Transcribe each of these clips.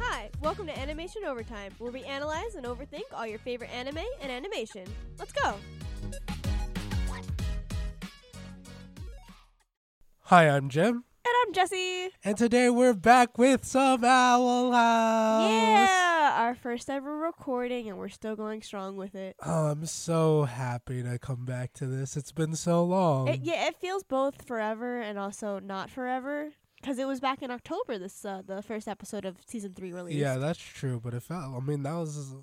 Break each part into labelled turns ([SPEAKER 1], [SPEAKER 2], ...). [SPEAKER 1] Hi, welcome to Animation Overtime, where we analyze and overthink all your favorite anime and animation. Let's go!
[SPEAKER 2] Hi, I'm Jim,
[SPEAKER 1] And I'm Jesse.
[SPEAKER 2] and today we're back with some Owl House.
[SPEAKER 1] Yeah, our first ever recording, and we're still going strong with it.
[SPEAKER 2] Oh, I'm so happy to come back to this. It's been so long.
[SPEAKER 1] it yeah, it feels both forever and also not forever because it was back in October. This uh, the first episode of season three released.
[SPEAKER 2] Yeah, that's true. But it felt. I mean, that was.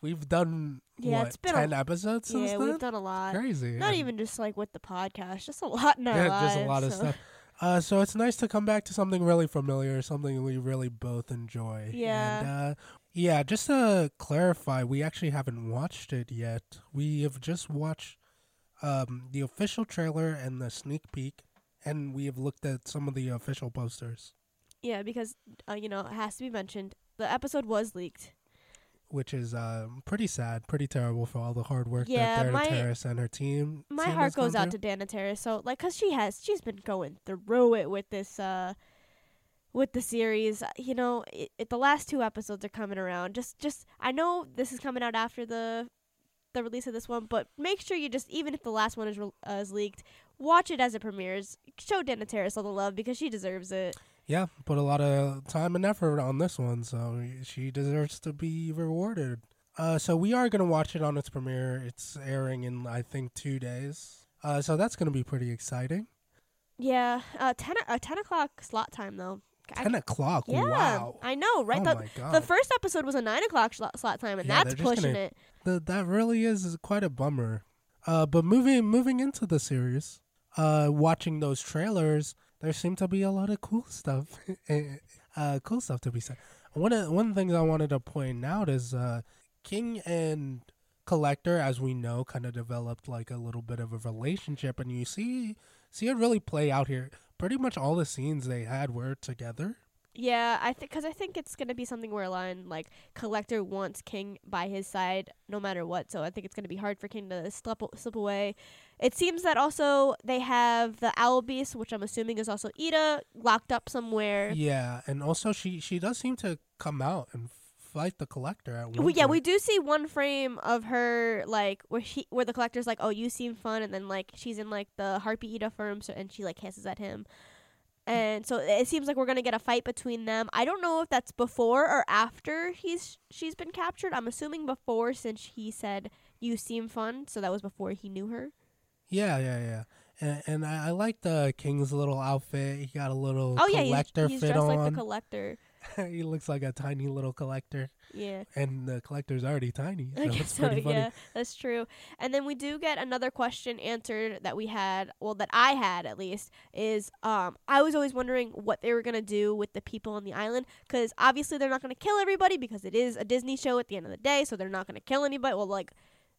[SPEAKER 2] We've done
[SPEAKER 1] Yeah,
[SPEAKER 2] what
[SPEAKER 1] it's been a-
[SPEAKER 2] ten episodes since
[SPEAKER 1] yeah,
[SPEAKER 2] then.
[SPEAKER 1] we've done a lot.
[SPEAKER 2] Crazy.
[SPEAKER 1] Not
[SPEAKER 2] and-
[SPEAKER 1] even just like with the podcast, just a lot in our
[SPEAKER 2] Yeah,
[SPEAKER 1] lives.
[SPEAKER 2] just a lot of
[SPEAKER 1] so-
[SPEAKER 2] stuff. Uh, so it's nice to come back to something really familiar, something we really both enjoy.
[SPEAKER 1] Yeah.
[SPEAKER 2] And, uh, yeah. Just to clarify, we actually haven't watched it yet. We have just watched um, the official trailer and the sneak peek, and we have looked at some of the official posters,
[SPEAKER 1] Yeah, because uh, you know it has to be mentioned. The episode was leaked.
[SPEAKER 2] which is um, pretty sad, pretty terrible for all the hard work
[SPEAKER 1] Yeah,
[SPEAKER 2] that Dara
[SPEAKER 1] my-
[SPEAKER 2] Terrace and her team.
[SPEAKER 1] My
[SPEAKER 2] team
[SPEAKER 1] heart
[SPEAKER 2] has gone
[SPEAKER 1] goes out
[SPEAKER 2] through.
[SPEAKER 1] to Dana Terrace. So like, cause she has, she's been going through it with this, uh with the series. You know, it, it, the last two episodes are coming around. Just, just I know this is coming out after the the release of this one, but make sure you just, even if the last one is re- uh, is leaked, watch it as it premieres. Show Dana Terrace all the love because she deserves it.
[SPEAKER 2] Yeah, put a lot of time and effort on this one, so she deserves to be rewarded. Uh, so we are gonna watch it on its premiere. It's airing in I think two days. Uh, so that's gonna be pretty exciting.
[SPEAKER 1] Yeah, uh, ten o- uh, ten o'clock slot time though. I-
[SPEAKER 2] Ten o'clock.
[SPEAKER 1] yeah,
[SPEAKER 2] wow.
[SPEAKER 1] I know, right?
[SPEAKER 2] oh
[SPEAKER 1] the,
[SPEAKER 2] my god.
[SPEAKER 1] The first episode was a nine o'clock sl- slot time, and
[SPEAKER 2] Yeah,
[SPEAKER 1] that's
[SPEAKER 2] they're just
[SPEAKER 1] pushing
[SPEAKER 2] gonna-
[SPEAKER 1] it.
[SPEAKER 2] Th- that really is quite a bummer. Uh, but moving moving into the series, uh, watching those trailers, there seemed to be a lot of cool stuff, uh, cool stuff to be said. One of one of the things I wanted to point out is uh, King and Collector, as we know, kind of developed like a little bit of a relationship, and you see see it really play out here. Pretty much all the scenes they had were together.
[SPEAKER 1] Yeah, I think because I think it's gonna be something where line like collector wants King by his side no matter what. So I think it's gonna be hard for King to slip slip away. It seems that also they have the owl beast, which I'm assuming is also Ida, locked up somewhere.
[SPEAKER 2] Yeah, and also she she does seem to come out and fight the Collector at one.
[SPEAKER 1] We, yeah,
[SPEAKER 2] point.
[SPEAKER 1] we do see one frame of her like where she where the collector's like, "Oh, you seem fun," and then like she's in like the harpy Ida firm, so, and she like hisses at him, and so it seems like we're gonna get a fight between them. I don't know if that's before or after he's she's been captured. I'm assuming before, since he said you seem fun, so that was before he knew her.
[SPEAKER 2] Yeah, yeah, yeah. And, and I, I like the King's little outfit. He got a little
[SPEAKER 1] Oh yeah, he's,
[SPEAKER 2] collector
[SPEAKER 1] he's
[SPEAKER 2] fit
[SPEAKER 1] dressed like
[SPEAKER 2] on.
[SPEAKER 1] the collector.
[SPEAKER 2] he looks like a tiny little collector,
[SPEAKER 1] Yeah.
[SPEAKER 2] and the collector's already tiny. So
[SPEAKER 1] I
[SPEAKER 2] it's
[SPEAKER 1] guess so.
[SPEAKER 2] pretty funny.
[SPEAKER 1] Yeah, that's true. And then we do get another question answered that we had, well, that I had at least, is um, I was always wondering what they were gonna do with the people on the island, because obviously they're not gonna kill everybody because it is a Disney show at the end of the day, so they're not gonna kill anybody. Well, like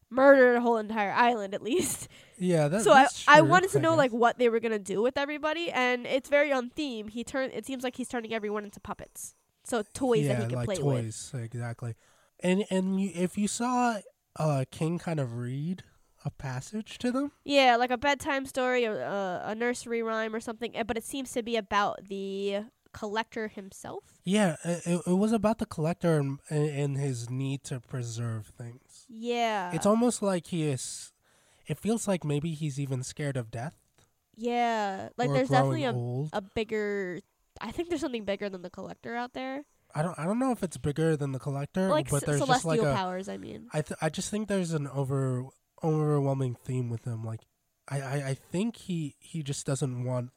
[SPEAKER 1] murder a whole entire island at least.
[SPEAKER 2] Yeah, that,
[SPEAKER 1] so I,
[SPEAKER 2] that's
[SPEAKER 1] I
[SPEAKER 2] true,
[SPEAKER 1] wanted to know
[SPEAKER 2] guess.
[SPEAKER 1] like what they were gonna do with everybody, and it's very on theme. He turn it seems like he's turning everyone into puppets, so toys
[SPEAKER 2] yeah,
[SPEAKER 1] that he can
[SPEAKER 2] like
[SPEAKER 1] play with.
[SPEAKER 2] toys exactly. And and you, if you saw uh, King kind of read a passage to them,
[SPEAKER 1] Yeah, like a bedtime story or uh, a nursery rhyme or something, uh, but it seems to be about the collector himself.
[SPEAKER 2] yeah, it, it- it was about the collector and, and- and his need to preserve things.
[SPEAKER 1] Yeah.
[SPEAKER 2] it's almost like he is. It feels like maybe he's even scared of death.
[SPEAKER 1] yeah. Like
[SPEAKER 2] or
[SPEAKER 1] there's
[SPEAKER 2] growing
[SPEAKER 1] definitely a,
[SPEAKER 2] old.
[SPEAKER 1] a bigger I think there's something bigger than the collector out there.
[SPEAKER 2] I don't I don't know if it's bigger than the collector,
[SPEAKER 1] Like
[SPEAKER 2] but
[SPEAKER 1] c-
[SPEAKER 2] there's just
[SPEAKER 1] celestial
[SPEAKER 2] like a
[SPEAKER 1] powers, I mean.
[SPEAKER 2] I th- I just think there's an over overwhelming theme with him. Like I, I, I think he he just doesn't want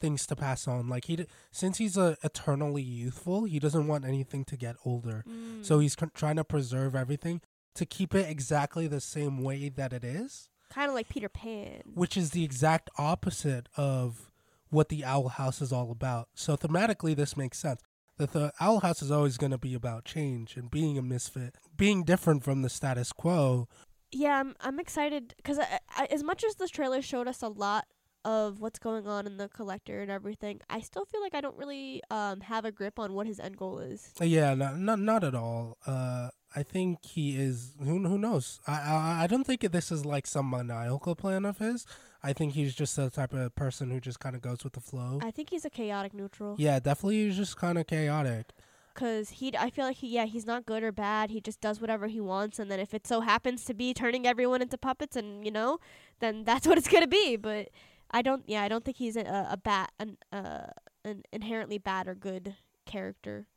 [SPEAKER 2] things to pass on. Like he d- since he's uh eternally youthful, he doesn't want anything to get older.
[SPEAKER 1] Mm.
[SPEAKER 2] So he's con- trying to preserve everything to keep it exactly the same way that it is,
[SPEAKER 1] kind of like Peter Pan.
[SPEAKER 2] which is the exact opposite of what the Owl House is all about. So thematically, this makes sense. That the Owl House is always going to be about change and being a misfit, being different from the status quo.
[SPEAKER 1] yeah, I'm I'm excited because I, I, as much as this trailer showed us a lot of what's going on in the collector and everything, I still feel like I don't really um have a grip on what his end goal is.
[SPEAKER 2] Yeah, not not, not at all. Uh, I think he is. Who who knows? I, I I don't think this is like some maniacal plan of his. I think he's just the type of person who just kind of goes with the flow.
[SPEAKER 1] I think he's a chaotic neutral.
[SPEAKER 2] yeah, definitely. He's just kind of chaotic.
[SPEAKER 1] Cause he, I feel like he, yeah, he's not good or bad. He just does whatever he wants, and then if it so happens to be turning everyone into puppets, and you know, then that's what it's gonna be. But I don't, yeah, I don't think he's a, a bad, an, uh, an inherently bad or good character.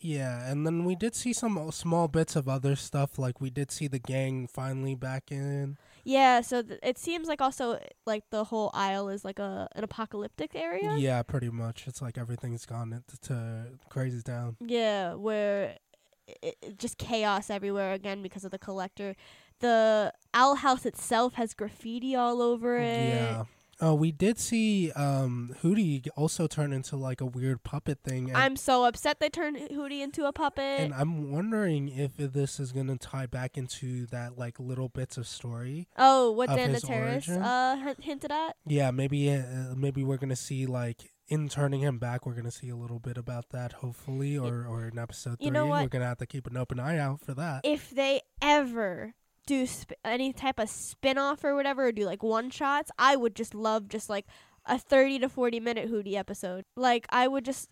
[SPEAKER 2] Yeah, and then we did see some o- small bits of other stuff. Like we did see the gang finally back in.
[SPEAKER 1] Yeah, so th- it seems like also like the whole isle is like a an apocalyptic area.
[SPEAKER 2] Yeah, pretty much. It's like everything's gone into to crazy town.
[SPEAKER 1] Yeah, where i i just chaos everywhere again because of the collector. The owl house itself has graffiti all over it.
[SPEAKER 2] Yeah. Oh, we did see um Hootie also turn into like a weird puppet thing. And,
[SPEAKER 1] I'm so upset they turned Hootie into a puppet.
[SPEAKER 2] and I'm wondering if this is gonna tie back into that like little bits of story.
[SPEAKER 1] oh, what
[SPEAKER 2] of
[SPEAKER 1] Dan the
[SPEAKER 2] his
[SPEAKER 1] Terrorist
[SPEAKER 2] origin?
[SPEAKER 1] uh, hin- hinted at.
[SPEAKER 2] Yeah, maybe uh, maybe we're gonna see like in turning him back, we're gonna see a little bit about that. Hopefully, or or in episode three,
[SPEAKER 1] You know what?
[SPEAKER 2] we're gonna have to keep an open eye out for that.
[SPEAKER 1] If they ever do sp- any type of spin off or whatever, or do like one shots, I would just love just like a 30 to 40 minute Hootie episode. Like, I would just.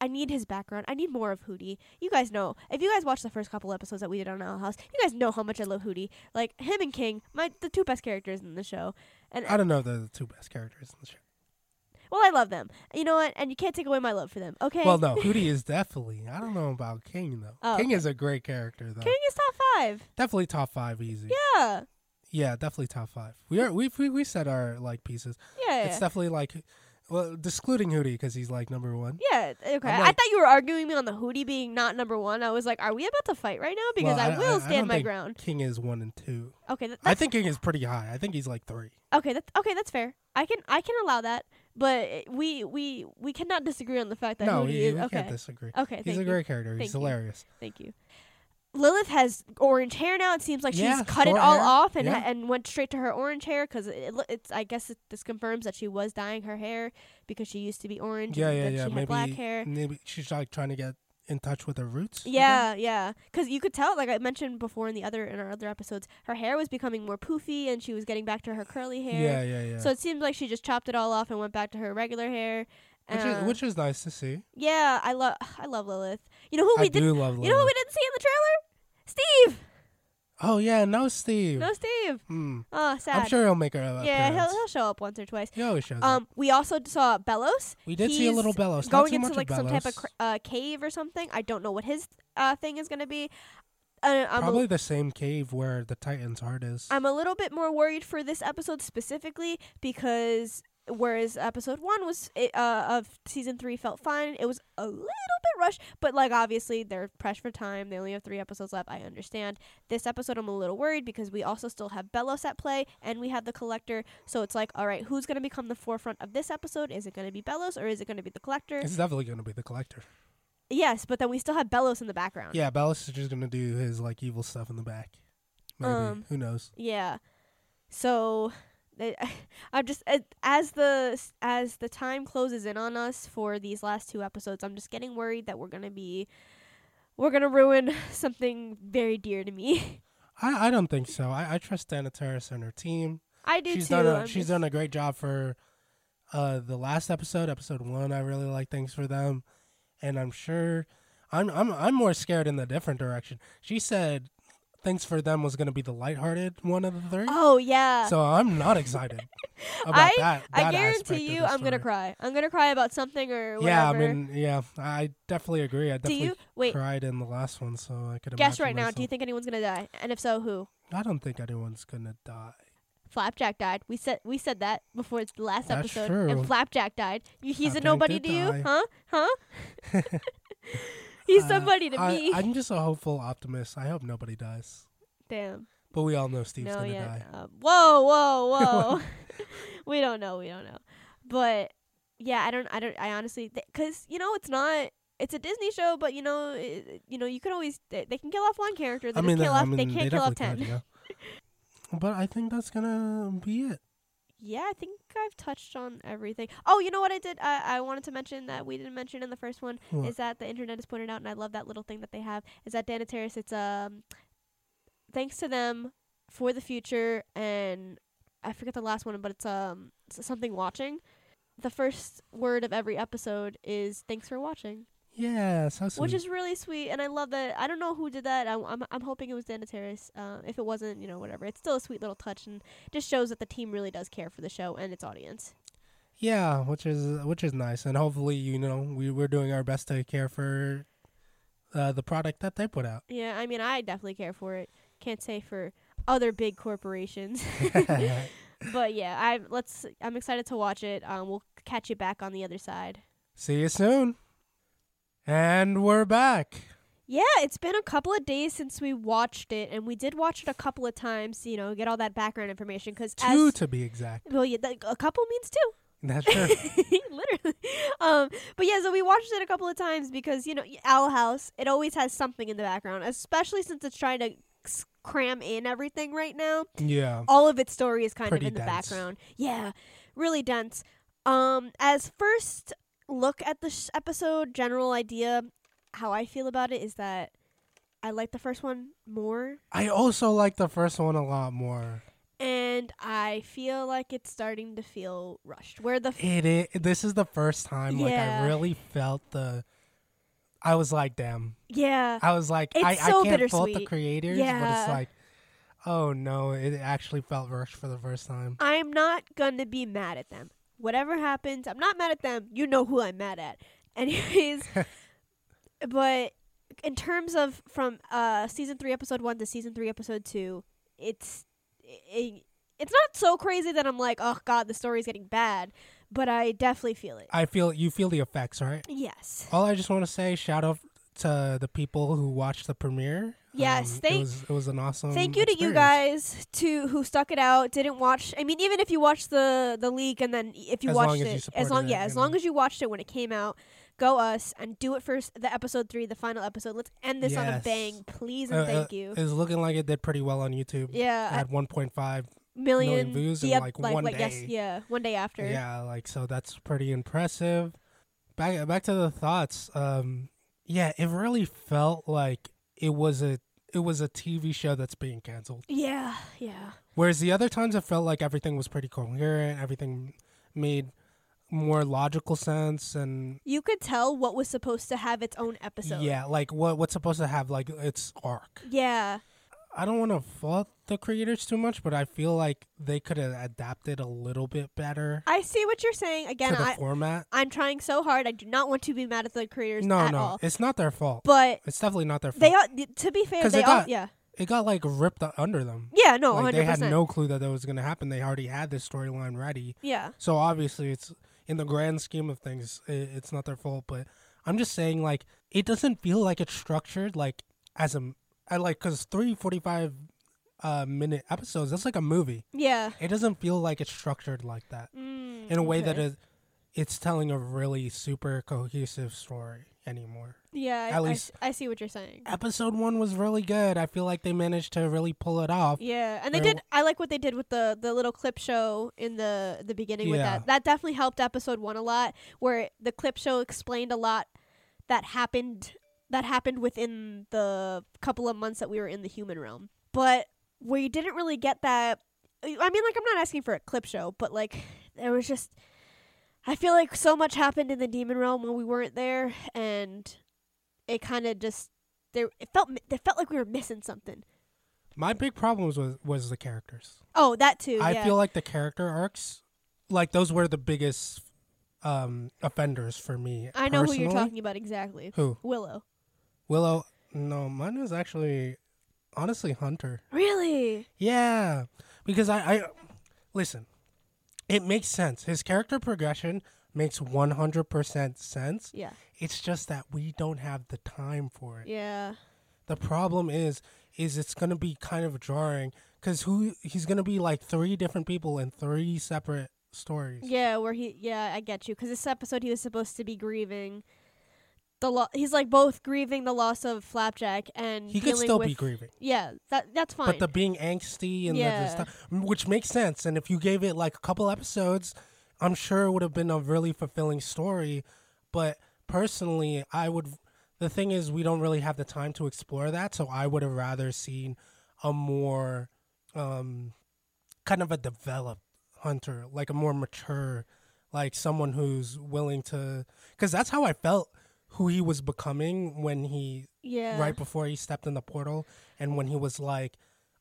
[SPEAKER 1] I need his background. I need more of Hootie. You guys know. If you guys watched the first couple episodes that we did on Owl House, you guys know how much I love Hootie. Like him and King, my the two best characters in the show. And
[SPEAKER 2] I don't know. if They're the two best characters in the show.
[SPEAKER 1] well, I love them. You know what? And you can't take away my love for them. Okay.
[SPEAKER 2] Well, no, Hootie is definitely. I don't know about King though.
[SPEAKER 1] Oh,
[SPEAKER 2] King is a great character though.
[SPEAKER 1] King is top five.
[SPEAKER 2] Definitely top five easy.
[SPEAKER 1] Yeah.
[SPEAKER 2] Yeah, definitely top five. We are we we we said our like pieces.
[SPEAKER 1] Yeah.
[SPEAKER 2] It's definitely like, well, excluding Hootie because he's like number one.
[SPEAKER 1] yeah. Okay.
[SPEAKER 2] I'm
[SPEAKER 1] I
[SPEAKER 2] like-
[SPEAKER 1] thought you were arguing me on the Hootie being not number one. I was like, are we about to fight right now? Because
[SPEAKER 2] Well,
[SPEAKER 1] I, will
[SPEAKER 2] I don't
[SPEAKER 1] stand my
[SPEAKER 2] think
[SPEAKER 1] ground.
[SPEAKER 2] King is one and two.
[SPEAKER 1] Okay. That,
[SPEAKER 2] I
[SPEAKER 1] that's,
[SPEAKER 2] think King is pretty high. I think he's like three.
[SPEAKER 1] okay. That's okay. That's fair. I can I can allow that. But it- we we we cannot disagree on the fact that
[SPEAKER 2] no,
[SPEAKER 1] Hootie
[SPEAKER 2] we,
[SPEAKER 1] is
[SPEAKER 2] we
[SPEAKER 1] okay.
[SPEAKER 2] can't disagree.
[SPEAKER 1] Okay.
[SPEAKER 2] he's
[SPEAKER 1] thank
[SPEAKER 2] a
[SPEAKER 1] you.
[SPEAKER 2] great character.
[SPEAKER 1] Thank
[SPEAKER 2] he's
[SPEAKER 1] you.
[SPEAKER 2] hilarious.
[SPEAKER 1] Thank you. Lilith has orange hair now. It seems like
[SPEAKER 2] Yeah,
[SPEAKER 1] she's cut it
[SPEAKER 2] short
[SPEAKER 1] all
[SPEAKER 2] hair.
[SPEAKER 1] off and
[SPEAKER 2] Yeah.
[SPEAKER 1] and went straight to her orange hair because it, it, lo- it's. I guess it, this confirms that she was dyeing her hair because she used to be orange.
[SPEAKER 2] Yeah,
[SPEAKER 1] and
[SPEAKER 2] yeah,
[SPEAKER 1] then
[SPEAKER 2] yeah.
[SPEAKER 1] She
[SPEAKER 2] maybe
[SPEAKER 1] had black hair.
[SPEAKER 2] maybe she's like trying to get in touch with her roots. again.
[SPEAKER 1] Yeah, yeah. 'Cause you could tell, like I mentioned before in the other in our other episodes, her hair was becoming more poofy, and she was getting back to her curly hair.
[SPEAKER 2] Yeah, yeah, yeah.
[SPEAKER 1] So it seems like she just chopped it all off and went back to her regular hair.
[SPEAKER 2] which
[SPEAKER 1] Uh,
[SPEAKER 2] is which is nice to see.
[SPEAKER 1] yeah, I love I love Lilith. You know who
[SPEAKER 2] I
[SPEAKER 1] we didn't
[SPEAKER 2] do love.
[SPEAKER 1] you know who
[SPEAKER 2] Lilith.
[SPEAKER 1] we didn't see in the trailer? Steve.
[SPEAKER 2] Oh yeah, no Steve.
[SPEAKER 1] No Steve.
[SPEAKER 2] Hmm.
[SPEAKER 1] Oh, sad.
[SPEAKER 2] I'm sure he'll make a
[SPEAKER 1] yeah, he'll,
[SPEAKER 2] appearance.
[SPEAKER 1] he'll show up once or twice.
[SPEAKER 2] He always shows up.
[SPEAKER 1] Um, we also saw Bellows.
[SPEAKER 2] We did see a little
[SPEAKER 1] he's
[SPEAKER 2] Bellows. not
[SPEAKER 1] going
[SPEAKER 2] too
[SPEAKER 1] into
[SPEAKER 2] much of
[SPEAKER 1] like some type of
[SPEAKER 2] Bellows.
[SPEAKER 1] cr- uh, cave or something. I don't know what his uh, thing is gonna be. Uh, I'm a-
[SPEAKER 2] Probably the same cave where the Titan's heart is.
[SPEAKER 1] I'm a little bit more worried for this episode specifically because whereas episode one was it, uh, of season three felt fine, it was a little bit rushed. But like obviously they're pressed for time; they only have three episodes left. I understand. This episode, I'm a little worried because we also still have Bellos at play and we have the Collector. So it's like, all right, who's going to become the forefront of this episode? Is it going to be Bellos or is it going to be the Collector?
[SPEAKER 2] it's definitely going to be the collector.
[SPEAKER 1] yes, but then we still have Bellos in the background.
[SPEAKER 2] Yeah, Ballast is just going to do his like evil stuff in the back. Maybe
[SPEAKER 1] Um,
[SPEAKER 2] who knows?
[SPEAKER 1] Yeah. So I- I'm just a- as the as the time closes in on us for these last two episodes, I'm just getting worried that we're going to be we're going to ruin something very dear to me.
[SPEAKER 2] I, I don't think so. I, I trust Dana Terrace and her team.
[SPEAKER 1] I do
[SPEAKER 2] she's
[SPEAKER 1] too.
[SPEAKER 2] done a,
[SPEAKER 1] I'm
[SPEAKER 2] she's
[SPEAKER 1] just-
[SPEAKER 2] done a great job for uh the last episode, episode one. I really like things for them, and I'm sure I'm I'm I'm more scared in the different direction. She said things for them was going to be the lighthearted one of the three.
[SPEAKER 1] Oh yeah.
[SPEAKER 2] So I'm not excited about
[SPEAKER 1] I-
[SPEAKER 2] that.
[SPEAKER 1] I
[SPEAKER 2] that aspect of
[SPEAKER 1] guarantee you
[SPEAKER 2] the
[SPEAKER 1] I'm going to
[SPEAKER 2] story.
[SPEAKER 1] cry. I'm going to cry about something or whatever.
[SPEAKER 2] Yeah, I mean, yeah, I definitely agree. I
[SPEAKER 1] do
[SPEAKER 2] definitely
[SPEAKER 1] you wait,
[SPEAKER 2] cried in the last one, so I could
[SPEAKER 1] guess
[SPEAKER 2] imagine
[SPEAKER 1] right now, do you
[SPEAKER 2] myself-
[SPEAKER 1] think anyone's going to die? And if so, who?
[SPEAKER 2] I don't think anyone's gonna die.
[SPEAKER 1] Flapjack died. We said we said that before the last
[SPEAKER 2] That's
[SPEAKER 1] episode.
[SPEAKER 2] true.
[SPEAKER 1] And Flapjack died. You, he's
[SPEAKER 2] Flapjack
[SPEAKER 1] a nobody
[SPEAKER 2] did
[SPEAKER 1] to you,
[SPEAKER 2] die.
[SPEAKER 1] huh? Huh? he's
[SPEAKER 2] Uh,
[SPEAKER 1] somebody to
[SPEAKER 2] I,
[SPEAKER 1] me.
[SPEAKER 2] I'm just a hopeful optimist. I hope nobody dies,
[SPEAKER 1] Damn.
[SPEAKER 2] but we all know Steve's
[SPEAKER 1] no,
[SPEAKER 2] gonna
[SPEAKER 1] yeah.
[SPEAKER 2] die.
[SPEAKER 1] Um, whoa, whoa, whoa. we don't know. We don't know. But yeah, I don't. I don't. I honestly, because you know, it's not. It's a Disney show, but you know, i you know, you can always they, they can kill off one character. They
[SPEAKER 2] I mean,
[SPEAKER 1] just kill
[SPEAKER 2] I
[SPEAKER 1] off.
[SPEAKER 2] mean,
[SPEAKER 1] they can't kill off ten.
[SPEAKER 2] definitely could, yeah. But I think that's gonna be it.
[SPEAKER 1] Yeah, I think I've touched on everything. Oh, you know what I did? I, I wanted to mention that we didn't mention in the first one
[SPEAKER 2] What?
[SPEAKER 1] is that the internet is pointed out, and I love that little thing that they have. Is that Dana Terrace? It's um, thanks to them for the future, and I forget the last one, but it's um s- something watching. The first word of every episode is "Thanks for watching."
[SPEAKER 2] Yes, how sweet.
[SPEAKER 1] which is really sweet, and I love that. I don't know who did that. I, I'm I'm hoping it was Dana Terrace. Uh, if it wasn't, you know, whatever. It's still a sweet little touch, and just shows that the team really does care for the show and its audience.
[SPEAKER 2] yeah, which is which is nice, and hopefully you know we we're doing our best to care for uh, the product that they put out.
[SPEAKER 1] Yeah, I mean, I definitely care for it. Can't say for other big corporations, but yeah, I let's. I'm excited to watch it. Um, we'll catch you back on the other side.
[SPEAKER 2] See you soon. And we're back.
[SPEAKER 1] Yeah, it's been a couple of days since we watched it, and we did watch it a couple of times. You know, get all that background information because
[SPEAKER 2] Two
[SPEAKER 1] as
[SPEAKER 2] to be exact.
[SPEAKER 1] well, yeah, th- a couple means two.
[SPEAKER 2] That's true.
[SPEAKER 1] literally um but yeah so we watched it a couple of times because you know owl house it always has something in the background especially since it's trying to s- cram in everything right now
[SPEAKER 2] yeah.
[SPEAKER 1] all of its story is kind
[SPEAKER 2] Pretty
[SPEAKER 1] of in the
[SPEAKER 2] dense.
[SPEAKER 1] background yeah really dense um as first look at the sh- episode general idea how i feel about it is that i like the first one more
[SPEAKER 2] I also like the first one a lot more.
[SPEAKER 1] and i feel like it's starting to feel rushed where the f-
[SPEAKER 2] It is. This is the first time like
[SPEAKER 1] Yeah.
[SPEAKER 2] I really felt the. I was like, damn.
[SPEAKER 1] yeah
[SPEAKER 2] I was like, I,
[SPEAKER 1] It's so
[SPEAKER 2] I can't fault the
[SPEAKER 1] bittersweet.
[SPEAKER 2] creators, but
[SPEAKER 1] Yeah.
[SPEAKER 2] it's like, oh no, it actually felt rushed for the first time.
[SPEAKER 1] I'm not going to be mad at them. Whatever happens, I'm not mad at them. You know who I'm mad at. Anyways, but in terms of from uh season 3 episode 1 to season 3 episode 2, it's it, it's not so crazy that I'm like, "Oh god, the story's getting bad," but I definitely feel it.
[SPEAKER 2] I feel you feel the effects, right?
[SPEAKER 1] yes.
[SPEAKER 2] All I just want to say, shout out to the people who watched the premiere.
[SPEAKER 1] Yes,
[SPEAKER 2] Um, it
[SPEAKER 1] thank-
[SPEAKER 2] was it was an awesome.
[SPEAKER 1] Thank you to you
[SPEAKER 2] experience.
[SPEAKER 1] guys to who stuck it out, didn't watch. I mean, even if you watched the the leak and then if you
[SPEAKER 2] As long
[SPEAKER 1] watched
[SPEAKER 2] as you
[SPEAKER 1] it, as
[SPEAKER 2] supported
[SPEAKER 1] long
[SPEAKER 2] it,
[SPEAKER 1] yeah,
[SPEAKER 2] you
[SPEAKER 1] as
[SPEAKER 2] know.
[SPEAKER 1] long as you watched it when it came out, go us and do it for s- the episode three, the final episode. Let's end this on a
[SPEAKER 2] Yes.
[SPEAKER 1] bang, please and
[SPEAKER 2] Uh,
[SPEAKER 1] thank
[SPEAKER 2] uh,
[SPEAKER 1] you.
[SPEAKER 2] It's looking like it did pretty well on YouTube.
[SPEAKER 1] yeah,
[SPEAKER 2] at 1.5.
[SPEAKER 1] million,
[SPEAKER 2] million views in,
[SPEAKER 1] the ep-
[SPEAKER 2] like, one
[SPEAKER 1] Yes,
[SPEAKER 2] day.
[SPEAKER 1] yeah, one day after.
[SPEAKER 2] Yeah, like so that's pretty impressive. Back back to the thoughts. Um yeah, it really felt like it was a it was a TV show that's being canceled.
[SPEAKER 1] yeah, yeah.
[SPEAKER 2] Whereas the other times it felt like everything was pretty coherent, everything made more logical sense and
[SPEAKER 1] You could tell what was supposed to have its own episode.
[SPEAKER 2] yeah, like what what's supposed to have like its arc.
[SPEAKER 1] yeah,
[SPEAKER 2] I don't want to fault the creators too much, but I feel like they could have adapted a little bit better
[SPEAKER 1] I see what you're saying. Again,
[SPEAKER 2] to the
[SPEAKER 1] I
[SPEAKER 2] format.
[SPEAKER 1] I'm trying so hard. I do not want to be mad at the creators
[SPEAKER 2] No,
[SPEAKER 1] at
[SPEAKER 2] no,
[SPEAKER 1] all,
[SPEAKER 2] it's not their fault.
[SPEAKER 1] but.
[SPEAKER 2] It's definitely not their fault.
[SPEAKER 1] They all, to be fair,
[SPEAKER 2] 'Cause
[SPEAKER 1] they
[SPEAKER 2] it
[SPEAKER 1] all,
[SPEAKER 2] got-
[SPEAKER 1] yeah,
[SPEAKER 2] it got like ripped u- under them.
[SPEAKER 1] yeah, no,
[SPEAKER 2] like
[SPEAKER 1] hundred
[SPEAKER 2] they had
[SPEAKER 1] percent,
[SPEAKER 2] no clue that that was going to happen. They already had this storyline ready.
[SPEAKER 1] yeah,
[SPEAKER 2] So obviously, it's in the grand scheme of things, i it's not their fault. But I'm just saying, like, it doesn't feel like it's structured like as a m- I like because three 45 uh, minute episodes that's like a movie.
[SPEAKER 1] yeah,
[SPEAKER 2] It doesn't feel like it's structured like that
[SPEAKER 1] mm,
[SPEAKER 2] in a way that
[SPEAKER 1] okay.
[SPEAKER 2] it, it's telling a really super cohesive story anymore.
[SPEAKER 1] yeah,
[SPEAKER 2] at
[SPEAKER 1] I,
[SPEAKER 2] least-
[SPEAKER 1] I, s- I see what you're saying.
[SPEAKER 2] Episode one was really good. I feel like they managed to really pull it off.
[SPEAKER 1] Yeah, and they
[SPEAKER 2] There
[SPEAKER 1] did. I like what they did with the the little clip show in the the beginning with
[SPEAKER 2] Yeah.
[SPEAKER 1] that. That definitely helped episode one a lot, where the clip show explained a lot that happened that happened within the couple of months that we were in the human realm. But we didn't really get that. I mean, like I'm not asking for a clip show, but like there was just. I feel like so much happened in the demon realm when we weren't there, and it kind of just there. It felt it felt like we were missing something.
[SPEAKER 2] My big problem was was the characters.
[SPEAKER 1] Oh, that too.
[SPEAKER 2] I
[SPEAKER 1] yeah.
[SPEAKER 2] feel like the character arcs, like those were the biggest um, offenders for me.
[SPEAKER 1] I know who you're
[SPEAKER 2] personally.
[SPEAKER 1] talking about exactly.
[SPEAKER 2] Who
[SPEAKER 1] Willow.
[SPEAKER 2] Willow? No, mine is actually honestly Hunter.
[SPEAKER 1] Really?
[SPEAKER 2] Yeah, because I, I listen. It makes sense. His character progression makes 100% sense.
[SPEAKER 1] Yeah.
[SPEAKER 2] It's just that we don't have the time for it.
[SPEAKER 1] Yeah.
[SPEAKER 2] The problem is, is it's gonna be kind of jarring because who he's gonna be like three different people in three separate stories.
[SPEAKER 1] Yeah, where he yeah, I get you cuz this episode he was supposed to be grieving the lo- he's like both grieving the loss of Flapjack and
[SPEAKER 2] He could
[SPEAKER 1] dealing
[SPEAKER 2] still
[SPEAKER 1] with
[SPEAKER 2] be grieving,
[SPEAKER 1] Yeah, that that's fine.
[SPEAKER 2] but the being angsty and
[SPEAKER 1] Yeah.
[SPEAKER 2] the, the stuff, which makes sense. And if you gave it like a couple episodes, I'm sure it would have been a really fulfilling story. But personally, I would. The thing is, we don't really have the time to explore that, so I would have rather seen a more um, kind of a developed hunter, like a more mature, like someone who's willing to. Because that's how I felt who he was becoming when he
[SPEAKER 1] Yeah.
[SPEAKER 2] right before he stepped in the portal and when he was like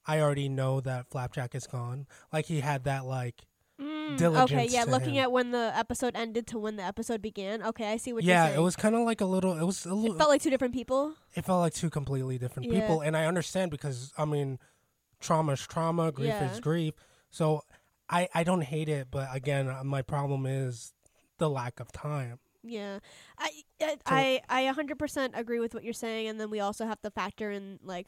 [SPEAKER 2] i already know that flapjack is gone like he had that like
[SPEAKER 1] Mm,
[SPEAKER 2] diligence
[SPEAKER 1] Okay, yeah,
[SPEAKER 2] to
[SPEAKER 1] looking
[SPEAKER 2] him.
[SPEAKER 1] at when the episode ended to when the episode began. Okay, I see what you're
[SPEAKER 2] yeah
[SPEAKER 1] saying.
[SPEAKER 2] it was kind of like a little it was a little
[SPEAKER 1] It felt like two different people.
[SPEAKER 2] it felt like two completely different
[SPEAKER 1] Yeah.
[SPEAKER 2] people and i understand because i mean trauma is trauma grief
[SPEAKER 1] Yeah.
[SPEAKER 2] is grief so i i don't hate it but again uh, my problem is the lack of time
[SPEAKER 1] Yeah, I I- I I a hundred percent agree with what you're saying, and then we also have to factor in like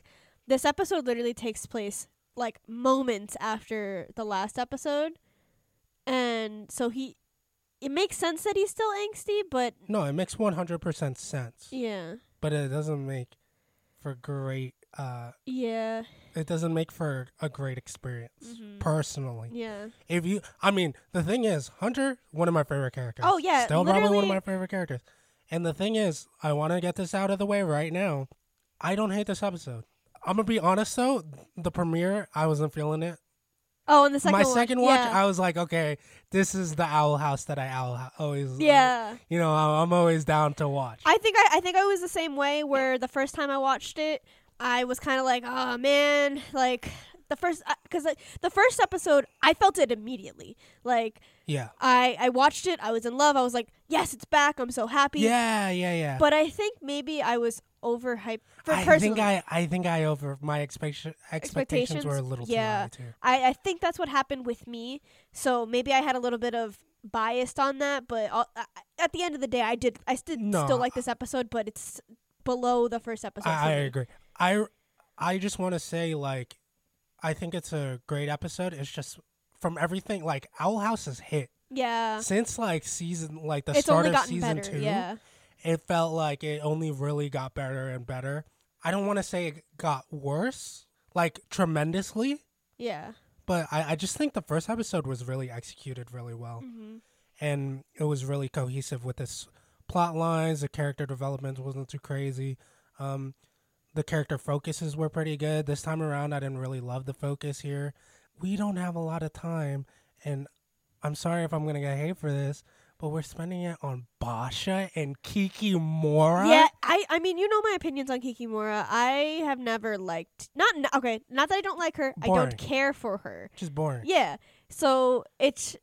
[SPEAKER 1] this episode literally takes place like moments after the last episode, and so he it makes sense that he's still angsty, but
[SPEAKER 2] no it makes 100% sense
[SPEAKER 1] yeah,
[SPEAKER 2] but it doesn't make for great uh
[SPEAKER 1] yeah,
[SPEAKER 2] it doesn't make for a great experience
[SPEAKER 1] Mhm.
[SPEAKER 2] personally
[SPEAKER 1] yeah.
[SPEAKER 2] If you, I mean, the thing is, Hunter, one of my favorite characters.
[SPEAKER 1] Oh, yeah,
[SPEAKER 2] still probably one of
[SPEAKER 1] literally-
[SPEAKER 2] my favorite characters. And the thing is, I want to get this out of the way right now. I don't hate this episode. I'm gonna be honest though, the premiere, I wasn't feeling it.
[SPEAKER 1] Oh, and the second
[SPEAKER 2] my
[SPEAKER 1] one,
[SPEAKER 2] second watch,
[SPEAKER 1] yeah.
[SPEAKER 2] I was like, okay, this is the Owl House that I owl ho- always. uh,
[SPEAKER 1] yeah.
[SPEAKER 2] you know, I'm I'm always down to watch.
[SPEAKER 1] I think I, I think I was the same way where the first time I watched it, I was kind of like, oh man, like the first because like, the first episode I felt it immediately. Like
[SPEAKER 2] yeah,
[SPEAKER 1] I I watched it, I was in love. I was like, yes, it's back. I'm so happy.
[SPEAKER 2] yeah, yeah, yeah.
[SPEAKER 1] But I think maybe I was overhyped for
[SPEAKER 2] I
[SPEAKER 1] personally.
[SPEAKER 2] think I, I think I over my expectation expectations were a little too
[SPEAKER 1] Yeah.
[SPEAKER 2] high too.
[SPEAKER 1] I, I think that's what happened with me. So maybe I had a little bit of biased on that, but all, I, at the end of the day, I did I did
[SPEAKER 2] No,
[SPEAKER 1] still like this episode, but it's below the first episode.
[SPEAKER 2] I, I
[SPEAKER 1] for me.
[SPEAKER 2] agree. I I just want to say like I think it's a great episode. It's just from everything like Owl House has hit
[SPEAKER 1] Yeah.
[SPEAKER 2] since like season like the
[SPEAKER 1] Uh-huh. it's
[SPEAKER 2] start
[SPEAKER 1] only
[SPEAKER 2] of
[SPEAKER 1] gotten
[SPEAKER 2] season
[SPEAKER 1] better.
[SPEAKER 2] two.
[SPEAKER 1] Yeah.
[SPEAKER 2] It felt like it only really got better and better. I don't want to say it got worse like tremendously,
[SPEAKER 1] Yeah.
[SPEAKER 2] but I, I just think the first episode was really executed really well
[SPEAKER 1] Mhm.
[SPEAKER 2] and it was really cohesive with its plot lines. The character development wasn't too crazy. Um, the character focuses were pretty good. This time around, I didn't really love the focus here. We don't have a lot of time, and I'm sorry if I'm gonna get hate for this, but we're spending it on Basha and Kiki Mora.
[SPEAKER 1] Yeah, I I mean, you know my opinions on Kikimora. I have never liked not n- okay, not that I don't like her. I
[SPEAKER 2] Boring.
[SPEAKER 1] don't care for her.
[SPEAKER 2] Just boring.
[SPEAKER 1] Yeah. So it's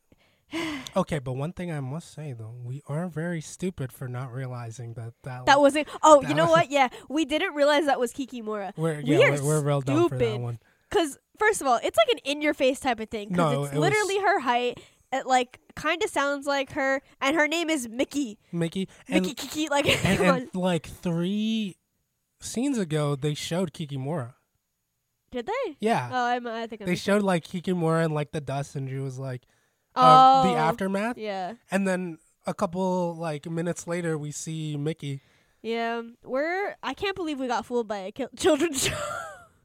[SPEAKER 2] Okay, but one thing I must say though, we are very stupid for not realizing that that,
[SPEAKER 1] that wasn't Oh,
[SPEAKER 2] That
[SPEAKER 1] you know
[SPEAKER 2] was-
[SPEAKER 1] what? Yeah. We didn't realize that was Kikimora.
[SPEAKER 2] we're
[SPEAKER 1] we
[SPEAKER 2] yeah
[SPEAKER 1] are
[SPEAKER 2] we are we're real dumb for that
[SPEAKER 1] stupid.
[SPEAKER 2] one.
[SPEAKER 1] Cuz first of all, it's like an in your face type of thing cuz
[SPEAKER 2] No,
[SPEAKER 1] it's
[SPEAKER 2] it was-
[SPEAKER 1] literally her height. It like kind of sounds like her and her name is Mickey.
[SPEAKER 2] Mickey and
[SPEAKER 1] Mickey Kiki like
[SPEAKER 2] and,
[SPEAKER 1] come on.
[SPEAKER 2] and like three scenes ago, they showed Kikimora.
[SPEAKER 1] Did they?
[SPEAKER 2] Yeah,
[SPEAKER 1] Oh, I'm, I think I'm
[SPEAKER 2] Uh, they showed like Kikimora and like the dust, and she was like uh,
[SPEAKER 1] oh,
[SPEAKER 2] the aftermath.
[SPEAKER 1] Yeah.
[SPEAKER 2] And then a couple like minutes later, we see Mickey.
[SPEAKER 1] Yeah, um, we're. I can't believe we got fooled by a ki- children's show.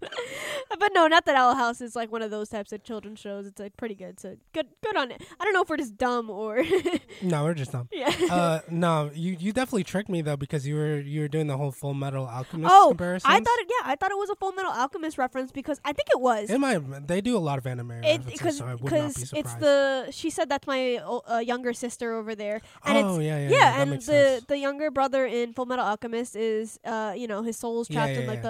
[SPEAKER 1] but no, not that Owl House is like one of those types of children's shows. It's like pretty good. So good, good on it. I don't know if we're just dumb or
[SPEAKER 2] No, we're just dumb.
[SPEAKER 1] yeah.
[SPEAKER 2] uh, no, you you definitely tricked me though because you were you were doing the whole Full Metal Alchemist
[SPEAKER 1] oh,
[SPEAKER 2] comparison.
[SPEAKER 1] I thought it. Yeah, I thought it was a Full Metal Alchemist reference because I think it was.
[SPEAKER 2] it might. have- They do a lot of anime
[SPEAKER 1] It
[SPEAKER 2] references,
[SPEAKER 1] because
[SPEAKER 2] so I would not be
[SPEAKER 1] because
[SPEAKER 2] surprised.
[SPEAKER 1] it's the she said that's my o- uh, younger sister over there and
[SPEAKER 2] oh
[SPEAKER 1] it's
[SPEAKER 2] yeah, yeah,
[SPEAKER 1] yeah,
[SPEAKER 2] yeah, that
[SPEAKER 1] and the
[SPEAKER 2] makes sense.
[SPEAKER 1] the younger brother in Full Metal Alchemist is uh you know his soul's
[SPEAKER 2] Yeah,
[SPEAKER 1] trapped
[SPEAKER 2] yeah,
[SPEAKER 1] in like
[SPEAKER 2] yeah.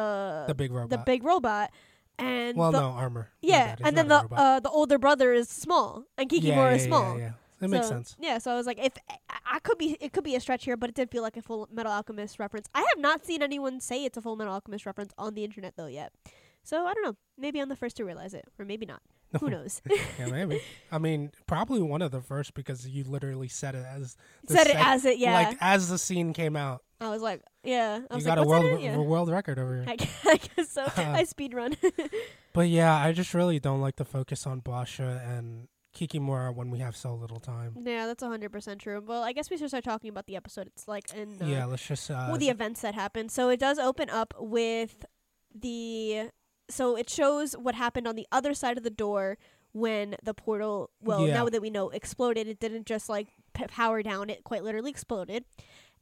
[SPEAKER 1] the
[SPEAKER 2] the big robot.
[SPEAKER 1] the big robot and
[SPEAKER 2] well,
[SPEAKER 1] the,
[SPEAKER 2] no armor. My
[SPEAKER 1] Yeah,
[SPEAKER 2] bad, it's
[SPEAKER 1] and then
[SPEAKER 2] not
[SPEAKER 1] the
[SPEAKER 2] a robot.
[SPEAKER 1] uh, the older brother is small, and Kikimora
[SPEAKER 2] yeah,
[SPEAKER 1] is
[SPEAKER 2] yeah,
[SPEAKER 1] small.
[SPEAKER 2] Yeah, yeah. It makes
[SPEAKER 1] So,
[SPEAKER 2] sense.
[SPEAKER 1] Yeah, so I was like, if I, I could be, it could be a stretch here, but it did feel like a Full Metal Alchemist reference. I have not seen anyone say it's a Full Metal Alchemist reference on the internet though yet. So I don't know. Maybe I'm the first to realize it, or maybe not. Who knows?
[SPEAKER 2] Yeah, maybe. I mean, probably one of the first because you literally said it as the
[SPEAKER 1] Said it
[SPEAKER 2] sec-
[SPEAKER 1] as it. Yeah,
[SPEAKER 2] like as the scene came out.
[SPEAKER 1] I was like, yeah. I
[SPEAKER 2] You
[SPEAKER 1] was
[SPEAKER 2] got
[SPEAKER 1] like,
[SPEAKER 2] a
[SPEAKER 1] what's that
[SPEAKER 2] world
[SPEAKER 1] in? Yeah.
[SPEAKER 2] a world record over here.
[SPEAKER 1] I gu- I guess so. I speed run.
[SPEAKER 2] But yeah, I just really don't like to focus on Basha and Kikimura when we have so little time.
[SPEAKER 1] yeah, that's hundred percent true. Well, I guess we should start talking about the episode. It's like in uh,
[SPEAKER 2] Yeah, let's just uh,
[SPEAKER 1] well, the events that happened. So it does open up with the. So it shows what happened on the other side of the door when the portal, well,
[SPEAKER 2] Yeah.
[SPEAKER 1] now that we know, exploded. It didn't just like p- power down, it quite literally exploded.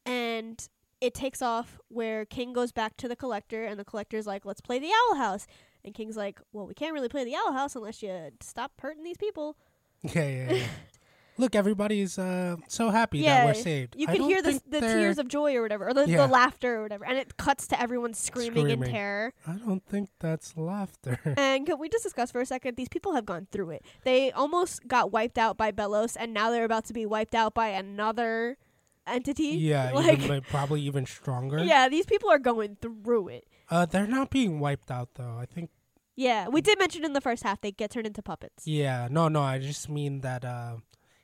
[SPEAKER 1] And it takes off where King goes back to the collector, and the collector's like, let's play the Owl House. And King's like, well, we can't really play the Owl House unless you stop hurting these people.
[SPEAKER 2] Yeah, yeah, yeah. Look, everybody's uh, so happy that we're saved.
[SPEAKER 1] You
[SPEAKER 2] I
[SPEAKER 1] can
[SPEAKER 2] don't
[SPEAKER 1] hear the,
[SPEAKER 2] think
[SPEAKER 1] the
[SPEAKER 2] they're-
[SPEAKER 1] tears of joy or whatever, or the,
[SPEAKER 2] Yeah.
[SPEAKER 1] the laughter or whatever, and it cuts to everyone screaming,
[SPEAKER 2] Screaming.
[SPEAKER 1] in terror.
[SPEAKER 2] I don't think that's laughter.
[SPEAKER 1] And can we just discuss for a second? These people have gone through it. They almost got wiped out by Belos, and now they're about to be wiped out by another entity.
[SPEAKER 2] yeah,
[SPEAKER 1] like
[SPEAKER 2] even, but probably even stronger.
[SPEAKER 1] yeah, these people are going through it.
[SPEAKER 2] Uh, they're not being wiped out though. I think.
[SPEAKER 1] Yeah, we did mention in the first half they get turned into puppets.
[SPEAKER 2] Yeah. No, no. I just mean that. Uh,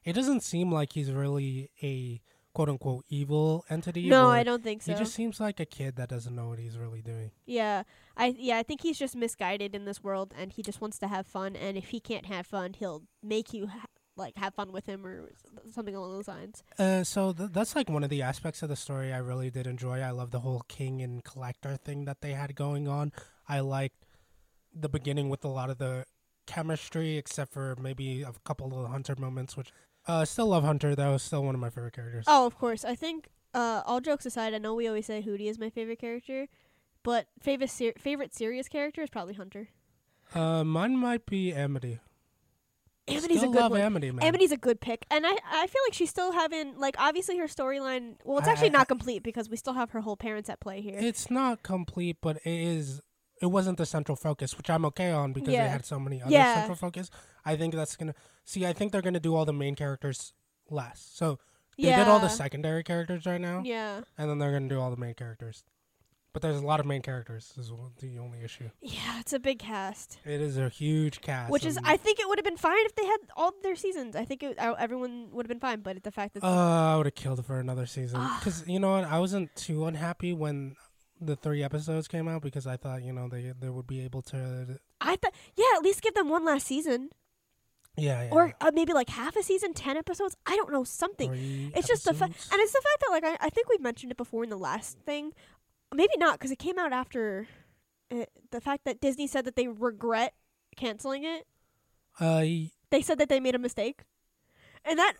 [SPEAKER 2] it doesn't seem like he's really a quote unquote evil entity.
[SPEAKER 1] no,
[SPEAKER 2] or-
[SPEAKER 1] I don't think so.
[SPEAKER 2] He just seems like a kid that doesn't know what he's really doing.
[SPEAKER 1] yeah, I yeah I think he's just misguided in this world, and he just wants to have fun. And if he can't have fun, he'll make you ha- like have fun with him or s- something along those lines.
[SPEAKER 2] Uh, so th- that's like one of the aspects of the story I really did enjoy. I love the whole king and collector thing that they had going on. I liked the beginning with a lot of the chemistry, except for maybe a couple of Hunter moments, which uh, still love Hunter. That was still one of my favorite characters.
[SPEAKER 1] Oh, of course. I think uh, all jokes aside, I know we always say Hootie is my favorite character, but favorite ser- favorite serious character is probably Hunter.
[SPEAKER 2] Uh, mine might be Amity.
[SPEAKER 1] Amity's
[SPEAKER 2] still
[SPEAKER 1] a good
[SPEAKER 2] love
[SPEAKER 1] one.
[SPEAKER 2] Amity, man.
[SPEAKER 1] Amity's a good pick, and I I feel like she's still having like obviously her storyline. Well, it's
[SPEAKER 2] I-
[SPEAKER 1] actually
[SPEAKER 2] I- I-
[SPEAKER 1] not complete because we still have her whole parents at play here.
[SPEAKER 2] It's not complete, but it is. It wasn't the central focus, which I'm okay on because
[SPEAKER 1] Yeah.
[SPEAKER 2] they had so many other
[SPEAKER 1] Yeah.
[SPEAKER 2] central focus. I think that's gonna see. I think they're gonna do all the main characters last. So they
[SPEAKER 1] yeah,
[SPEAKER 2] did all the secondary characters right now,
[SPEAKER 1] yeah,
[SPEAKER 2] and then they're gonna do all the main characters. But there's a lot of main characters. Is one- the only issue.
[SPEAKER 1] yeah. It's a big cast,
[SPEAKER 2] It is a huge cast,
[SPEAKER 1] which is
[SPEAKER 2] and,
[SPEAKER 1] I think it would have been fine if they had all their seasons. I think it, uh, everyone would have been fine, but the fact that
[SPEAKER 2] Uh, I would have killed for another season
[SPEAKER 1] Ah.
[SPEAKER 2] because you know what? I wasn't too unhappy when the three episodes came out because I thought you know they they would be able to.
[SPEAKER 1] I thought yeah, at least give them one last season
[SPEAKER 2] Yeah, yeah.
[SPEAKER 1] or uh, maybe like half a season, ten episodes. I don't know something.
[SPEAKER 2] Three
[SPEAKER 1] It's just the fact,
[SPEAKER 2] episodes?
[SPEAKER 1] and it's the fact that like I, I think we mentioned it before in the last thing, maybe not because it came out after uh the fact that Disney said that they regret canceling it.
[SPEAKER 2] Uh, y-
[SPEAKER 1] They said that they made a mistake, and that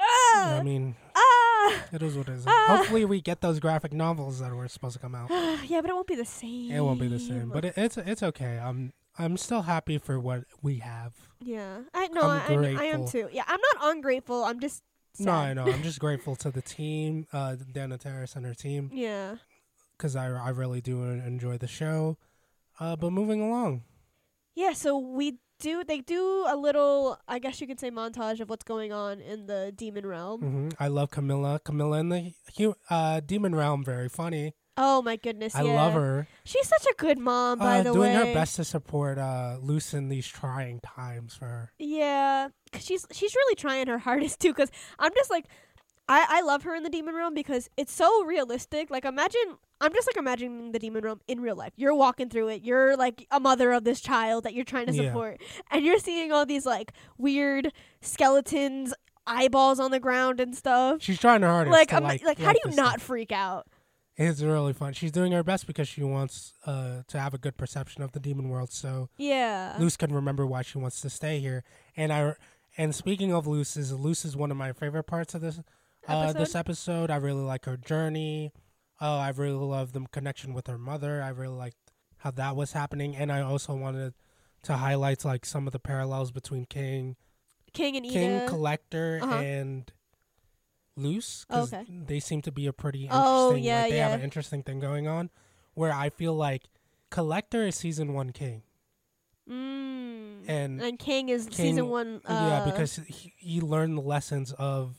[SPEAKER 1] ah
[SPEAKER 2] I mean,
[SPEAKER 1] ah
[SPEAKER 2] it is what it is.
[SPEAKER 1] Ah.
[SPEAKER 2] Hopefully, we get those graphic novels that were supposed to come out.
[SPEAKER 1] yeah, but it won't be the same.
[SPEAKER 2] It won't be the same, but it, it's it's okay. I'm I'm still happy for what we have.
[SPEAKER 1] yeah, I know. I,
[SPEAKER 2] I'm
[SPEAKER 1] I, I am
[SPEAKER 2] grateful.
[SPEAKER 1] too. Yeah, I'm not ungrateful. I'm just sad.
[SPEAKER 2] No, I know. I'm just grateful to the team, uh, Dana Terrace and her team,
[SPEAKER 1] Yeah.
[SPEAKER 2] because I I really do enjoy the show. Uh, but moving along,
[SPEAKER 1] Yeah, so we do they do a little I guess you could say montage of what's going on in the demon realm.
[SPEAKER 2] hmm I love Camilla. Camilla in the hu- uh, Demon Realm, very funny.
[SPEAKER 1] Oh my goodness,
[SPEAKER 2] I
[SPEAKER 1] yeah.
[SPEAKER 2] love her.
[SPEAKER 1] She's such a good mom, by
[SPEAKER 2] uh,
[SPEAKER 1] the
[SPEAKER 2] doing
[SPEAKER 1] way.
[SPEAKER 2] her best to support uh, Luce in these trying times for her.
[SPEAKER 1] Yeah, 'cause she's she's really trying her hardest too. Cause I'm just like, I I love her in the demon realm because it's so realistic. Like imagine I'm just like imagining the demon realm in real life. You're walking through it. You're like a mother of this child that you're trying to
[SPEAKER 2] Yeah.
[SPEAKER 1] support, and you're seeing all these like weird skeletons, eyeballs on the ground and stuff.
[SPEAKER 2] She's trying her hardest.
[SPEAKER 1] like,
[SPEAKER 2] to,
[SPEAKER 1] I'm,
[SPEAKER 2] like,
[SPEAKER 1] like, how do
[SPEAKER 2] like
[SPEAKER 1] you
[SPEAKER 2] this
[SPEAKER 1] not
[SPEAKER 2] stuff.
[SPEAKER 1] freak out?
[SPEAKER 2] It's really fun. She's doing her best because she wants uh, to have a good perception of the demon world, so
[SPEAKER 1] Yeah.
[SPEAKER 2] Luce can remember why she wants to stay here. And I, and speaking of Luce's, Luce is one of my favorite parts of this uh,
[SPEAKER 1] Episode?
[SPEAKER 2] this episode. I really like her journey. Uh, I really love the connection with her mother. I really liked how that was happening, and I also wanted to highlight like some of the parallels between King,
[SPEAKER 1] King and
[SPEAKER 2] King
[SPEAKER 1] Ida.
[SPEAKER 2] Collector,
[SPEAKER 1] Uh-huh.
[SPEAKER 2] and Luce
[SPEAKER 1] Oh,
[SPEAKER 2] 'cause
[SPEAKER 1] okay.
[SPEAKER 2] they seem to be a pretty interesting.
[SPEAKER 1] Oh, yeah,
[SPEAKER 2] like, they
[SPEAKER 1] yeah.
[SPEAKER 2] have an interesting thing going on, where I feel like Collector is season one King,
[SPEAKER 1] mm.
[SPEAKER 2] and
[SPEAKER 1] And King is
[SPEAKER 2] King-
[SPEAKER 1] season one. Uh,
[SPEAKER 2] yeah, because he, he learned the lessons of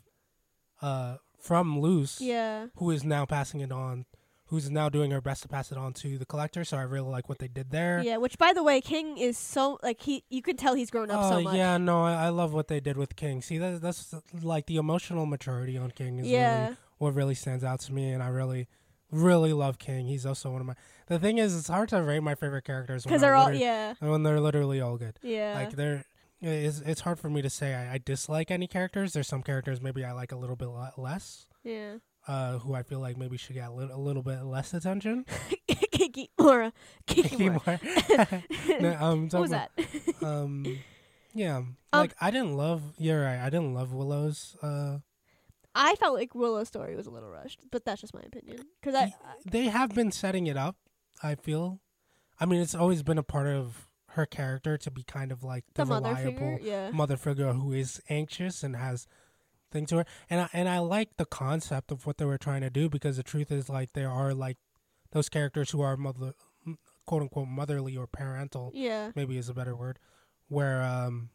[SPEAKER 2] uh from Luce,
[SPEAKER 1] yeah.
[SPEAKER 2] who is now passing it on, who's now doing her best to pass it on to the collector. So I really like what they did there.
[SPEAKER 1] Yeah, which by the way, King is so like he you can tell he's grown up
[SPEAKER 2] Oh
[SPEAKER 1] so much.
[SPEAKER 2] yeah, no, I, I love what they did with King. See, that, that's like the emotional maturity on King is
[SPEAKER 1] Yeah.
[SPEAKER 2] really what really stands out to me, and I really, really love King. He's also one of my. The thing is, it's hard to rate my favorite characters when
[SPEAKER 1] Cuz
[SPEAKER 2] I
[SPEAKER 1] they're all
[SPEAKER 2] literally-
[SPEAKER 1] yeah.
[SPEAKER 2] when they're literally all good.
[SPEAKER 1] Yeah.
[SPEAKER 2] Like there, it's it's hard for me to say I, I dislike any characters. There's some characters maybe I like a little bit le- less,
[SPEAKER 1] yeah.
[SPEAKER 2] uh, who I feel like maybe should get a little, a little bit less attention.
[SPEAKER 1] Kikimora. Kikimora.
[SPEAKER 2] Kikimora. no, um,
[SPEAKER 1] What was
[SPEAKER 2] talking about-
[SPEAKER 1] that?
[SPEAKER 2] Um, yeah, like I didn't love. You're right. I didn't love Willow's. Uh,
[SPEAKER 1] I felt like Willow's story was a little rushed, but that's just my opinion. Cuz I
[SPEAKER 2] they have been setting it up. I feel. I mean, it's always been a part of her character to be kind of like the,
[SPEAKER 1] the mother
[SPEAKER 2] reliable
[SPEAKER 1] figure. Yeah.
[SPEAKER 2] mother figure who is anxious and has thing to her. And I, and I like the concept of what they were trying to do because the truth is like there are like those characters who are mother quote unquote motherly or parental
[SPEAKER 1] Yeah.
[SPEAKER 2] maybe is a better word where um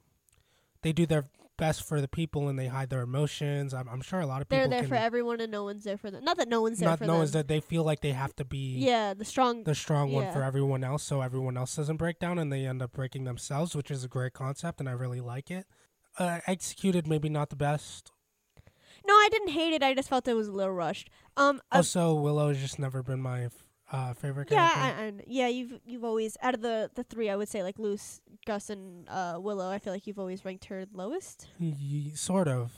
[SPEAKER 2] they do their best for the people and they hide their emotions. I'm, I'm sure a lot of people
[SPEAKER 1] They're there
[SPEAKER 2] can,
[SPEAKER 1] for everyone and no one's there for them. Not that no one's there
[SPEAKER 2] not
[SPEAKER 1] for
[SPEAKER 2] know
[SPEAKER 1] them.
[SPEAKER 2] is that they feel like they have to be
[SPEAKER 1] yeah, the strong.
[SPEAKER 2] the strong one
[SPEAKER 1] Yeah.
[SPEAKER 2] for everyone else so everyone else doesn't break down and they end up breaking themselves which is a great concept and i really like it uh, executed maybe not the best
[SPEAKER 1] no, I didn't hate it. I just felt it was a little rushed. Um, I-
[SPEAKER 2] also willow's just never been my f- uh, favorite
[SPEAKER 1] yeah,
[SPEAKER 2] character
[SPEAKER 1] I, I, yeah. You've you've always out of the the three, I would say like Luce, Gus, and uh, Willow. I feel like you've always ranked her lowest.
[SPEAKER 2] Y- sort of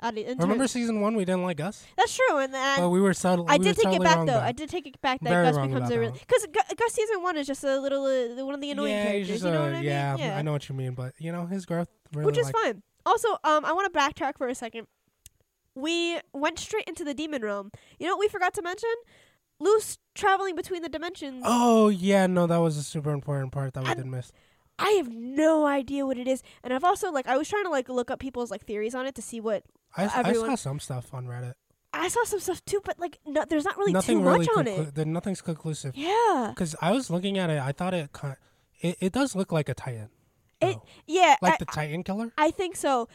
[SPEAKER 1] Out of, in terms-
[SPEAKER 2] remember season one we didn't like us
[SPEAKER 1] that's true. And then
[SPEAKER 2] but we were so
[SPEAKER 1] I
[SPEAKER 2] we
[SPEAKER 1] did
[SPEAKER 2] were
[SPEAKER 1] take it
[SPEAKER 2] totally
[SPEAKER 1] back
[SPEAKER 2] wrong
[SPEAKER 1] though.
[SPEAKER 2] about
[SPEAKER 1] I
[SPEAKER 2] it.
[SPEAKER 1] did take it back that
[SPEAKER 2] Very
[SPEAKER 1] Gus
[SPEAKER 2] wrong
[SPEAKER 1] becomes
[SPEAKER 2] about
[SPEAKER 1] a
[SPEAKER 2] that
[SPEAKER 1] really
[SPEAKER 2] one.
[SPEAKER 1] because Gus season one is just a little uh, one of the annoying
[SPEAKER 2] yeah, he's
[SPEAKER 1] characters.
[SPEAKER 2] just
[SPEAKER 1] You know
[SPEAKER 2] a-
[SPEAKER 1] what I mean?
[SPEAKER 2] yeah i know what you mean but you know his growth really
[SPEAKER 1] which is
[SPEAKER 2] like,
[SPEAKER 1] fine. Also, um, I want to backtrack for a second. We went straight into the demon realm. You know what we forgot to mention? Luce traveling between the dimensions.
[SPEAKER 2] oh yeah no that was a super important part that we
[SPEAKER 1] And-
[SPEAKER 2] did miss
[SPEAKER 1] I have no idea what it is, and I've also like I was trying to like look up people's like theories on it to see what
[SPEAKER 2] I, s- I
[SPEAKER 1] everyone-
[SPEAKER 2] saw some stuff on reddit
[SPEAKER 1] I saw some stuff too, but like no, there's not really
[SPEAKER 2] nothing
[SPEAKER 1] too
[SPEAKER 2] really
[SPEAKER 1] much on
[SPEAKER 2] conclu-
[SPEAKER 1] it.
[SPEAKER 2] there- nothing's conclusive
[SPEAKER 1] Yeah,
[SPEAKER 2] Because I was looking at it, I thought it kind it, it does look like a Titan.
[SPEAKER 1] It-
[SPEAKER 2] though.
[SPEAKER 1] yeah.
[SPEAKER 2] like
[SPEAKER 1] I,
[SPEAKER 2] the Titan killer?
[SPEAKER 1] I think so.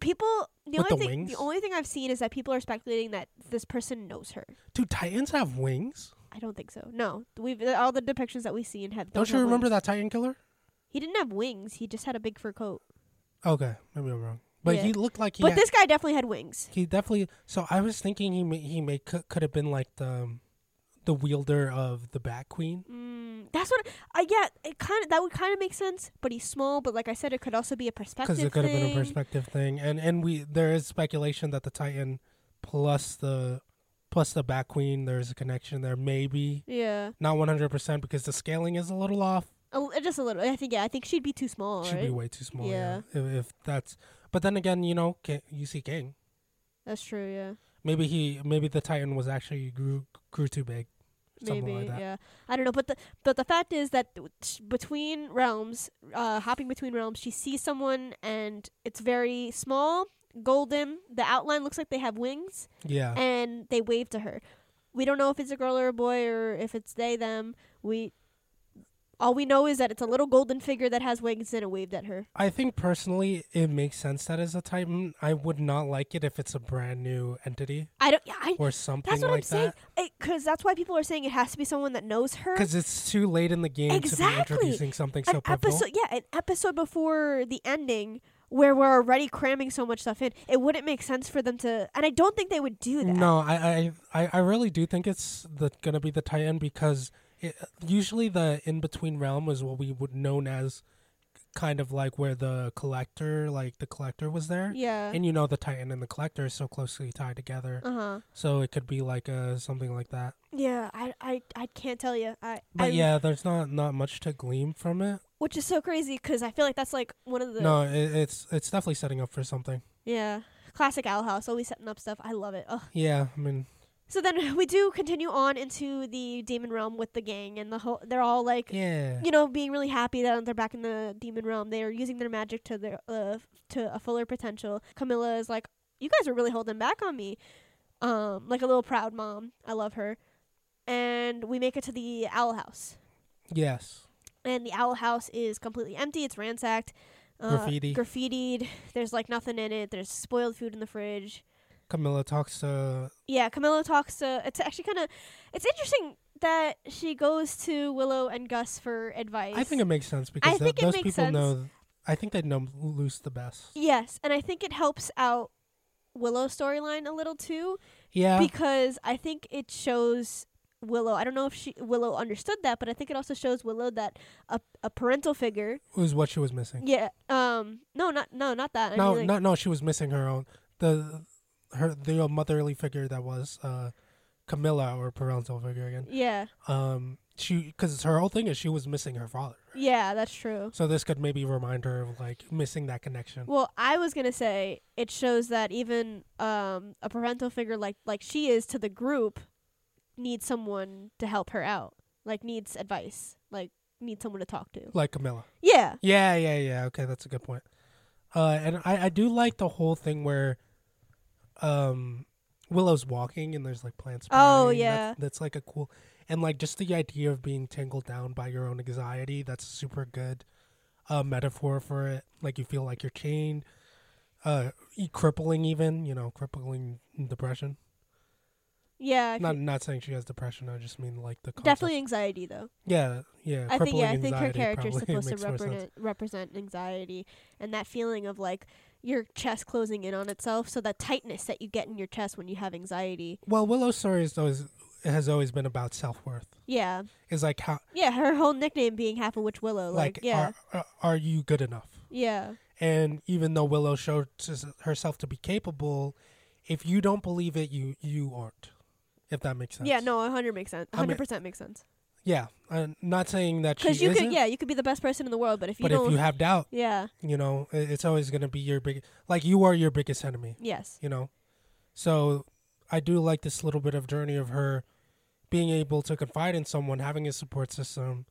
[SPEAKER 1] People, the
[SPEAKER 2] With
[SPEAKER 1] only
[SPEAKER 2] the
[SPEAKER 1] thing
[SPEAKER 2] wings?
[SPEAKER 1] the only thing I've seen is that people are speculating that this person knows her.
[SPEAKER 2] Do Titans have wings?
[SPEAKER 1] I don't think so. No, we've all the depictions that we've seen have.
[SPEAKER 2] Don't, you
[SPEAKER 1] have
[SPEAKER 2] remember
[SPEAKER 1] wings.
[SPEAKER 2] that Titan killer?
[SPEAKER 1] He didn't have wings. He just had a big fur coat.
[SPEAKER 2] Okay, maybe I'm wrong. But
[SPEAKER 1] Yeah.
[SPEAKER 2] he looked like he
[SPEAKER 1] But
[SPEAKER 2] had-
[SPEAKER 1] this guy definitely had wings.
[SPEAKER 2] he definitely so I was thinking he may, he may could, could have been like the um, the wielder of the Bat Queen.
[SPEAKER 1] Mm, that's what. I yeah, it kind of that would kind of make sense. But he's small. But like I said, it could also be a perspective.
[SPEAKER 2] Because it could have been a
[SPEAKER 1] thing.
[SPEAKER 2] perspective thing, and and we there is speculation that the Titan plus the plus the Bat Queen there is a connection there, maybe
[SPEAKER 1] Yeah,
[SPEAKER 2] not one hundred percent because the scaling is a little off.
[SPEAKER 1] a, li- just a little. I think yeah, I think she'd be too small.
[SPEAKER 2] should
[SPEAKER 1] right?
[SPEAKER 2] be way too small. Yeah. If, if that's, but then again, you know, Ki- you see King.
[SPEAKER 1] that's true. Yeah,
[SPEAKER 2] Maybe he, maybe the Titan was actually grew grew too big. Something
[SPEAKER 1] maybe.
[SPEAKER 2] like that.
[SPEAKER 1] Yeah, I don't know. But the but the fact is that th- sh- between realms, uh, hopping between realms, she sees someone and it's very small, golden. The outline looks like they have wings.
[SPEAKER 2] Yeah.
[SPEAKER 1] and they wave to her. We don't know if it's a girl or a boy or if it's they them. We all we know is that it's a little golden figure that has wings and it waved at her.
[SPEAKER 2] I think personally, it makes sense that is a Titan. I would not like it if it's a brand new entity
[SPEAKER 1] I don't. yeah, I,
[SPEAKER 2] or something
[SPEAKER 1] that's what I'm
[SPEAKER 2] like
[SPEAKER 1] saying.
[SPEAKER 2] that.
[SPEAKER 1] Because that's why people are saying it has to be someone that knows her.
[SPEAKER 2] Because it's too late in the game to be
[SPEAKER 1] Exactly.
[SPEAKER 2] introducing something
[SPEAKER 1] an
[SPEAKER 2] so pivotal.
[SPEAKER 1] episode, yeah, an episode before the ending where we're already cramming so much stuff in. It wouldn't make sense for them to, and I don't think they would do that.
[SPEAKER 2] No, I, I, I- I really do think it's the gonna be the Titan because it, usually the in between realm is what we would known as kind of like where the collector, like the collector was there,
[SPEAKER 1] Yeah.
[SPEAKER 2] and you know the Titan and the collector is so closely tied together,
[SPEAKER 1] Uh huh.
[SPEAKER 2] so it could be like uh something like that.
[SPEAKER 1] Yeah. I, I. I. can't tell you. I.
[SPEAKER 2] But
[SPEAKER 1] I,
[SPEAKER 2] yeah, there's not not much to glean from it.
[SPEAKER 1] Which is so crazy because I feel like that's like one of the.
[SPEAKER 2] No, it, it's it's definitely setting up for something.
[SPEAKER 1] Yeah. Classic Owl House, always setting up stuff. I love it. Ugh.
[SPEAKER 2] Yeah, I mean,
[SPEAKER 1] So then we do continue on into the demon realm with the gang and the whole they're all like
[SPEAKER 2] yeah,
[SPEAKER 1] you know, being really happy that they're back in the demon realm. They are using their magic to their uh, to a fuller potential. Camilla is like, "You guys are really holding back on me." Um, like a little proud mom. I love her. And we make it to the owl house.
[SPEAKER 2] yes,
[SPEAKER 1] And the owl house is completely empty. It's ransacked. Uh,
[SPEAKER 2] Graffiti.
[SPEAKER 1] Graffitied. There's like nothing in it. There's spoiled food in the fridge.
[SPEAKER 2] Camilla talks to
[SPEAKER 1] yeah, Camilla talks to. It's actually kind of. It's interesting that she goes to Willow and Gus for advice.
[SPEAKER 2] I think it makes sense because tho-
[SPEAKER 1] think it
[SPEAKER 2] those
[SPEAKER 1] makes
[SPEAKER 2] people
[SPEAKER 1] sense.
[SPEAKER 2] know. I think they know Luce the best.
[SPEAKER 1] yes, and I think it helps out Willow's storyline a little too
[SPEAKER 2] Yeah,
[SPEAKER 1] because I think it shows Willow. I don't know if she Willow understood that, but I think it also shows Willow that a, a parental figure.
[SPEAKER 2] was what she was missing.
[SPEAKER 1] Yeah. Um. No. Not. No. Not that. I
[SPEAKER 2] no,
[SPEAKER 1] mean, like-
[SPEAKER 2] no, no. She was missing her own the her the motherly figure that was uh, Camilla or parental figure again.
[SPEAKER 1] Yeah.
[SPEAKER 2] Um, she because her whole thing is she was missing her father.
[SPEAKER 1] Yeah. That's true.
[SPEAKER 2] So this could maybe remind her of like missing that connection.
[SPEAKER 1] Well, I was gonna say it shows that even um, a parental figure like like she is to the group needs someone to help her out, like needs advice. like need someone to talk to.
[SPEAKER 2] like Camilla.
[SPEAKER 1] Yeah.
[SPEAKER 2] Yeah, yeah, yeah. Okay, that's a good point. Uh, and I, I do like the whole thing where, um, Willow's walking and there's like plants.
[SPEAKER 1] Oh,
[SPEAKER 2] sprouting.
[SPEAKER 1] yeah.
[SPEAKER 2] that's, that's like a cool, and like just the idea of being tangled down by your own anxiety. That's a super good, uh, metaphor for it. Like you feel like you're chained, uh, e- crippling even. You know, crippling depression.
[SPEAKER 1] Yeah. I
[SPEAKER 2] Not
[SPEAKER 1] could-
[SPEAKER 2] not saying she has depression. I just mean like the concept.
[SPEAKER 1] definitely anxiety though.
[SPEAKER 2] Yeah, yeah.
[SPEAKER 1] I think
[SPEAKER 2] crippling
[SPEAKER 1] yeah, I think her
[SPEAKER 2] anxiety
[SPEAKER 1] character's
[SPEAKER 2] probably
[SPEAKER 1] supposed to
[SPEAKER 2] makes more sense.
[SPEAKER 1] represent represent anxiety and that feeling of like your chest closing in on itself, so that tightness that you get in your chest when you have anxiety.
[SPEAKER 2] Well, Willow's story is always, has always been about self worth.
[SPEAKER 1] Yeah.
[SPEAKER 2] Is like how,
[SPEAKER 1] Yeah, her whole nickname being Half a Witch Willow. Like,
[SPEAKER 2] like,
[SPEAKER 1] yeah.
[SPEAKER 2] are, are are you good enough?
[SPEAKER 1] yeah.
[SPEAKER 2] And even though Willow showed s- herself to be capable, if you don't believe it, you you aren't. If that makes sense.
[SPEAKER 1] Yeah, no, 100 makes sense.
[SPEAKER 2] I mean-
[SPEAKER 1] 100% makes sense.
[SPEAKER 2] Yeah, I'm not saying that she
[SPEAKER 1] Cuz you
[SPEAKER 2] isn't.
[SPEAKER 1] could yeah, you could be the best person in the world, but if you
[SPEAKER 2] but
[SPEAKER 1] don't
[SPEAKER 2] if you have doubt,
[SPEAKER 1] Yeah.
[SPEAKER 2] you know, i- it's always gonna be your big. Like you are your biggest enemy.
[SPEAKER 1] Yes.
[SPEAKER 2] you know so i do like this little bit of journey of her being able to confide in someone having a support system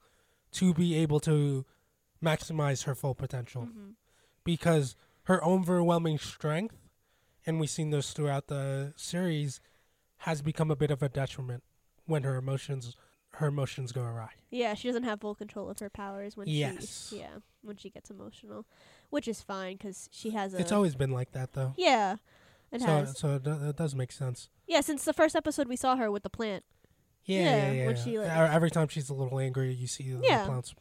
[SPEAKER 2] to be able to maximize her full potential
[SPEAKER 1] Mhm.
[SPEAKER 2] because her overwhelming strength and we've seen this throughout the series has become a bit of a detriment when her emotions her emotions go awry
[SPEAKER 1] Yeah, she doesn't have full control of her powers when
[SPEAKER 2] Yes.
[SPEAKER 1] she yeah, when she gets emotional, which is fine 'cause she has a
[SPEAKER 2] it's always been like that though
[SPEAKER 1] Yeah. It
[SPEAKER 2] so
[SPEAKER 1] has.
[SPEAKER 2] so it, do- it does make sense
[SPEAKER 1] Yeah, since the first episode we saw her with the plant.
[SPEAKER 2] Yeah,
[SPEAKER 1] Yeah,
[SPEAKER 2] yeah, yeah.
[SPEAKER 1] when she, like-
[SPEAKER 2] Uh, Every time she's a little angry, you see the
[SPEAKER 1] Yeah.
[SPEAKER 2] plants.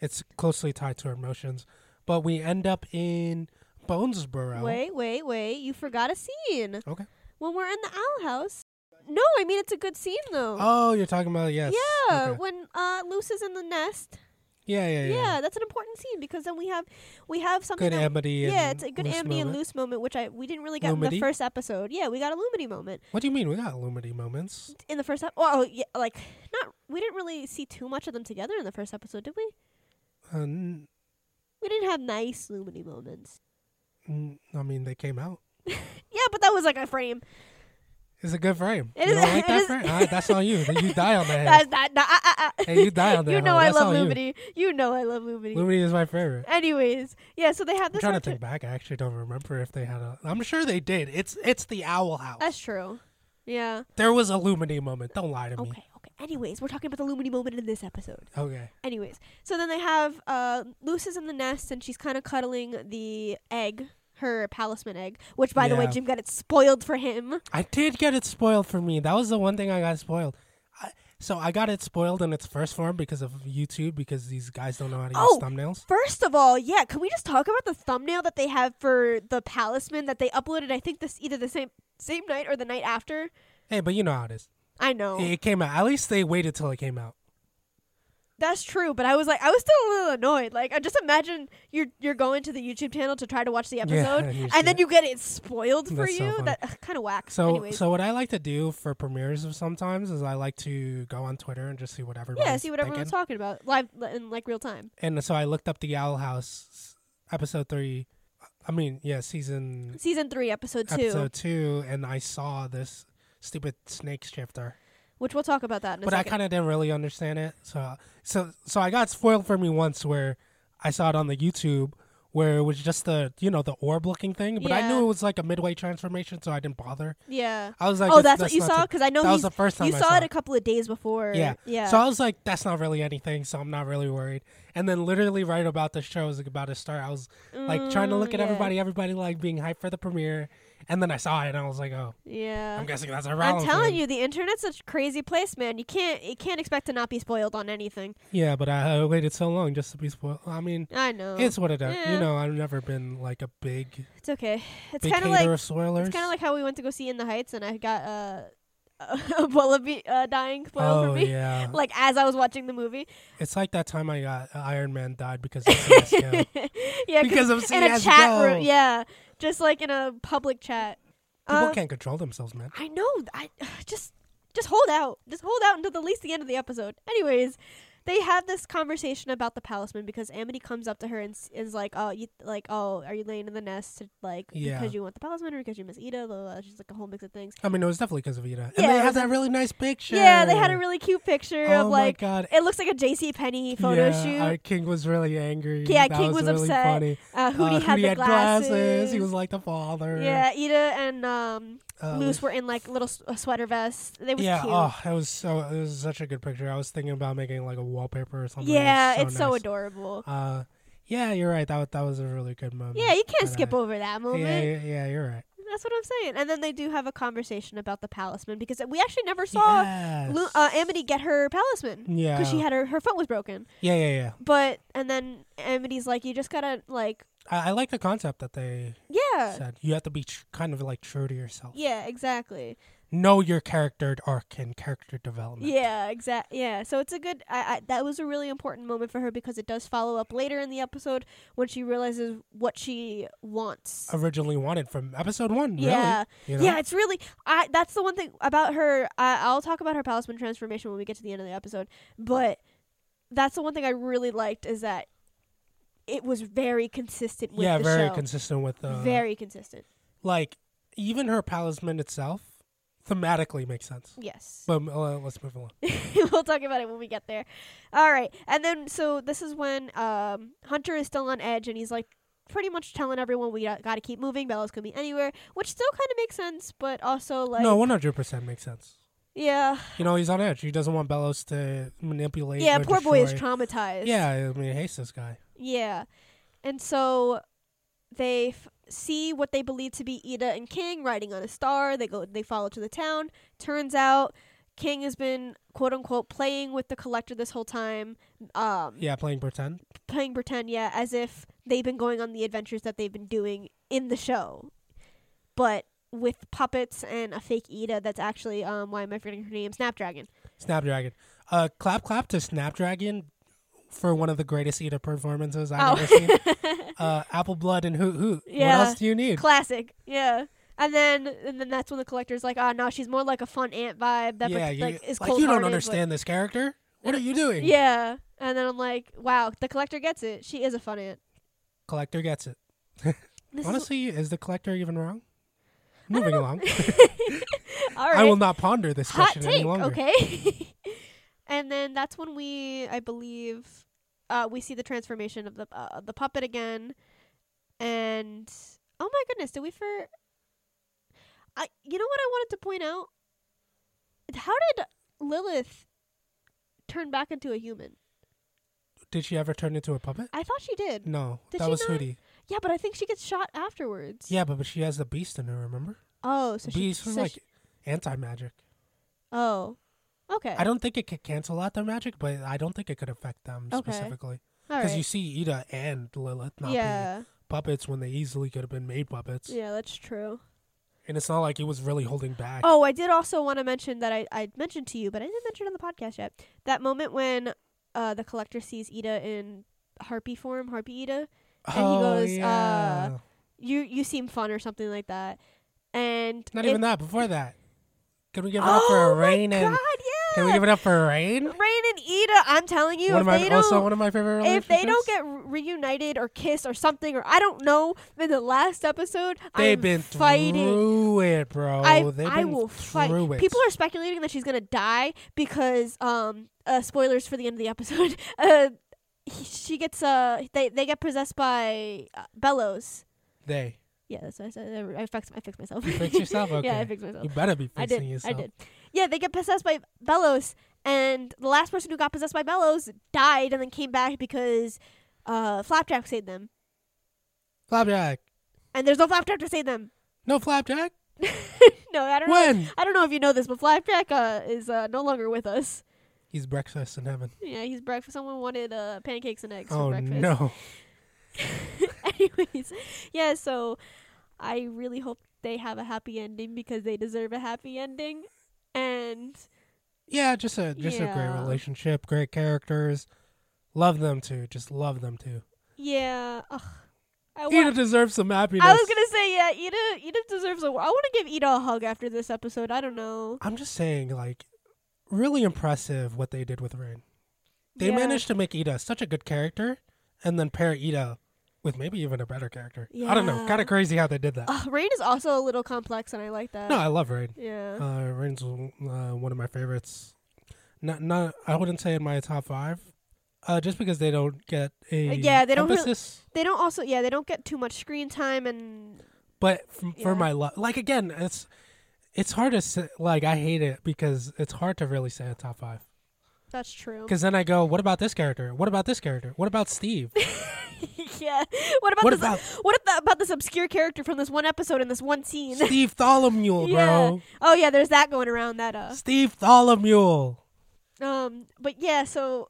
[SPEAKER 2] It's closely tied to her emotions. But we end up in Bonesboro.
[SPEAKER 1] Wait, wait, wait. You forgot a scene.
[SPEAKER 2] Okay.
[SPEAKER 1] When we're in the owl house. No, I mean it's a good scene though.
[SPEAKER 2] Oh, you're talking about yes.
[SPEAKER 1] Yeah,
[SPEAKER 2] okay.
[SPEAKER 1] when uh Luce is in the nest.
[SPEAKER 2] yeah, yeah,
[SPEAKER 1] Yeah.
[SPEAKER 2] yeah.
[SPEAKER 1] that's an important scene because then we have we have something
[SPEAKER 2] Good
[SPEAKER 1] that
[SPEAKER 2] Amity. And
[SPEAKER 1] Yeah, it's a good
[SPEAKER 2] Loose
[SPEAKER 1] Amity and
[SPEAKER 2] moment.
[SPEAKER 1] Loose moment, which I we didn't really get in
[SPEAKER 2] Lumity?
[SPEAKER 1] the first episode. Yeah, we got a Lumity moment
[SPEAKER 2] What do you mean? We got Lumity moments.
[SPEAKER 1] in the first. Ep- oh, yeah, like not. We didn't really see too much of them together in the first episode, did we?
[SPEAKER 2] Uh, n-
[SPEAKER 1] We didn't have nice Lumity moments.
[SPEAKER 2] n- I mean, they came out.
[SPEAKER 1] Yeah, but that was like a frame.
[SPEAKER 2] It's a good frame.
[SPEAKER 1] It
[SPEAKER 2] you
[SPEAKER 1] is-
[SPEAKER 2] don't like
[SPEAKER 1] it
[SPEAKER 2] that
[SPEAKER 1] is-
[SPEAKER 2] frame? Ah, that's on you. You die on that.
[SPEAKER 1] That's not. nah, ah, ah, ah.
[SPEAKER 2] Hey, you die on that
[SPEAKER 1] You know
[SPEAKER 2] hill.
[SPEAKER 1] I
[SPEAKER 2] That's
[SPEAKER 1] love
[SPEAKER 2] all you.
[SPEAKER 1] Lumity. You. know I love Lumity.
[SPEAKER 2] Lumity is my favorite.
[SPEAKER 1] Anyways, yeah. So they have
[SPEAKER 2] I'm
[SPEAKER 1] this.
[SPEAKER 2] trying to
[SPEAKER 1] opportu-
[SPEAKER 2] think back. I actually don't remember if they had a. I'm sure they did. It's it's the Owl House.
[SPEAKER 1] That's true. Yeah.
[SPEAKER 2] There was a Lumini moment. Don't lie to me.
[SPEAKER 1] Okay. Okay. Anyways, we're talking about the Lumity moment in this episode.
[SPEAKER 2] Okay.
[SPEAKER 1] Anyways, so then they have uh, Luce is in the nest and she's kind of cuddling the egg, her palisman egg, which by the way,
[SPEAKER 2] Yeah.
[SPEAKER 1] Jim got it spoiled for him.
[SPEAKER 2] I did get it spoiled for me. That was the one thing I got spoiled. I, so I got it spoiled in its first form because of YouTube, because these guys don't know how to
[SPEAKER 1] Oh.
[SPEAKER 2] use thumbnails.
[SPEAKER 1] First of all, yeah, can we just talk about the thumbnail that they have for the palisman that they uploaded? I think this either the same same night or the night after.
[SPEAKER 2] Hey, but you know how it is.
[SPEAKER 1] I know.
[SPEAKER 2] It came out. At least they waited till it came out.
[SPEAKER 1] That's true, but I was like, I was still a little annoyed. Like, I just imagine you're you're going to the YouTube channel to try to watch the episode,
[SPEAKER 2] you see
[SPEAKER 1] and then
[SPEAKER 2] it.
[SPEAKER 1] you get it spoiled for
[SPEAKER 2] That's so
[SPEAKER 1] you.
[SPEAKER 2] funny.
[SPEAKER 1] that kind of whack.
[SPEAKER 2] So,
[SPEAKER 1] Anyways.
[SPEAKER 2] so what I like to do for premieres of sometimes is I like to go on Twitter and just see what everybody's
[SPEAKER 1] yeah, see what
[SPEAKER 2] thinking.
[SPEAKER 1] everyone's talking about live li- in like real time.
[SPEAKER 2] And so I looked up the Owl House episode three. I mean, yeah, season
[SPEAKER 1] Season three, episode two,
[SPEAKER 2] episode two, and I saw this stupid snake shifter.
[SPEAKER 1] which we'll talk about that in a
[SPEAKER 2] but I
[SPEAKER 1] second.
[SPEAKER 2] kind of didn't really understand it. So, so, so I got spoiled for me once where I saw it on the YouTube where it was just the you know the orb looking thing, but I
[SPEAKER 1] Yeah.
[SPEAKER 2] knew it was like a midway transformation, so I didn't bother.
[SPEAKER 1] yeah.
[SPEAKER 2] I was like,
[SPEAKER 1] oh,
[SPEAKER 2] this-
[SPEAKER 1] that's, what you
[SPEAKER 2] not
[SPEAKER 1] saw
[SPEAKER 2] it.
[SPEAKER 1] because I know
[SPEAKER 2] That was
[SPEAKER 1] he's,
[SPEAKER 2] the first time
[SPEAKER 1] you
[SPEAKER 2] I
[SPEAKER 1] saw,
[SPEAKER 2] saw
[SPEAKER 1] it a
[SPEAKER 2] it.
[SPEAKER 1] couple of days before.
[SPEAKER 2] Yeah.
[SPEAKER 1] yeah.
[SPEAKER 2] So I was like, that's not really anything, so I'm not really worried. And then literally right about the show was about to start, I was like trying to
[SPEAKER 1] Mm,
[SPEAKER 2] look at
[SPEAKER 1] yeah.
[SPEAKER 2] everybody, everybody like being hyped for the premiere, and then I saw it and I was like, oh,
[SPEAKER 1] Yeah.
[SPEAKER 2] I'm guessing that's a
[SPEAKER 1] I'm
[SPEAKER 2] Rowling
[SPEAKER 1] telling
[SPEAKER 2] thing.
[SPEAKER 1] you, the internet's a crazy place, man. You can't you can't expect to not be spoiled on anything.
[SPEAKER 2] Yeah, but I, I waited so long just to be spoiled. I mean.
[SPEAKER 1] I know.
[SPEAKER 2] It's what it is.
[SPEAKER 1] Oh, Yeah.
[SPEAKER 2] You know, I've never been like a big,
[SPEAKER 1] It's okay. It's
[SPEAKER 2] big
[SPEAKER 1] kind
[SPEAKER 2] hater
[SPEAKER 1] of like
[SPEAKER 2] of spoilers.
[SPEAKER 1] It's kind of like how we went to go see In the Heights, and I got uh, a Wallaby uh, dying spoiled
[SPEAKER 2] oh
[SPEAKER 1] for me.
[SPEAKER 2] yeah,
[SPEAKER 1] Like as I was watching the movie,
[SPEAKER 2] it's like that time I got uh, Iron Man died because of CS:GO.
[SPEAKER 1] yeah, 'cause
[SPEAKER 2] because of
[SPEAKER 1] in a
[SPEAKER 2] CS:GO.
[SPEAKER 1] chat room, yeah, just like in a public chat.
[SPEAKER 2] People
[SPEAKER 1] Um,
[SPEAKER 2] can't control themselves, man.
[SPEAKER 1] I know. I just just hold out. Just hold out until the least the end of the episode. Anyways, they have this conversation about the palisman because Amity comes up to her and s- is like, "Oh, you like, oh, are you laying in the nest to, like
[SPEAKER 2] Yeah.
[SPEAKER 1] because you want the palisman or because you miss Ida?" Blah, blah, blah. Just like a whole mix of things.
[SPEAKER 2] I mean, it was definitely because of Ida. And
[SPEAKER 1] Yeah,
[SPEAKER 2] they
[SPEAKER 1] it
[SPEAKER 2] had
[SPEAKER 1] was
[SPEAKER 2] that really nice picture.
[SPEAKER 1] Yeah, they had a really cute picture
[SPEAKER 2] oh
[SPEAKER 1] of like
[SPEAKER 2] my god.
[SPEAKER 1] it looks like a J.C. Penney photo
[SPEAKER 2] yeah,
[SPEAKER 1] shoot.
[SPEAKER 2] uh, King was really angry.
[SPEAKER 1] Yeah,
[SPEAKER 2] that
[SPEAKER 1] King was
[SPEAKER 2] really
[SPEAKER 1] upset.
[SPEAKER 2] Funny.
[SPEAKER 1] uh, Hootie
[SPEAKER 2] uh,
[SPEAKER 1] had
[SPEAKER 2] Hootie
[SPEAKER 1] the
[SPEAKER 2] had
[SPEAKER 1] glasses.
[SPEAKER 2] glasses. He was like the father.
[SPEAKER 1] yeah, Ida and um,
[SPEAKER 2] Uh,
[SPEAKER 1] Luce were in like little s- uh, sweater vests. They was
[SPEAKER 2] yeah,
[SPEAKER 1] cute.
[SPEAKER 2] oh, that was so. It was such a good picture. I was thinking about making like a wallpaper or something. It was
[SPEAKER 1] yeah, it's so
[SPEAKER 2] nice.
[SPEAKER 1] adorable.
[SPEAKER 2] Uh, yeah, you're right. That wa- that was a really good moment.
[SPEAKER 1] Yeah, you can't
[SPEAKER 2] but,
[SPEAKER 1] skip
[SPEAKER 2] uh,
[SPEAKER 1] over that moment.
[SPEAKER 2] Yeah, yeah, yeah, you're right.
[SPEAKER 1] That's what I'm saying. And then they do have a conversation about the palisman because we actually never saw Lu-
[SPEAKER 2] Yes.
[SPEAKER 1] uh, Amity get her palisman
[SPEAKER 2] yeah.
[SPEAKER 1] because she had her her foot was broken.
[SPEAKER 2] yeah, yeah, yeah.
[SPEAKER 1] But and then Amity's like, you just gotta like,
[SPEAKER 2] I, I like the concept that they
[SPEAKER 1] yeah,
[SPEAKER 2] said. You have to be tr- kind of like true to yourself.
[SPEAKER 1] yeah, exactly,
[SPEAKER 2] Know your character arc and character development.
[SPEAKER 1] yeah, exact, yeah. So it's a good. I, I that was a really important moment for her because it does follow up later in the episode when she realizes what she wants.
[SPEAKER 2] Originally wanted from episode one.
[SPEAKER 1] yeah.
[SPEAKER 2] Oh, Really, you know?
[SPEAKER 1] Yeah, it's really. I that's the one thing about her. I, I'll talk about her Palisman transformation when we get to the end of the episode. But that's the one thing I really liked is that it was very consistent with
[SPEAKER 2] yeah,
[SPEAKER 1] the
[SPEAKER 2] very uh-huh.
[SPEAKER 1] show.
[SPEAKER 2] consistent with the
[SPEAKER 1] very consistent.
[SPEAKER 2] like even her palisman itself thematically makes sense.
[SPEAKER 1] Yes,
[SPEAKER 2] But uh, let's move along.
[SPEAKER 1] we'll talk about it when we get there. All right, and then so this is when um, Hunter is still on edge, and he's like pretty much telling everyone we got to keep moving. Bella's gonna be anywhere, which still kind of makes sense, but also like
[SPEAKER 2] no, one hundred percent makes sense.
[SPEAKER 1] yeah,
[SPEAKER 2] You know, he's on edge. He doesn't want Bellows to manipulate.
[SPEAKER 1] yeah.
[SPEAKER 2] or
[SPEAKER 1] Poor boy is
[SPEAKER 2] destroy.
[SPEAKER 1] traumatized.
[SPEAKER 2] Yeah, I mean, he hates this guy.
[SPEAKER 1] Yeah. And so they f- see what they believe to be Ida and King riding on a star. They go they follow to the town. Turns out King has been quote unquote playing with the collector this whole time. Um
[SPEAKER 2] Yeah, playing pretend.
[SPEAKER 1] playing pretend, yeah, as if they've been going on the adventures that they've been doing in the show. But with puppets and a fake Ida that's actually um why am I forgetting her name? Snapdragon.
[SPEAKER 2] Snapdragon. Uh, clap clap to Snapdragon for one of the greatest Ida performances I've
[SPEAKER 1] Oh.
[SPEAKER 2] ever seen. Uh, Apple Blood and Hoot Hoot.
[SPEAKER 1] Yeah.
[SPEAKER 2] What else do you need?
[SPEAKER 1] Classic, yeah. And then and then that's when the collector's like, ah, no, she's more like a fun aunt vibe that
[SPEAKER 2] yeah,
[SPEAKER 1] yeah,
[SPEAKER 2] you,
[SPEAKER 1] like is
[SPEAKER 2] like,
[SPEAKER 1] cold.
[SPEAKER 2] you don't understand this character. What are you doing?
[SPEAKER 1] yeah, and then I'm like, wow, the collector gets it. She is a fun aunt.
[SPEAKER 2] Collector gets it.
[SPEAKER 1] This is,
[SPEAKER 2] Honestly, is the collector even wrong? Moving along.
[SPEAKER 1] all right,
[SPEAKER 2] I will not ponder this
[SPEAKER 1] hot
[SPEAKER 2] question any
[SPEAKER 1] take,
[SPEAKER 2] longer.
[SPEAKER 1] okay. and then that's when we, I believe, uh, we see the transformation of the uh, the puppet again, and oh my goodness, did we for? I you know what I wanted to point out? How did Lilith turn back into a human?
[SPEAKER 2] Did she ever turn into a puppet?
[SPEAKER 1] I thought she did.
[SPEAKER 2] No,
[SPEAKER 1] Did
[SPEAKER 2] that
[SPEAKER 1] she
[SPEAKER 2] was
[SPEAKER 1] not?
[SPEAKER 2] Hootie.
[SPEAKER 1] Yeah, but I think she gets shot afterwards.
[SPEAKER 2] Yeah, but, but she has the beast in her, remember?
[SPEAKER 1] Oh, so she.
[SPEAKER 2] beast
[SPEAKER 1] So
[SPEAKER 2] was like
[SPEAKER 1] she-
[SPEAKER 2] anti magic.
[SPEAKER 1] oh. Okay.
[SPEAKER 2] I don't think it could cancel out their magic, but I don't think it could affect them
[SPEAKER 1] Okay.
[SPEAKER 2] specifically.
[SPEAKER 1] All
[SPEAKER 2] Because
[SPEAKER 1] right.
[SPEAKER 2] you see Ida and Lilith not being
[SPEAKER 1] yeah.
[SPEAKER 2] puppets when they easily could have been made puppets.
[SPEAKER 1] Yeah, that's true.
[SPEAKER 2] And it's not like he was really holding back.
[SPEAKER 1] Oh, I did also want to mention that I I mentioned to you, but I didn't mention it on the podcast yet. That moment when uh the collector sees Ida in harpy form, harpy Ida, and he
[SPEAKER 2] Oh,
[SPEAKER 1] goes, uh, you you seem fun or something like that. And
[SPEAKER 2] not
[SPEAKER 1] it-
[SPEAKER 2] even that, before that. Can we give it up
[SPEAKER 1] Oh
[SPEAKER 2] for
[SPEAKER 1] my
[SPEAKER 2] Rain
[SPEAKER 1] God,
[SPEAKER 2] and
[SPEAKER 1] yeah.
[SPEAKER 2] Can we give it up for Rain?
[SPEAKER 1] Rain and Ida, I'm telling you,
[SPEAKER 2] one
[SPEAKER 1] if
[SPEAKER 2] of my
[SPEAKER 1] they
[SPEAKER 2] also
[SPEAKER 1] don't
[SPEAKER 2] one of my favorite
[SPEAKER 1] if they don't
[SPEAKER 2] relationships.
[SPEAKER 1] get re- reunited or kissed or something or I don't know in the last episode,
[SPEAKER 2] They've
[SPEAKER 1] I'm
[SPEAKER 2] been
[SPEAKER 1] fighting.
[SPEAKER 2] through it, bro.
[SPEAKER 1] I,
[SPEAKER 2] Oh, They've
[SPEAKER 1] I
[SPEAKER 2] been
[SPEAKER 1] will fight.
[SPEAKER 2] through it.
[SPEAKER 1] People are speculating that she's gonna die because um uh, spoilers for the end of the episode. Uh, he, she gets uh they they get possessed by uh, Bellows.
[SPEAKER 2] they.
[SPEAKER 1] Yeah, that's what I said. I, I fixed I fixed myself.
[SPEAKER 2] You fix yourself? Okay.
[SPEAKER 1] yeah, I fixed myself.
[SPEAKER 2] You better be fixing
[SPEAKER 1] I did.
[SPEAKER 2] yourself.
[SPEAKER 1] I did. Yeah, they get possessed by Bellows, and the last person who got possessed by Bellows died and then came back because uh, Flapjack saved them.
[SPEAKER 2] Flapjack.
[SPEAKER 1] And there's no Flapjack to save them.
[SPEAKER 2] No flapjack?
[SPEAKER 1] No, I don't know.
[SPEAKER 2] When?
[SPEAKER 1] I don't know if you know this, but Flapjack uh, is uh, no longer with us.
[SPEAKER 2] He's breakfast in heaven.
[SPEAKER 1] Yeah, he's breakfast. Someone wanted uh, pancakes and eggs
[SPEAKER 2] Oh
[SPEAKER 1] for breakfast.
[SPEAKER 2] no.
[SPEAKER 1] Anyways, yeah. So I really hope they have a happy ending because they deserve a happy ending. And
[SPEAKER 2] Yeah, just a just a
[SPEAKER 1] Yeah.
[SPEAKER 2] great relationship, great characters. Love them too. Just love them too.
[SPEAKER 1] yeah, ugh, I
[SPEAKER 2] Ida
[SPEAKER 1] want.
[SPEAKER 2] deserves some happiness.
[SPEAKER 1] I was gonna say yeah. Ida, Ida deserves a. I want to give Ida a hug after this episode. I don't know.
[SPEAKER 2] I'm just saying, like, really impressive what they did with Rain. They
[SPEAKER 1] Yeah.
[SPEAKER 2] managed to make Ida such a good character and then pair Ida with maybe even a better character. I don't know.
[SPEAKER 1] Yeah.
[SPEAKER 2] Kind of crazy how they did that.
[SPEAKER 1] Uh, Rain is also a little complex, and I like that.
[SPEAKER 2] no, I love Rain.
[SPEAKER 1] Yeah.
[SPEAKER 2] Uh, Rain's uh, one of my favorites. Not, not. I wouldn't say in my top five, uh, just because they don't get a
[SPEAKER 1] Uh, yeah, they don't really-
[SPEAKER 2] emphasis.
[SPEAKER 1] they don't also yeah they don't get too much screen time and
[SPEAKER 2] but f-
[SPEAKER 1] Yeah.
[SPEAKER 2] for my love, like again, it's it's hard to say, like. I hate it because it's hard to really say a top five.
[SPEAKER 1] that's true.
[SPEAKER 2] Because then I go, what about this character? What about this character? What about Steve?
[SPEAKER 1] yeah. What about
[SPEAKER 2] What
[SPEAKER 1] this?
[SPEAKER 2] about-
[SPEAKER 1] what about, about this obscure character from this one episode in this one scene?
[SPEAKER 2] Steve Tholomule, bro.
[SPEAKER 1] Oh yeah, there's that going around that uh
[SPEAKER 2] Steve Tholomule.
[SPEAKER 1] um but yeah, so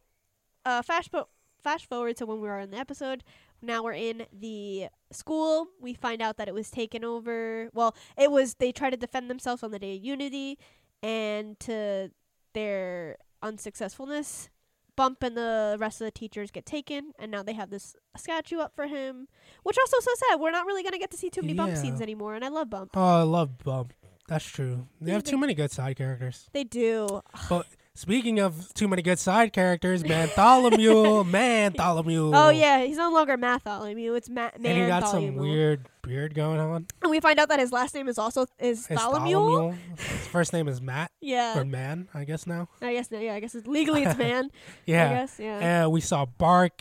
[SPEAKER 1] uh fast fo- fast forward to when we were in the episode. Now we're in the school. We find out that it was taken over. Well, it was they try to defend themselves on the day of unity and to their unsuccessfulness, Bump and the rest of the teachers get taken and now they have this statue up for him. Which also so sad. We're not really gonna get to see too many bump
[SPEAKER 2] Yeah.
[SPEAKER 1] scenes anymore and I love bump.
[SPEAKER 2] Oh, I love Bump. That's true. They have
[SPEAKER 1] He's
[SPEAKER 2] too many good side characters.
[SPEAKER 1] They do.
[SPEAKER 2] But speaking of too many good side characters, man, Tholomule, man, Tholomule.
[SPEAKER 1] Oh yeah, he's no longer Matholomew. It's Ma- Man
[SPEAKER 2] And he got some weird beard going on.
[SPEAKER 1] And we find out that his last name is also is
[SPEAKER 2] His
[SPEAKER 1] Tholomule.
[SPEAKER 2] Tholomule. His first name is Matt
[SPEAKER 1] Yeah,
[SPEAKER 2] or Man, I guess now.
[SPEAKER 1] I guess no. Yeah, I guess it's legally it's Man. I
[SPEAKER 2] Yeah.
[SPEAKER 1] guess yeah.
[SPEAKER 2] And we saw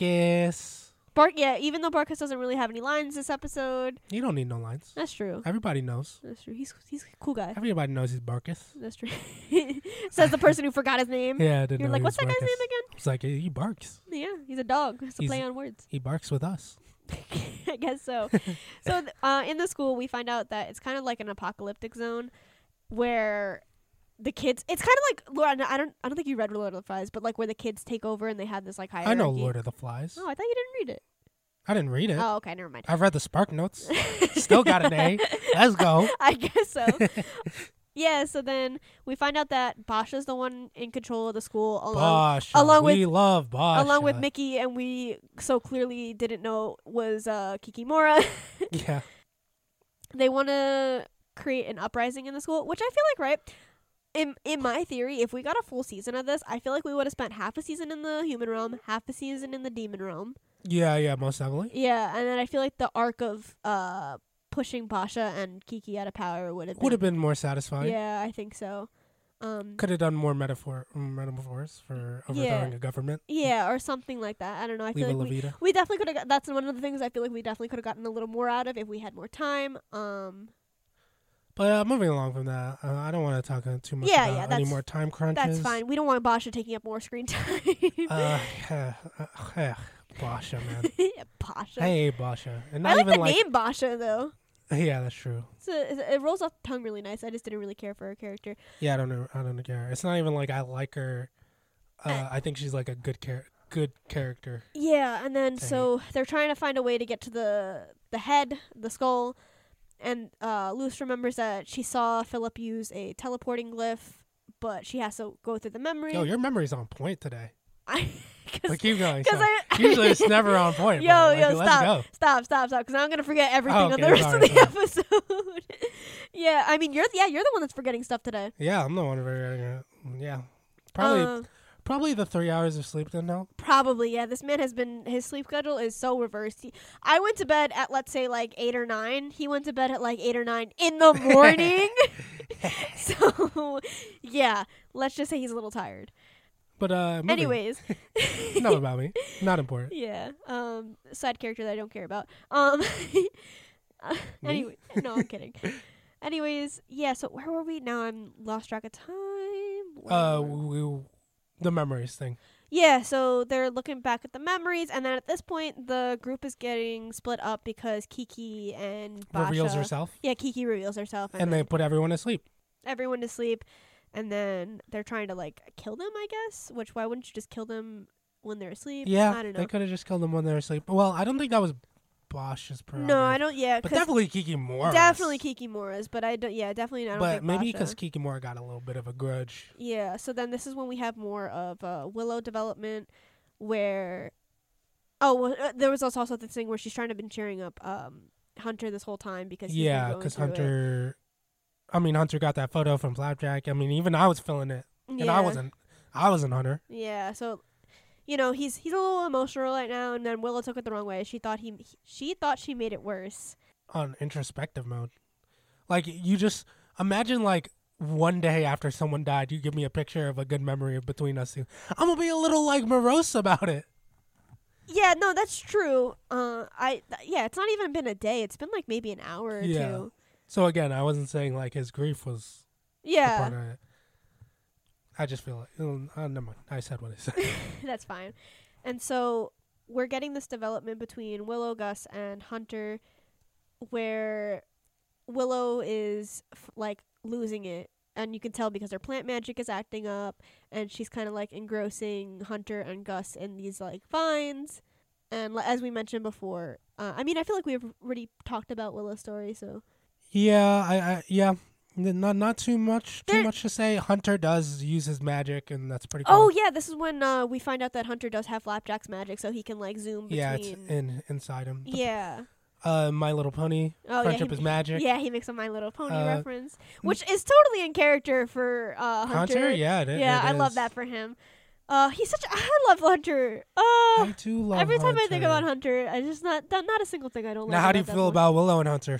[SPEAKER 2] Barkus.
[SPEAKER 1] Bark. Yeah, even though Barkus doesn't really have any lines this episode,
[SPEAKER 2] You don't need no lines.
[SPEAKER 1] that's true.
[SPEAKER 2] Everybody knows.
[SPEAKER 1] That's true. He's he's a cool guy.
[SPEAKER 2] Everybody knows he's Barkus.
[SPEAKER 1] That's true. Says the person who forgot his name.
[SPEAKER 2] Yeah, I didn't
[SPEAKER 1] You're
[SPEAKER 2] know
[SPEAKER 1] like,
[SPEAKER 2] he
[SPEAKER 1] what's that
[SPEAKER 2] was
[SPEAKER 1] guy's
[SPEAKER 2] Barkus."
[SPEAKER 1] name
[SPEAKER 2] I was like, "He- he barks.
[SPEAKER 1] again? Yeah, he's a dog. It's a
[SPEAKER 2] He's-
[SPEAKER 1] play on words.
[SPEAKER 2] He barks with us.
[SPEAKER 1] I guess so. so th- uh, in the school, we find out that it's kind of like an apocalyptic zone where the kids. It's kind of like Lord. I don't. I don't think you read Lord of the Flies, but like where the kids take over and they had this like hierarchy.
[SPEAKER 2] I know Lord of the Flies.
[SPEAKER 1] Oh, I thought you didn't read it.
[SPEAKER 2] I didn't read it.
[SPEAKER 1] Oh, okay, never mind.
[SPEAKER 2] I've read the Spark Notes. Still got an A. Let's go.
[SPEAKER 1] I guess so. yeah. So then we find out that Basha's the one in control of the school, along
[SPEAKER 2] Bosh.
[SPEAKER 1] along
[SPEAKER 2] we love Bosh.
[SPEAKER 1] along with Mickey, and we so clearly didn't know was uh, Kikimora.
[SPEAKER 2] Yeah.
[SPEAKER 1] they want to create an uprising in the school, which I feel like right. In in my theory, if we got a full season of this, I feel like we would have spent half a season in the human realm, half a season in the demon realm.
[SPEAKER 2] Yeah, yeah, most definitely.
[SPEAKER 1] Yeah, and then I feel like the arc of uh pushing Pasha and Kiki out of power would have
[SPEAKER 2] Would have been more satisfying.
[SPEAKER 1] Yeah, I think so. Um
[SPEAKER 2] Could have done more metaphor mm, metaphors for overthrowing a government.
[SPEAKER 1] yeah, or something like that. I don't know. I feel
[SPEAKER 2] Leave a
[SPEAKER 1] like
[SPEAKER 2] La
[SPEAKER 1] we,
[SPEAKER 2] Vida.
[SPEAKER 1] we definitely could have got that's one of the things I feel like we definitely could have gotten a little more out of if we had more time. Um
[SPEAKER 2] But uh, moving along from that, uh, I don't want to talk uh, too much
[SPEAKER 1] Yeah, yeah,
[SPEAKER 2] about any
[SPEAKER 1] that's-
[SPEAKER 2] more time crunches.
[SPEAKER 1] that's fine. We don't want Basha taking up more screen time.
[SPEAKER 2] Uh, yeah, uh, yeah, Basha, man.
[SPEAKER 1] Basha.
[SPEAKER 2] I hate Basha. And
[SPEAKER 1] I
[SPEAKER 2] not
[SPEAKER 1] like
[SPEAKER 2] even
[SPEAKER 1] the
[SPEAKER 2] like.
[SPEAKER 1] name Basha though.
[SPEAKER 2] Yeah, that's true.
[SPEAKER 1] It's a, it's a- it rolls off the tongue really nice. I just didn't really care for her character.
[SPEAKER 2] Yeah, I don't know. I don't care. It's not even like I like her. Uh, I think she's like a good char- good character.
[SPEAKER 1] Yeah, and then
[SPEAKER 2] Dang
[SPEAKER 1] so they're trying to find a way to get to the the head, the skull, and uh, Luce remembers that she saw Philip use a teleporting glyph, but she has to go through the memory.
[SPEAKER 2] Yo, your memory's on point today.
[SPEAKER 1] I, cause,
[SPEAKER 2] Like Oh, keep going.
[SPEAKER 1] cause
[SPEAKER 2] sorry.
[SPEAKER 1] I-
[SPEAKER 2] Usually it's never on point.
[SPEAKER 1] Yo,
[SPEAKER 2] but, like,
[SPEAKER 1] yo,
[SPEAKER 2] let's
[SPEAKER 1] stop,
[SPEAKER 2] go. Oh,
[SPEAKER 1] stop, stop, stop, because I'm gonna forget everything on the
[SPEAKER 2] okay,
[SPEAKER 1] rest
[SPEAKER 2] sorry,
[SPEAKER 1] of the episode. yeah, I mean, you're yeah, you're the one that's forgetting stuff today.
[SPEAKER 2] Yeah, I'm the one very. Uh, yeah, probably
[SPEAKER 1] Uh,
[SPEAKER 2] probably the three hours of sleep didn't help.
[SPEAKER 1] Probably, yeah. This man has been his sleep schedule is so reversed. He, I went to bed at let's say like eight or nine. He went to bed at like eight or nine in the morning. so, yeah. Let's just say he's a little tired.
[SPEAKER 2] But uh, moving,
[SPEAKER 1] Anyways,
[SPEAKER 2] enough about me. Not important.
[SPEAKER 1] yeah. Um, side character that I don't care about. Um, uh,
[SPEAKER 2] Me?
[SPEAKER 1] anyway, no, I'm kidding. Anyways, yeah. So where were we now? I'm lost track of time. Where
[SPEAKER 2] Uh,
[SPEAKER 1] were we?
[SPEAKER 2] we, the memories thing.
[SPEAKER 1] Yeah, so they're looking back at the memories, and then at this point, the group is getting split up because Kiki and Basha
[SPEAKER 2] Reveals herself,
[SPEAKER 1] Yeah, Kiki reveals herself, and,
[SPEAKER 2] and they
[SPEAKER 1] then
[SPEAKER 2] put everyone to sleep.
[SPEAKER 1] everyone to sleep, and then they're trying to like kill them, I guess. Which why wouldn't you just kill them when they're asleep?
[SPEAKER 2] Yeah,
[SPEAKER 1] I don't
[SPEAKER 2] they
[SPEAKER 1] know.
[SPEAKER 2] could have just killed them when they were asleep. Well, I don't think that was Bosch's prerogative.
[SPEAKER 1] No, I don't. Yeah,
[SPEAKER 2] But
[SPEAKER 1] 'cause
[SPEAKER 2] definitely Kiki Moore.
[SPEAKER 1] definitely Kiki Mora's, but I don't. Yeah, definitely. I don't
[SPEAKER 2] But
[SPEAKER 1] think
[SPEAKER 2] maybe
[SPEAKER 1] Basha.
[SPEAKER 2] because Kiki Moore got a little bit of a grudge.
[SPEAKER 1] Yeah, so then this is when we have more of uh, Willow development, where, oh, well, uh, there was also also this thing where she's trying to been cheering up um Hunter this whole time because he's been
[SPEAKER 2] yeah,
[SPEAKER 1] going
[SPEAKER 2] because
[SPEAKER 1] through it.
[SPEAKER 2] Hunter. I mean, Hunter got that photo from Flapjack. I mean, even I was feeling it,
[SPEAKER 1] yeah.
[SPEAKER 2] and I wasn't. I wasn't Hunter.
[SPEAKER 1] Yeah, so you know he's he's a little emotional right now, and then Willow took it the wrong way. She thought he she thought she made it worse.
[SPEAKER 2] on introspective mode. Like you just imagine like one day after someone died, you give me a picture of a good memory of between us two. I'm gonna be a little like morose about it.
[SPEAKER 1] Yeah, no, that's true. Uh, I th- yeah, it's not even been a day. It's been like maybe an hour or
[SPEAKER 2] Yeah.
[SPEAKER 1] two.
[SPEAKER 2] So again, I wasn't saying like his grief was a part
[SPEAKER 1] Yeah,
[SPEAKER 2] of it. I just feel like oh, uh, never mind. I said what I said.
[SPEAKER 1] that's fine. And so we're getting this development between Willow, Gus, and Hunter, where Willow is f- like losing it, and you can tell because her plant magic is acting up, and she's kind of like engrossing Hunter and Gus in these like vines. And li- as we mentioned before, uh, I mean, I feel like we've already talked about Willow's story, so
[SPEAKER 2] yeah, I, I yeah. N- Not not too much too
[SPEAKER 1] There-
[SPEAKER 2] much to say. Hunter does use his magic, and that's pretty. cool.
[SPEAKER 1] Oh yeah, this is when uh, we find out that Hunter does have Flapjack's magic, so he can like zoom between.
[SPEAKER 2] yeah, it's in inside him.
[SPEAKER 1] yeah.
[SPEAKER 2] Uh, My Little Pony,
[SPEAKER 1] Oh
[SPEAKER 2] Friendship
[SPEAKER 1] yeah.
[SPEAKER 2] is
[SPEAKER 1] He,
[SPEAKER 2] Magic.
[SPEAKER 1] yeah, he makes a My Little Pony
[SPEAKER 2] Uh,
[SPEAKER 1] reference, which is totally in character for uh, Hunter.
[SPEAKER 2] Hunter, yeah, it, i-
[SPEAKER 1] yeah, I
[SPEAKER 2] it
[SPEAKER 1] love
[SPEAKER 2] is.
[SPEAKER 1] that for him. Uh, he's such. I love Hunter. Uh,
[SPEAKER 2] I do love
[SPEAKER 1] every time I think
[SPEAKER 2] Hunter.
[SPEAKER 1] about Hunter, I just not not, not a single thing I don't.
[SPEAKER 2] Now,
[SPEAKER 1] like "Oh,
[SPEAKER 2] how do you
[SPEAKER 1] that
[SPEAKER 2] feel
[SPEAKER 1] one.
[SPEAKER 2] about Willow and Hunter?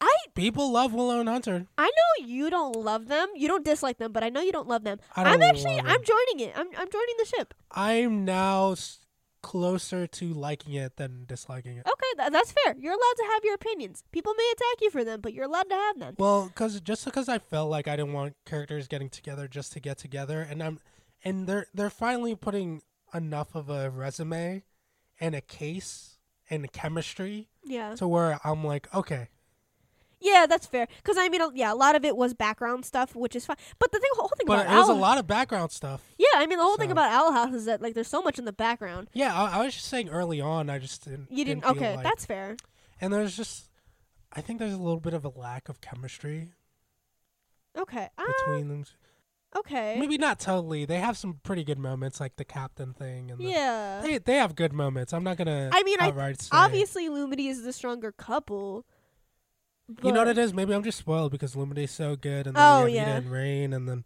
[SPEAKER 1] I
[SPEAKER 2] People love Willow and Hunter.
[SPEAKER 1] I know you don't love them. You don't dislike them, but I know you don't love them.
[SPEAKER 2] I don't
[SPEAKER 1] I'm actually
[SPEAKER 2] love them.
[SPEAKER 1] I'm joining it. I'm I'm joining the ship.
[SPEAKER 2] I'm now s- closer to liking it than disliking it.
[SPEAKER 1] Okay, th- that's fair. You're allowed to have your opinions. People may attack you for them, but you're allowed to have them.
[SPEAKER 2] Well, cause just because I felt like I didn't want characters getting together just to get together, and I'm, and they're they're finally putting enough of a resume, and a case and a chemistry
[SPEAKER 1] Yeah.
[SPEAKER 2] to where I'm like, okay,
[SPEAKER 1] Yeah, that's fair. Because, I mean, a- yeah, a lot of it was background stuff, which is fine. But the thing, whole thing
[SPEAKER 2] but
[SPEAKER 1] about
[SPEAKER 2] it was a
[SPEAKER 1] Owl.
[SPEAKER 2] lot of background stuff.
[SPEAKER 1] yeah, I mean, the whole thing
[SPEAKER 2] So-
[SPEAKER 1] about Owl House is that, like, there's so much in the background.
[SPEAKER 2] Yeah, I, I was just saying early on, I just didn't.
[SPEAKER 1] You didn't.
[SPEAKER 2] feel
[SPEAKER 1] okay,
[SPEAKER 2] like-
[SPEAKER 1] that's fair.
[SPEAKER 2] and there's just, I think there's a little bit of a lack of chemistry
[SPEAKER 1] Okay. Uh,
[SPEAKER 2] between them.
[SPEAKER 1] okay.
[SPEAKER 2] Maybe not totally. They have some pretty good moments, like the captain thing, and the,
[SPEAKER 1] yeah.
[SPEAKER 2] they they have good moments. I'm not gonna.
[SPEAKER 1] I mean, I-
[SPEAKER 2] outright say-
[SPEAKER 1] Obviously, Lumity is the stronger couple.
[SPEAKER 2] you know what
[SPEAKER 1] but-
[SPEAKER 2] it is. Maybe I'm just spoiled because Lumine's so good, and then
[SPEAKER 1] Oh,
[SPEAKER 2] we have
[SPEAKER 1] yeah.
[SPEAKER 2] Ida and Rain, and then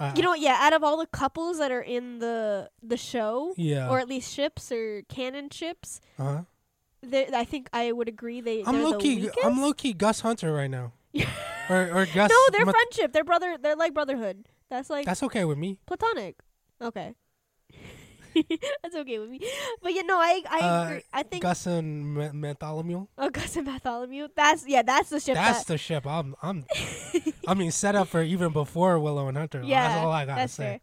[SPEAKER 2] uh,
[SPEAKER 1] You know what? Yeah, out of all the couples that are in the the show,
[SPEAKER 2] yeah.
[SPEAKER 1] or at least ships or canon ships,
[SPEAKER 2] uh-huh.
[SPEAKER 1] they- I think I would agree they.
[SPEAKER 2] I'm
[SPEAKER 1] they're
[SPEAKER 2] low
[SPEAKER 1] The
[SPEAKER 2] key.
[SPEAKER 1] weakest?
[SPEAKER 2] I'm low key Gus Hunter right now, or or Gus.
[SPEAKER 1] no, their
[SPEAKER 2] Ma-
[SPEAKER 1] friendship, their brother, they're like brotherhood. That's like
[SPEAKER 2] That's okay with me.
[SPEAKER 1] platonic. Okay, that's okay with me. But you know, I I
[SPEAKER 2] Uh,
[SPEAKER 1] agree. I think
[SPEAKER 2] Gus and Ma- Bartholomew.
[SPEAKER 1] oh, Gus and Bartholomew. That's yeah, that's the ship.
[SPEAKER 2] That's
[SPEAKER 1] that,
[SPEAKER 2] the ship. I'm. I'm. I mean, set up for even before Willow and Hunter.
[SPEAKER 1] yeah,
[SPEAKER 2] that's all I gotta
[SPEAKER 1] that's
[SPEAKER 2] say.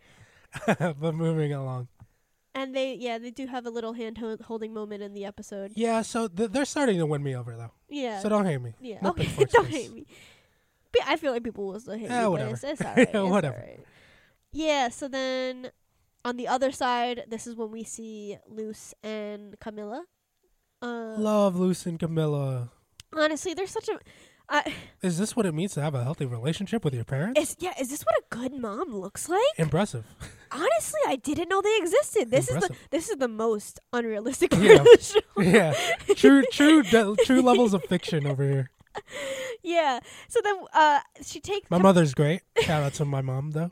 [SPEAKER 1] fair.
[SPEAKER 2] but moving along.
[SPEAKER 1] And they yeah, they do have a little hand ho- holding moment in the episode.
[SPEAKER 2] Yeah, so th- they're starting to win me over though.
[SPEAKER 1] Yeah,
[SPEAKER 2] So don't hate me.
[SPEAKER 1] yeah.
[SPEAKER 2] no
[SPEAKER 1] okay,
[SPEAKER 2] pitchforks,
[SPEAKER 1] don't
[SPEAKER 2] please.
[SPEAKER 1] hate me. But I feel like people will still hate
[SPEAKER 2] Yeah,
[SPEAKER 1] me. but
[SPEAKER 2] Eh, whatever.
[SPEAKER 1] It's, it's all right.
[SPEAKER 2] Yeah,
[SPEAKER 1] it's
[SPEAKER 2] whatever.
[SPEAKER 1] all right. Yeah. So then, on the other side, this is when we see Luce and Camilla. Uh,
[SPEAKER 2] Love Luce and Camilla.
[SPEAKER 1] honestly there's such a I
[SPEAKER 2] Is this what it means to have a healthy relationship with your parents?
[SPEAKER 1] is yeah is this what a good mom looks like
[SPEAKER 2] Impressive.
[SPEAKER 1] honestly i didn't know they existed this is the
[SPEAKER 2] Impressive.
[SPEAKER 1] this is the most unrealistic part
[SPEAKER 2] Yeah.
[SPEAKER 1] of the show
[SPEAKER 2] yeah, true, true, de- true levels of fiction over here.
[SPEAKER 1] yeah so then uh she takes
[SPEAKER 2] My mother's great. Shout out to my mom though.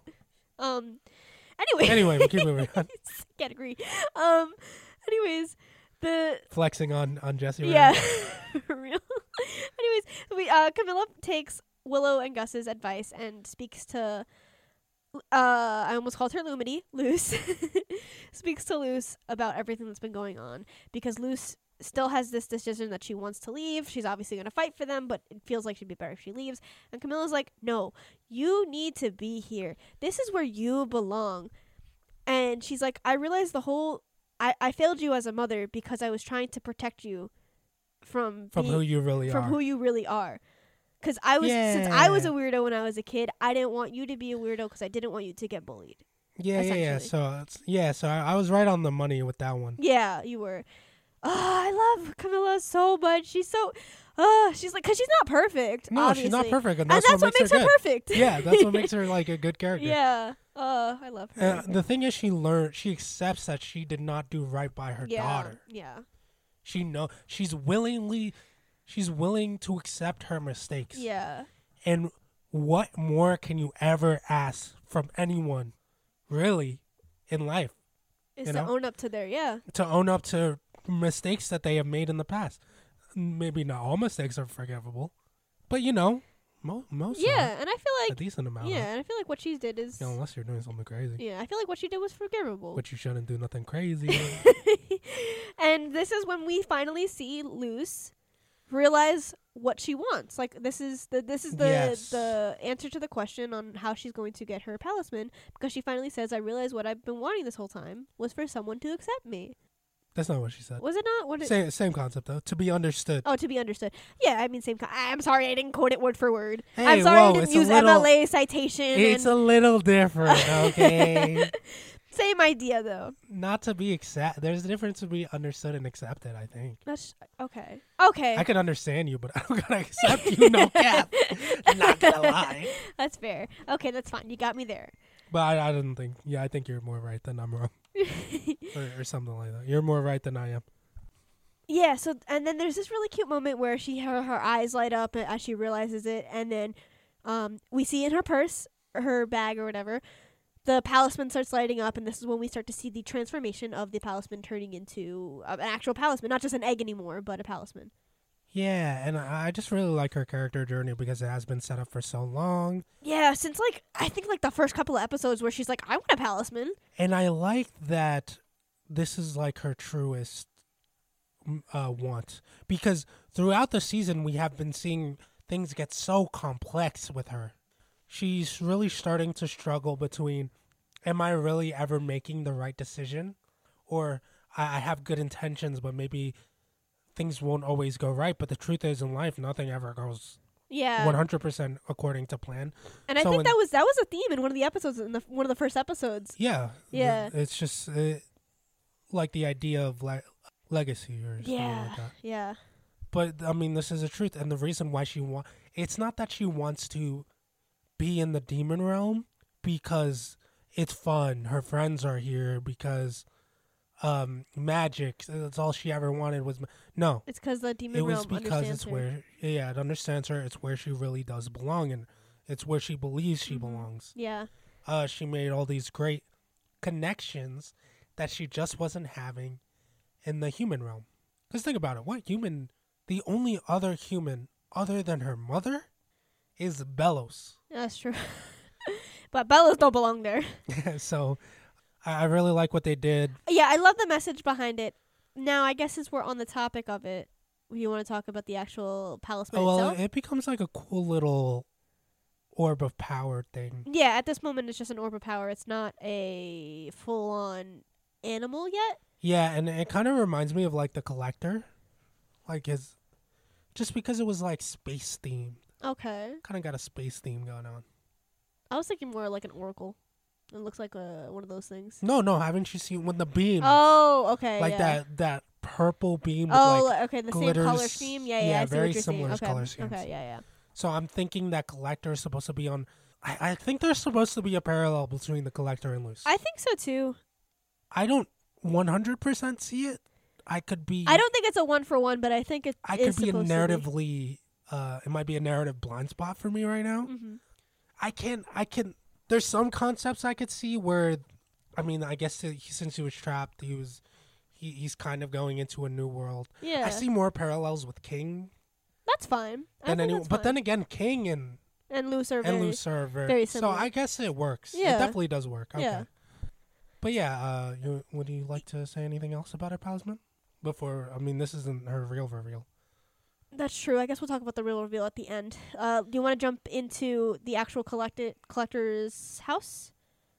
[SPEAKER 1] um anyway
[SPEAKER 2] Anyway, we keep moving on.
[SPEAKER 1] can't agree um anyways the
[SPEAKER 2] Flexing on on Jesse. right
[SPEAKER 1] yeah
[SPEAKER 2] now.
[SPEAKER 1] for real anyways we uh camilla takes willow and gus's advice and speaks to uh i almost called her lumity luce speaks to luce about everything that's been going on because luce still has this decision that she wants to leave she's obviously going to fight for them but it feels like she'd be better if she leaves and camilla's like no you need to be here this is where you belong and she's like i realize the whole I, I failed you as a mother because I was trying to protect you from
[SPEAKER 2] From
[SPEAKER 1] being-
[SPEAKER 2] who you really
[SPEAKER 1] from
[SPEAKER 2] are.
[SPEAKER 1] who you really are. Because I was since I was a
[SPEAKER 2] Yeah.
[SPEAKER 1] weirdo when I was a kid, I didn't want you to be a weirdo because I didn't want you to get bullied.
[SPEAKER 2] yeah, yeah, yeah.
[SPEAKER 1] essentially.
[SPEAKER 2] So it's, yeah, so I, I was right on the money with that one.
[SPEAKER 1] Yeah, you were. Oh, I love Camilla so much. She's so, oh, she's like, cause she's not perfect.
[SPEAKER 2] No, she's not
[SPEAKER 1] obviously.
[SPEAKER 2] perfect, and
[SPEAKER 1] and
[SPEAKER 2] that's,
[SPEAKER 1] that's
[SPEAKER 2] what, makes her, good.
[SPEAKER 1] perfect.
[SPEAKER 2] Yeah, that's what makes her like a good character.
[SPEAKER 1] yeah. Oh, I love her.
[SPEAKER 2] Uh, the thing is, she learned. She accepts that she did not do right by her
[SPEAKER 1] yeah,
[SPEAKER 2] daughter.
[SPEAKER 1] Yeah.
[SPEAKER 2] She know. She's willingly. She's willing to accept her mistakes.
[SPEAKER 1] Yeah.
[SPEAKER 2] And what more can you ever ask from anyone, really, in life?
[SPEAKER 1] Is
[SPEAKER 2] You
[SPEAKER 1] to
[SPEAKER 2] know?
[SPEAKER 1] own up to their yeah.
[SPEAKER 2] to own up to mistakes that they have made in the past. Maybe not all mistakes are forgivable, but you know, mo- most
[SPEAKER 1] yeah,
[SPEAKER 2] are,
[SPEAKER 1] and I feel
[SPEAKER 2] a
[SPEAKER 1] like
[SPEAKER 2] decent amount.
[SPEAKER 1] yeah,
[SPEAKER 2] Yeah,
[SPEAKER 1] and I feel like what she did is
[SPEAKER 2] you know, unless you're doing something crazy,
[SPEAKER 1] yeah, I feel like what she did was forgivable.
[SPEAKER 2] which you shouldn't do nothing crazy.
[SPEAKER 1] and this is when we finally see Luce realize what she wants. Like this is the this is the
[SPEAKER 2] Yes.
[SPEAKER 1] the answer to the question on how she's going to get her palisman because she finally says, "I realize what I've been wanting this whole time was for someone to accept me."
[SPEAKER 2] That's not what she said.
[SPEAKER 1] Was it not? What it,
[SPEAKER 2] Same, same concept though. To be understood.
[SPEAKER 1] Oh, to be understood. Yeah, I mean, same. Co- I- I'm sorry, I didn't quote it word for word. I'm
[SPEAKER 2] Hey,
[SPEAKER 1] sorry,
[SPEAKER 2] whoa,
[SPEAKER 1] I didn't
[SPEAKER 2] it's a
[SPEAKER 1] use
[SPEAKER 2] little-
[SPEAKER 1] MLA citation.
[SPEAKER 2] It's
[SPEAKER 1] and
[SPEAKER 2] a little different, okay?
[SPEAKER 1] same idea though.
[SPEAKER 2] not to be accept. There's a difference to be understood and accepted. I think.
[SPEAKER 1] That's okay. Okay,
[SPEAKER 2] I could understand you, but I don't gotta accept you. No cap. not gonna lie.
[SPEAKER 1] that's fair. Okay, that's fine. You got me there.
[SPEAKER 2] But I, I don't think. Yeah, I think you're more right than I'm wrong, or, or something like that. You're more right than I am.
[SPEAKER 1] Yeah, so and then there's this really cute moment where she her, her eyes light up as she realizes it and then um, we see in her purse, her bag or whatever, the talisman starts lighting up and this is when we start to see the transformation of the talisman turning into uh, an actual talisman, not just an egg anymore, but a talisman.
[SPEAKER 2] Yeah, and I I just really like her character journey because it has been set up for so long,
[SPEAKER 1] Yeah, since like I think like the first couple of episodes where she's like I want a talisman.
[SPEAKER 2] and I like that this is like her truest mm, uh, want because throughout the season we have been seeing things get so complex with her. She's really starting to struggle between, am I really ever making the right decision, or I, I have good intentions but maybe things won't always go right. But the truth is, in life, nothing ever goes
[SPEAKER 1] Yeah.
[SPEAKER 2] one hundred percent according to plan.
[SPEAKER 1] and I
[SPEAKER 2] so
[SPEAKER 1] think
[SPEAKER 2] in-
[SPEAKER 1] that was that was a theme in one of the episodes in the one of the first episodes.
[SPEAKER 2] Yeah. th-
[SPEAKER 1] Yeah.
[SPEAKER 2] It's just uh like the idea of le- legacy or something
[SPEAKER 1] Yeah.
[SPEAKER 2] like that.
[SPEAKER 1] Yeah.
[SPEAKER 2] But I mean, this is the truth, and the reason why she want it's not that she wants to be in the demon realm because it's fun. Her friends are here because um magic. That's all she ever wanted was ma- no.
[SPEAKER 1] It's cuz the demon
[SPEAKER 2] it
[SPEAKER 1] realm
[SPEAKER 2] was because
[SPEAKER 1] understands
[SPEAKER 2] it's
[SPEAKER 1] her.
[SPEAKER 2] where yeah, it understands her. It's where she really does belong, and it's where she believes she
[SPEAKER 1] Mhm.
[SPEAKER 2] belongs
[SPEAKER 1] Yeah.
[SPEAKER 2] uh, she made all these great connections that she just wasn't having in the human realm. Because think about it what human, the only other human other than her mother is Bellows.
[SPEAKER 1] That's true. but Bellas don't belong there.
[SPEAKER 2] so I, I really like what they did.
[SPEAKER 1] Yeah, I love the message behind it. Now, I guess since we're on the topic of it, do you want to talk about the actual
[SPEAKER 2] Oh,
[SPEAKER 1] talisman
[SPEAKER 2] well,
[SPEAKER 1] itself?
[SPEAKER 2] it becomes like a cool little orb of power thing.
[SPEAKER 1] yeah, at this moment, it's just an orb of power. It's not a full on animal yet.
[SPEAKER 2] Yeah, and it kind of reminds me of like the collector. Like his. Just because it was like space themed.
[SPEAKER 1] Okay.
[SPEAKER 2] Kind of got a space theme going on.
[SPEAKER 1] I was thinking more like an oracle. It looks like a, one of those things.
[SPEAKER 2] No, no, haven't you seen when the beam?
[SPEAKER 1] Oh, okay.
[SPEAKER 2] Hmm. like
[SPEAKER 1] yeah.
[SPEAKER 2] that that purple beam. With
[SPEAKER 1] Oh,
[SPEAKER 2] like,
[SPEAKER 1] li- okay. The same color
[SPEAKER 2] glitters.
[SPEAKER 1] scheme. Yeah, yeah.
[SPEAKER 2] Yeah,
[SPEAKER 1] I see
[SPEAKER 2] very
[SPEAKER 1] what you're
[SPEAKER 2] similar
[SPEAKER 1] saying. Okay.
[SPEAKER 2] color schemes.
[SPEAKER 1] Okay. Yeah, yeah.
[SPEAKER 2] so I'm thinking that collector is supposed to be on. I, I think there's supposed to be a parallel between the collector and loose. I,
[SPEAKER 1] I think so too.
[SPEAKER 2] don't 100 percent see it. I could be.
[SPEAKER 1] I don't think it's a one for one, but I think it
[SPEAKER 2] I
[SPEAKER 1] is
[SPEAKER 2] could be a
[SPEAKER 1] supposed to
[SPEAKER 2] narratively. Uh, it might be a narrative blind spot for me right now.
[SPEAKER 1] Mhm.
[SPEAKER 2] I can't. I can. There's some concepts I could see where, I mean, I guess that he, since he was trapped, he was, he, he's kind of going into a new world.
[SPEAKER 1] Yeah,
[SPEAKER 2] I see more parallels with King
[SPEAKER 1] that's fine. I
[SPEAKER 2] than
[SPEAKER 1] think
[SPEAKER 2] anyone.
[SPEAKER 1] that's
[SPEAKER 2] But
[SPEAKER 1] fine.
[SPEAKER 2] then again, King and
[SPEAKER 1] and loose are
[SPEAKER 2] and
[SPEAKER 1] very-
[SPEAKER 2] Loose are very,
[SPEAKER 1] very
[SPEAKER 2] so.
[SPEAKER 1] similar.
[SPEAKER 2] I guess it works.
[SPEAKER 1] Yeah.
[SPEAKER 2] It definitely does work. Okay.
[SPEAKER 1] Yeah.
[SPEAKER 2] But yeah, uh, you, would you like to say anything else about her Palisman? Before, I mean, this isn't her real reveal.
[SPEAKER 1] That's true. I guess we'll talk about the real reveal at the end. Uh, do you want to jump into the actual collected collector's house?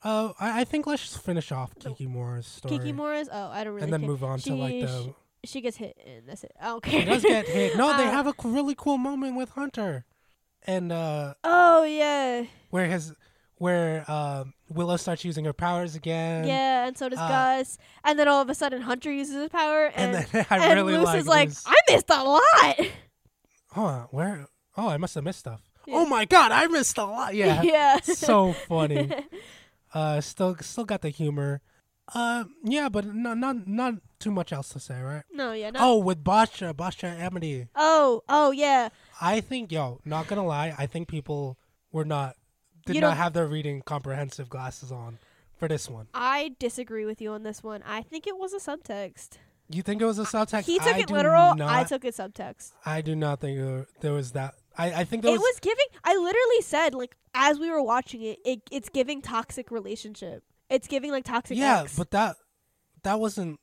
[SPEAKER 2] Uh, I, I think let's just finish off
[SPEAKER 1] The-
[SPEAKER 2] Kiki Moore's story,
[SPEAKER 1] Kiki Mora's. Oh, I don't really.
[SPEAKER 2] and then
[SPEAKER 1] care.
[SPEAKER 2] move on to like
[SPEAKER 1] She-
[SPEAKER 2] the.
[SPEAKER 1] She gets hit, and that's it. I don't care.
[SPEAKER 2] She does get hit. No, they
[SPEAKER 1] Uh,
[SPEAKER 2] have a c- really cool moment with Hunter, and uh,
[SPEAKER 1] Oh yeah,
[SPEAKER 2] where his where um, Willow starts using her powers again.
[SPEAKER 1] yeah. And so does
[SPEAKER 2] uh,
[SPEAKER 1] Gus. And then all of a sudden, Hunter uses his power, and
[SPEAKER 2] And, then I
[SPEAKER 1] and
[SPEAKER 2] really
[SPEAKER 1] Luce
[SPEAKER 2] like
[SPEAKER 1] is like,
[SPEAKER 2] Luce.
[SPEAKER 1] I missed a lot.
[SPEAKER 2] Huh? Where? Oh, I must have missed stuff.
[SPEAKER 1] Yeah.
[SPEAKER 2] Oh my god, I missed a lot. Yeah.
[SPEAKER 1] yeah.
[SPEAKER 2] so funny. Uh, still, still got the humor. Uh, yeah, but not not not too much else to say, right?
[SPEAKER 1] no, yeah. No.
[SPEAKER 2] Oh, with Basha, Basha Amity.
[SPEAKER 1] Oh, oh yeah.
[SPEAKER 2] I think, yo, not gonna lie, I think people were not did
[SPEAKER 1] You
[SPEAKER 2] not
[SPEAKER 1] don't-
[SPEAKER 2] have their reading comprehensive glasses on for this one.
[SPEAKER 1] I disagree with you on this one. I think it was a subtext.
[SPEAKER 2] You think it was a subtext?
[SPEAKER 1] He took
[SPEAKER 2] I
[SPEAKER 1] it
[SPEAKER 2] do
[SPEAKER 1] literal.
[SPEAKER 2] Not,
[SPEAKER 1] I took it subtext.
[SPEAKER 2] I do not think there- there was that. I, I think there
[SPEAKER 1] It was giving. I literally said like as we were watching it, it it's giving toxic relationship. It's giving like toxic.
[SPEAKER 2] yeah,
[SPEAKER 1] ex.
[SPEAKER 2] but that that wasn't.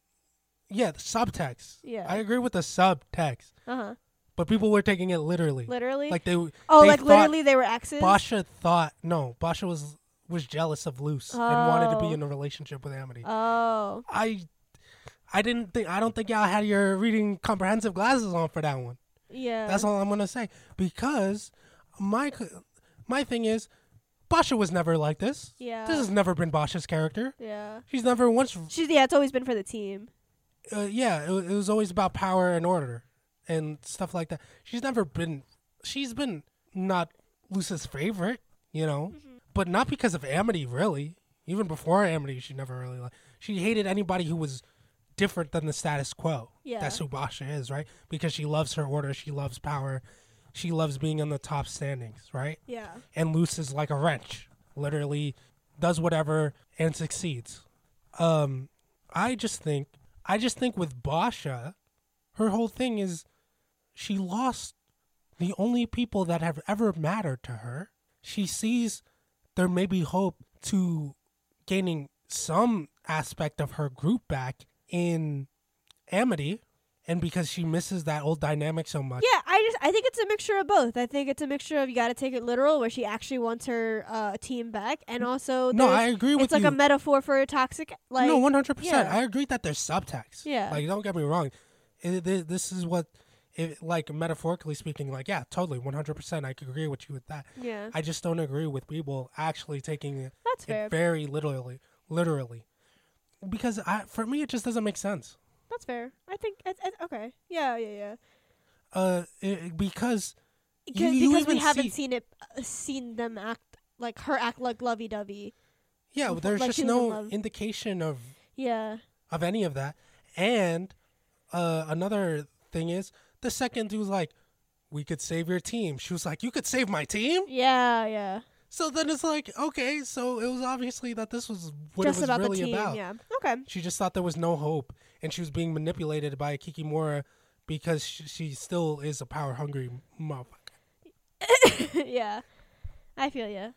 [SPEAKER 2] Yeah, the subtext.
[SPEAKER 1] Yeah.
[SPEAKER 2] I agree with the subtext,
[SPEAKER 1] uh-huh.
[SPEAKER 2] but people were taking it literally.
[SPEAKER 1] literally.
[SPEAKER 2] Like they.
[SPEAKER 1] oh,
[SPEAKER 2] they
[SPEAKER 1] like
[SPEAKER 2] thought
[SPEAKER 1] literally they were exes.
[SPEAKER 2] Basha thought no. Basha was was jealous of Luce and wanted to
[SPEAKER 1] Oh.
[SPEAKER 2] be in a relationship with Amity.
[SPEAKER 1] Oh,
[SPEAKER 2] I. I didn't think. I don't think y'all had your reading comprehensive glasses on for that one.
[SPEAKER 1] yeah.
[SPEAKER 2] That's all I'm gonna say because my c- my thing is, Basha was never like this.
[SPEAKER 1] Yeah.
[SPEAKER 2] this has never been Basha's character.
[SPEAKER 1] yeah.
[SPEAKER 2] She's never once.
[SPEAKER 1] She's yeah. It's always been for the team.
[SPEAKER 2] Uh, yeah, it, wa- it was always about power and order and stuff like that. She's never been. She's been not Luce's favorite, you know, but not because of Amity really. Even before Amity, she never really liked. She hated anybody who was different than the status quo.
[SPEAKER 1] Yeah.
[SPEAKER 2] that's who Basha is, right? Because she loves her order. She loves power. She loves being in the top standings, right?
[SPEAKER 1] Yeah.
[SPEAKER 2] and looses like a wrench. Literally does whatever and succeeds. Um I just think I just think with Basha, her whole thing is she lost the only people that have ever mattered to her. She sees there may be hope to gaining some aspect of her group back in Amity and because she misses that old dynamic so much.
[SPEAKER 1] Yeah, I just I think it's a mixture of both. I think it's a mixture of you got to take it literal, where she actually wants her uh, team back, and also
[SPEAKER 2] no,
[SPEAKER 1] there's-
[SPEAKER 2] I agree with
[SPEAKER 1] it's like
[SPEAKER 2] you.
[SPEAKER 1] a metaphor for a toxic like
[SPEAKER 2] no, one hundred percent.
[SPEAKER 1] yeah.
[SPEAKER 2] I agree that there's subtext.
[SPEAKER 1] Yeah.
[SPEAKER 2] Like, don't get me wrong. It, thi- this is what, it, like, metaphorically speaking, like, yeah, totally, one hundred percent. I could agree with you with that.
[SPEAKER 1] yeah.
[SPEAKER 2] I just don't agree with people actually taking it,
[SPEAKER 1] That's fair.
[SPEAKER 2] it very literally, literally, because I, for me, it just doesn't make sense.
[SPEAKER 1] That's fair. I think it's, it's okay. Yeah, yeah, yeah.
[SPEAKER 2] Uh, it, because You-
[SPEAKER 1] Cause,
[SPEAKER 2] you
[SPEAKER 1] because we
[SPEAKER 2] even
[SPEAKER 1] haven't
[SPEAKER 2] see-
[SPEAKER 1] seen it, uh, seen them act like her act like lovey dovey.
[SPEAKER 2] yeah,
[SPEAKER 1] Like,
[SPEAKER 2] there's just
[SPEAKER 1] she was in
[SPEAKER 2] no
[SPEAKER 1] love.
[SPEAKER 2] indication of
[SPEAKER 1] Yeah,
[SPEAKER 2] of any of that. And uh, another thing is, the second dude's like, "We could save your team." She was like, "You could save my team."
[SPEAKER 1] yeah, yeah.
[SPEAKER 2] So then it's like, okay, so it was obviously that this was what
[SPEAKER 1] Just
[SPEAKER 2] it was
[SPEAKER 1] about
[SPEAKER 2] really
[SPEAKER 1] the team.
[SPEAKER 2] about.
[SPEAKER 1] Yeah. Okay.
[SPEAKER 2] She just thought there was no hope, and she was being manipulated by Kikimora because she, she still is a power hungry motherfucker.
[SPEAKER 1] yeah, I feel you.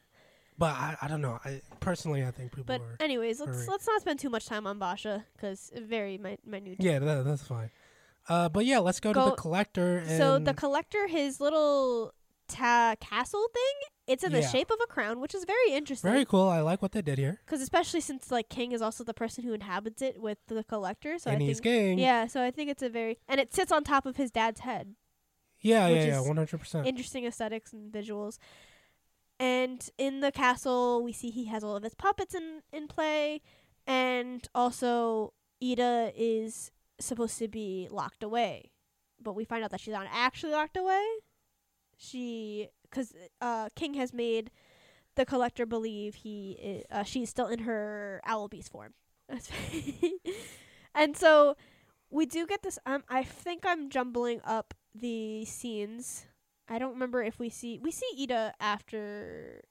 [SPEAKER 2] But I, I don't know. I personally, I think people
[SPEAKER 1] But
[SPEAKER 2] are.
[SPEAKER 1] anyways, let's
[SPEAKER 2] alright.
[SPEAKER 1] let's not spend too much time on Basha because very mi- minute.
[SPEAKER 2] Yeah, that, that's fine. Uh, but yeah, let's go, to
[SPEAKER 1] Go-
[SPEAKER 2] the collector. And
[SPEAKER 1] So the collector, his little ta- castle thing, it's in the
[SPEAKER 2] Yeah.
[SPEAKER 1] shape of a crown, which is very interesting.
[SPEAKER 2] very cool. I like what they did here.
[SPEAKER 1] Because especially since like King is also the person who inhabits it with the collector, so
[SPEAKER 2] and
[SPEAKER 1] I
[SPEAKER 2] he's
[SPEAKER 1] think
[SPEAKER 2] gang.
[SPEAKER 1] yeah, so I think it's a very and it sits on top of his dad's head.
[SPEAKER 2] yeah,
[SPEAKER 1] which
[SPEAKER 2] yeah, yeah.
[SPEAKER 1] is
[SPEAKER 2] One hundred percent.
[SPEAKER 1] Interesting aesthetics and visuals. And in the castle, we see he has all of his puppets in in play, and also Ida is supposed to be locked away, but we find out that she's not actually locked away. She because uh, King has made the collector believe he i- uh, she's still in her owl beast form, That's- and so we do get this. Um, I think I'm jumbling up the scenes. I don't remember if we see we see Ida after.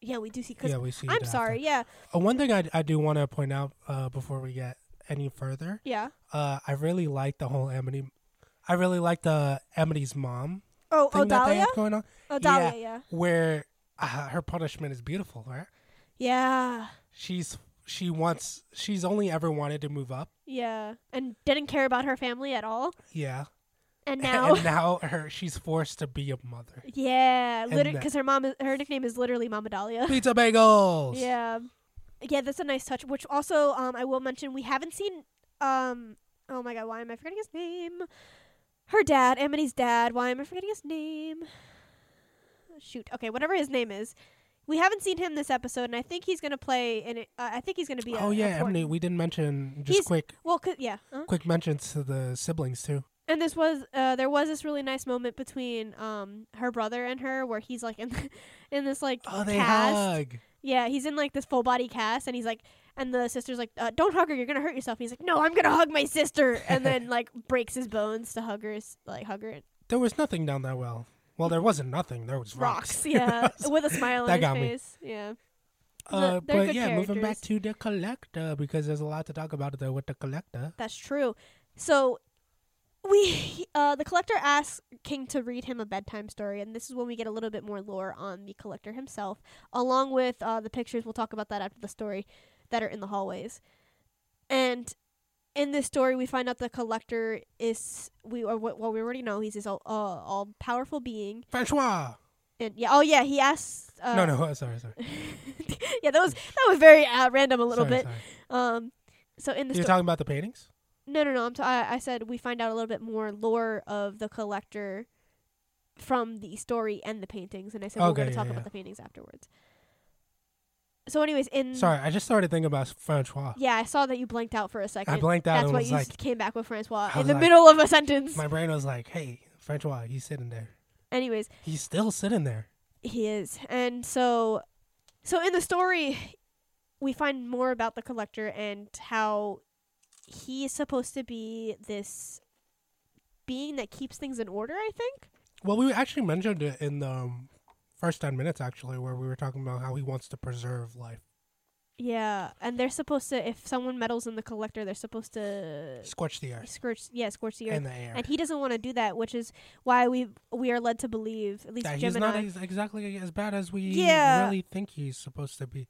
[SPEAKER 1] Yeah, we do see. Cause
[SPEAKER 2] Yeah, we see. it
[SPEAKER 1] I'm
[SPEAKER 2] after.
[SPEAKER 1] sorry. Yeah,
[SPEAKER 2] Uh, one thing I, I do want to point out uh, before we get any further
[SPEAKER 1] yeah.
[SPEAKER 2] uh, I really like the whole Amity. I really like the Amity's mom
[SPEAKER 1] Oh,
[SPEAKER 2] thing that they
[SPEAKER 1] Odalia.
[SPEAKER 2] have going on,
[SPEAKER 1] Odalia.
[SPEAKER 2] Yeah.
[SPEAKER 1] Yeah.
[SPEAKER 2] where uh, her punishment is beautiful, right?
[SPEAKER 1] Yeah.
[SPEAKER 2] She's she wants she's only ever wanted to move up,
[SPEAKER 1] Yeah. And didn't care about her family at all.
[SPEAKER 2] yeah.
[SPEAKER 1] And now,
[SPEAKER 2] and now her she's forced to be a mother.
[SPEAKER 1] yeah,
[SPEAKER 2] and
[SPEAKER 1] because
[SPEAKER 2] that-
[SPEAKER 1] her mom, is, her nickname is literally Mama Dahlia.
[SPEAKER 2] Pizza bagels.
[SPEAKER 1] Yeah. Yeah, that's a nice touch. Which also, um, I will mention, we haven't seen, um, oh my god, why am I forgetting his name? Her dad, Amity's dad. Why am I forgetting his name? Shoot. Okay, whatever his name is, we haven't seen him this episode, and I think he's gonna play. And uh, I think he's gonna be. a-
[SPEAKER 2] Oh yeah,
[SPEAKER 1] important-
[SPEAKER 2] Amity. We didn't mention just
[SPEAKER 1] He's-
[SPEAKER 2] quick
[SPEAKER 1] Well, 'cause- yeah. uh
[SPEAKER 2] quick mentions to the siblings too.
[SPEAKER 1] And this was uh, there was this really nice moment between um her brother and her where he's like in in this like
[SPEAKER 2] Oh, they
[SPEAKER 1] cast.
[SPEAKER 2] hug.
[SPEAKER 1] Yeah, he's in like this full body cast, and he's like, and the sister's like, uh, "Don't hug her, you're gonna hurt yourself." And he's like, "No, I'm gonna hug my sister," and then like breaks his bones to hug her, s- like hug her
[SPEAKER 2] There was nothing down that well. Well, there wasn't nothing. There was
[SPEAKER 1] rocks, yeah, with a smile on
[SPEAKER 2] That
[SPEAKER 1] his
[SPEAKER 2] got me.
[SPEAKER 1] face, yeah.
[SPEAKER 2] Uh,
[SPEAKER 1] they're
[SPEAKER 2] but
[SPEAKER 1] good
[SPEAKER 2] yeah, moving back
[SPEAKER 1] characters.
[SPEAKER 2] to the collector because there's a lot to talk about there with the collector.
[SPEAKER 1] That's true. So we uh, the collector asks King to read him a bedtime story, and this is when we get a little bit more lore on the collector himself, along with uh, the pictures. We'll talk about that after the story that are in the hallways. And in this story, we find out the collector is we or what well, we already know he's this all, uh, all powerful being,
[SPEAKER 2] Francois.
[SPEAKER 1] and yeah, oh yeah, he asks. Uh,
[SPEAKER 2] no, no, sorry, sorry.
[SPEAKER 1] yeah, that was that was very uh, random a little
[SPEAKER 2] Sorry,
[SPEAKER 1] bit.
[SPEAKER 2] sorry.
[SPEAKER 1] Um, so in the
[SPEAKER 2] You're
[SPEAKER 1] story.
[SPEAKER 2] talking about the paintings.
[SPEAKER 1] No, no, no. I'm t- I, I said we find out a little bit more lore of the collector from the story and the paintings, and I said we we're
[SPEAKER 2] Okay,
[SPEAKER 1] going to
[SPEAKER 2] yeah,
[SPEAKER 1] talk
[SPEAKER 2] yeah.
[SPEAKER 1] about the paintings afterwards. So, anyways, in
[SPEAKER 2] Sorry, I just started thinking about Francois.
[SPEAKER 1] yeah, I saw that you blanked out for a second.
[SPEAKER 2] I blanked out
[SPEAKER 1] That's
[SPEAKER 2] and
[SPEAKER 1] why
[SPEAKER 2] was
[SPEAKER 1] you
[SPEAKER 2] like,
[SPEAKER 1] s- came back with Francois
[SPEAKER 2] I
[SPEAKER 1] in
[SPEAKER 2] was
[SPEAKER 1] the
[SPEAKER 2] like-
[SPEAKER 1] middle of a sentence.
[SPEAKER 2] my brain was like, hey, Francois, he's sitting there.
[SPEAKER 1] anyways,
[SPEAKER 2] He's still sitting there.
[SPEAKER 1] He is. And so so in the story we find more about the collector and how he is supposed to be this being that keeps things in order, I think.
[SPEAKER 2] Well, we actually mentioned it in the um, first 10 minutes, actually, where we were talking about how he wants to preserve life.
[SPEAKER 1] Yeah, and they're supposed to if someone meddles in the collector, they're supposed to
[SPEAKER 2] Scorch the earth
[SPEAKER 1] scorch yeah, scorch the earth.
[SPEAKER 2] and the air.
[SPEAKER 1] And he doesn't want to do that, which is why we we are led to believe, at least
[SPEAKER 2] that he's
[SPEAKER 1] Gemini.
[SPEAKER 2] not ex- exactly as bad as we
[SPEAKER 1] Yeah.
[SPEAKER 2] really think he's supposed to be.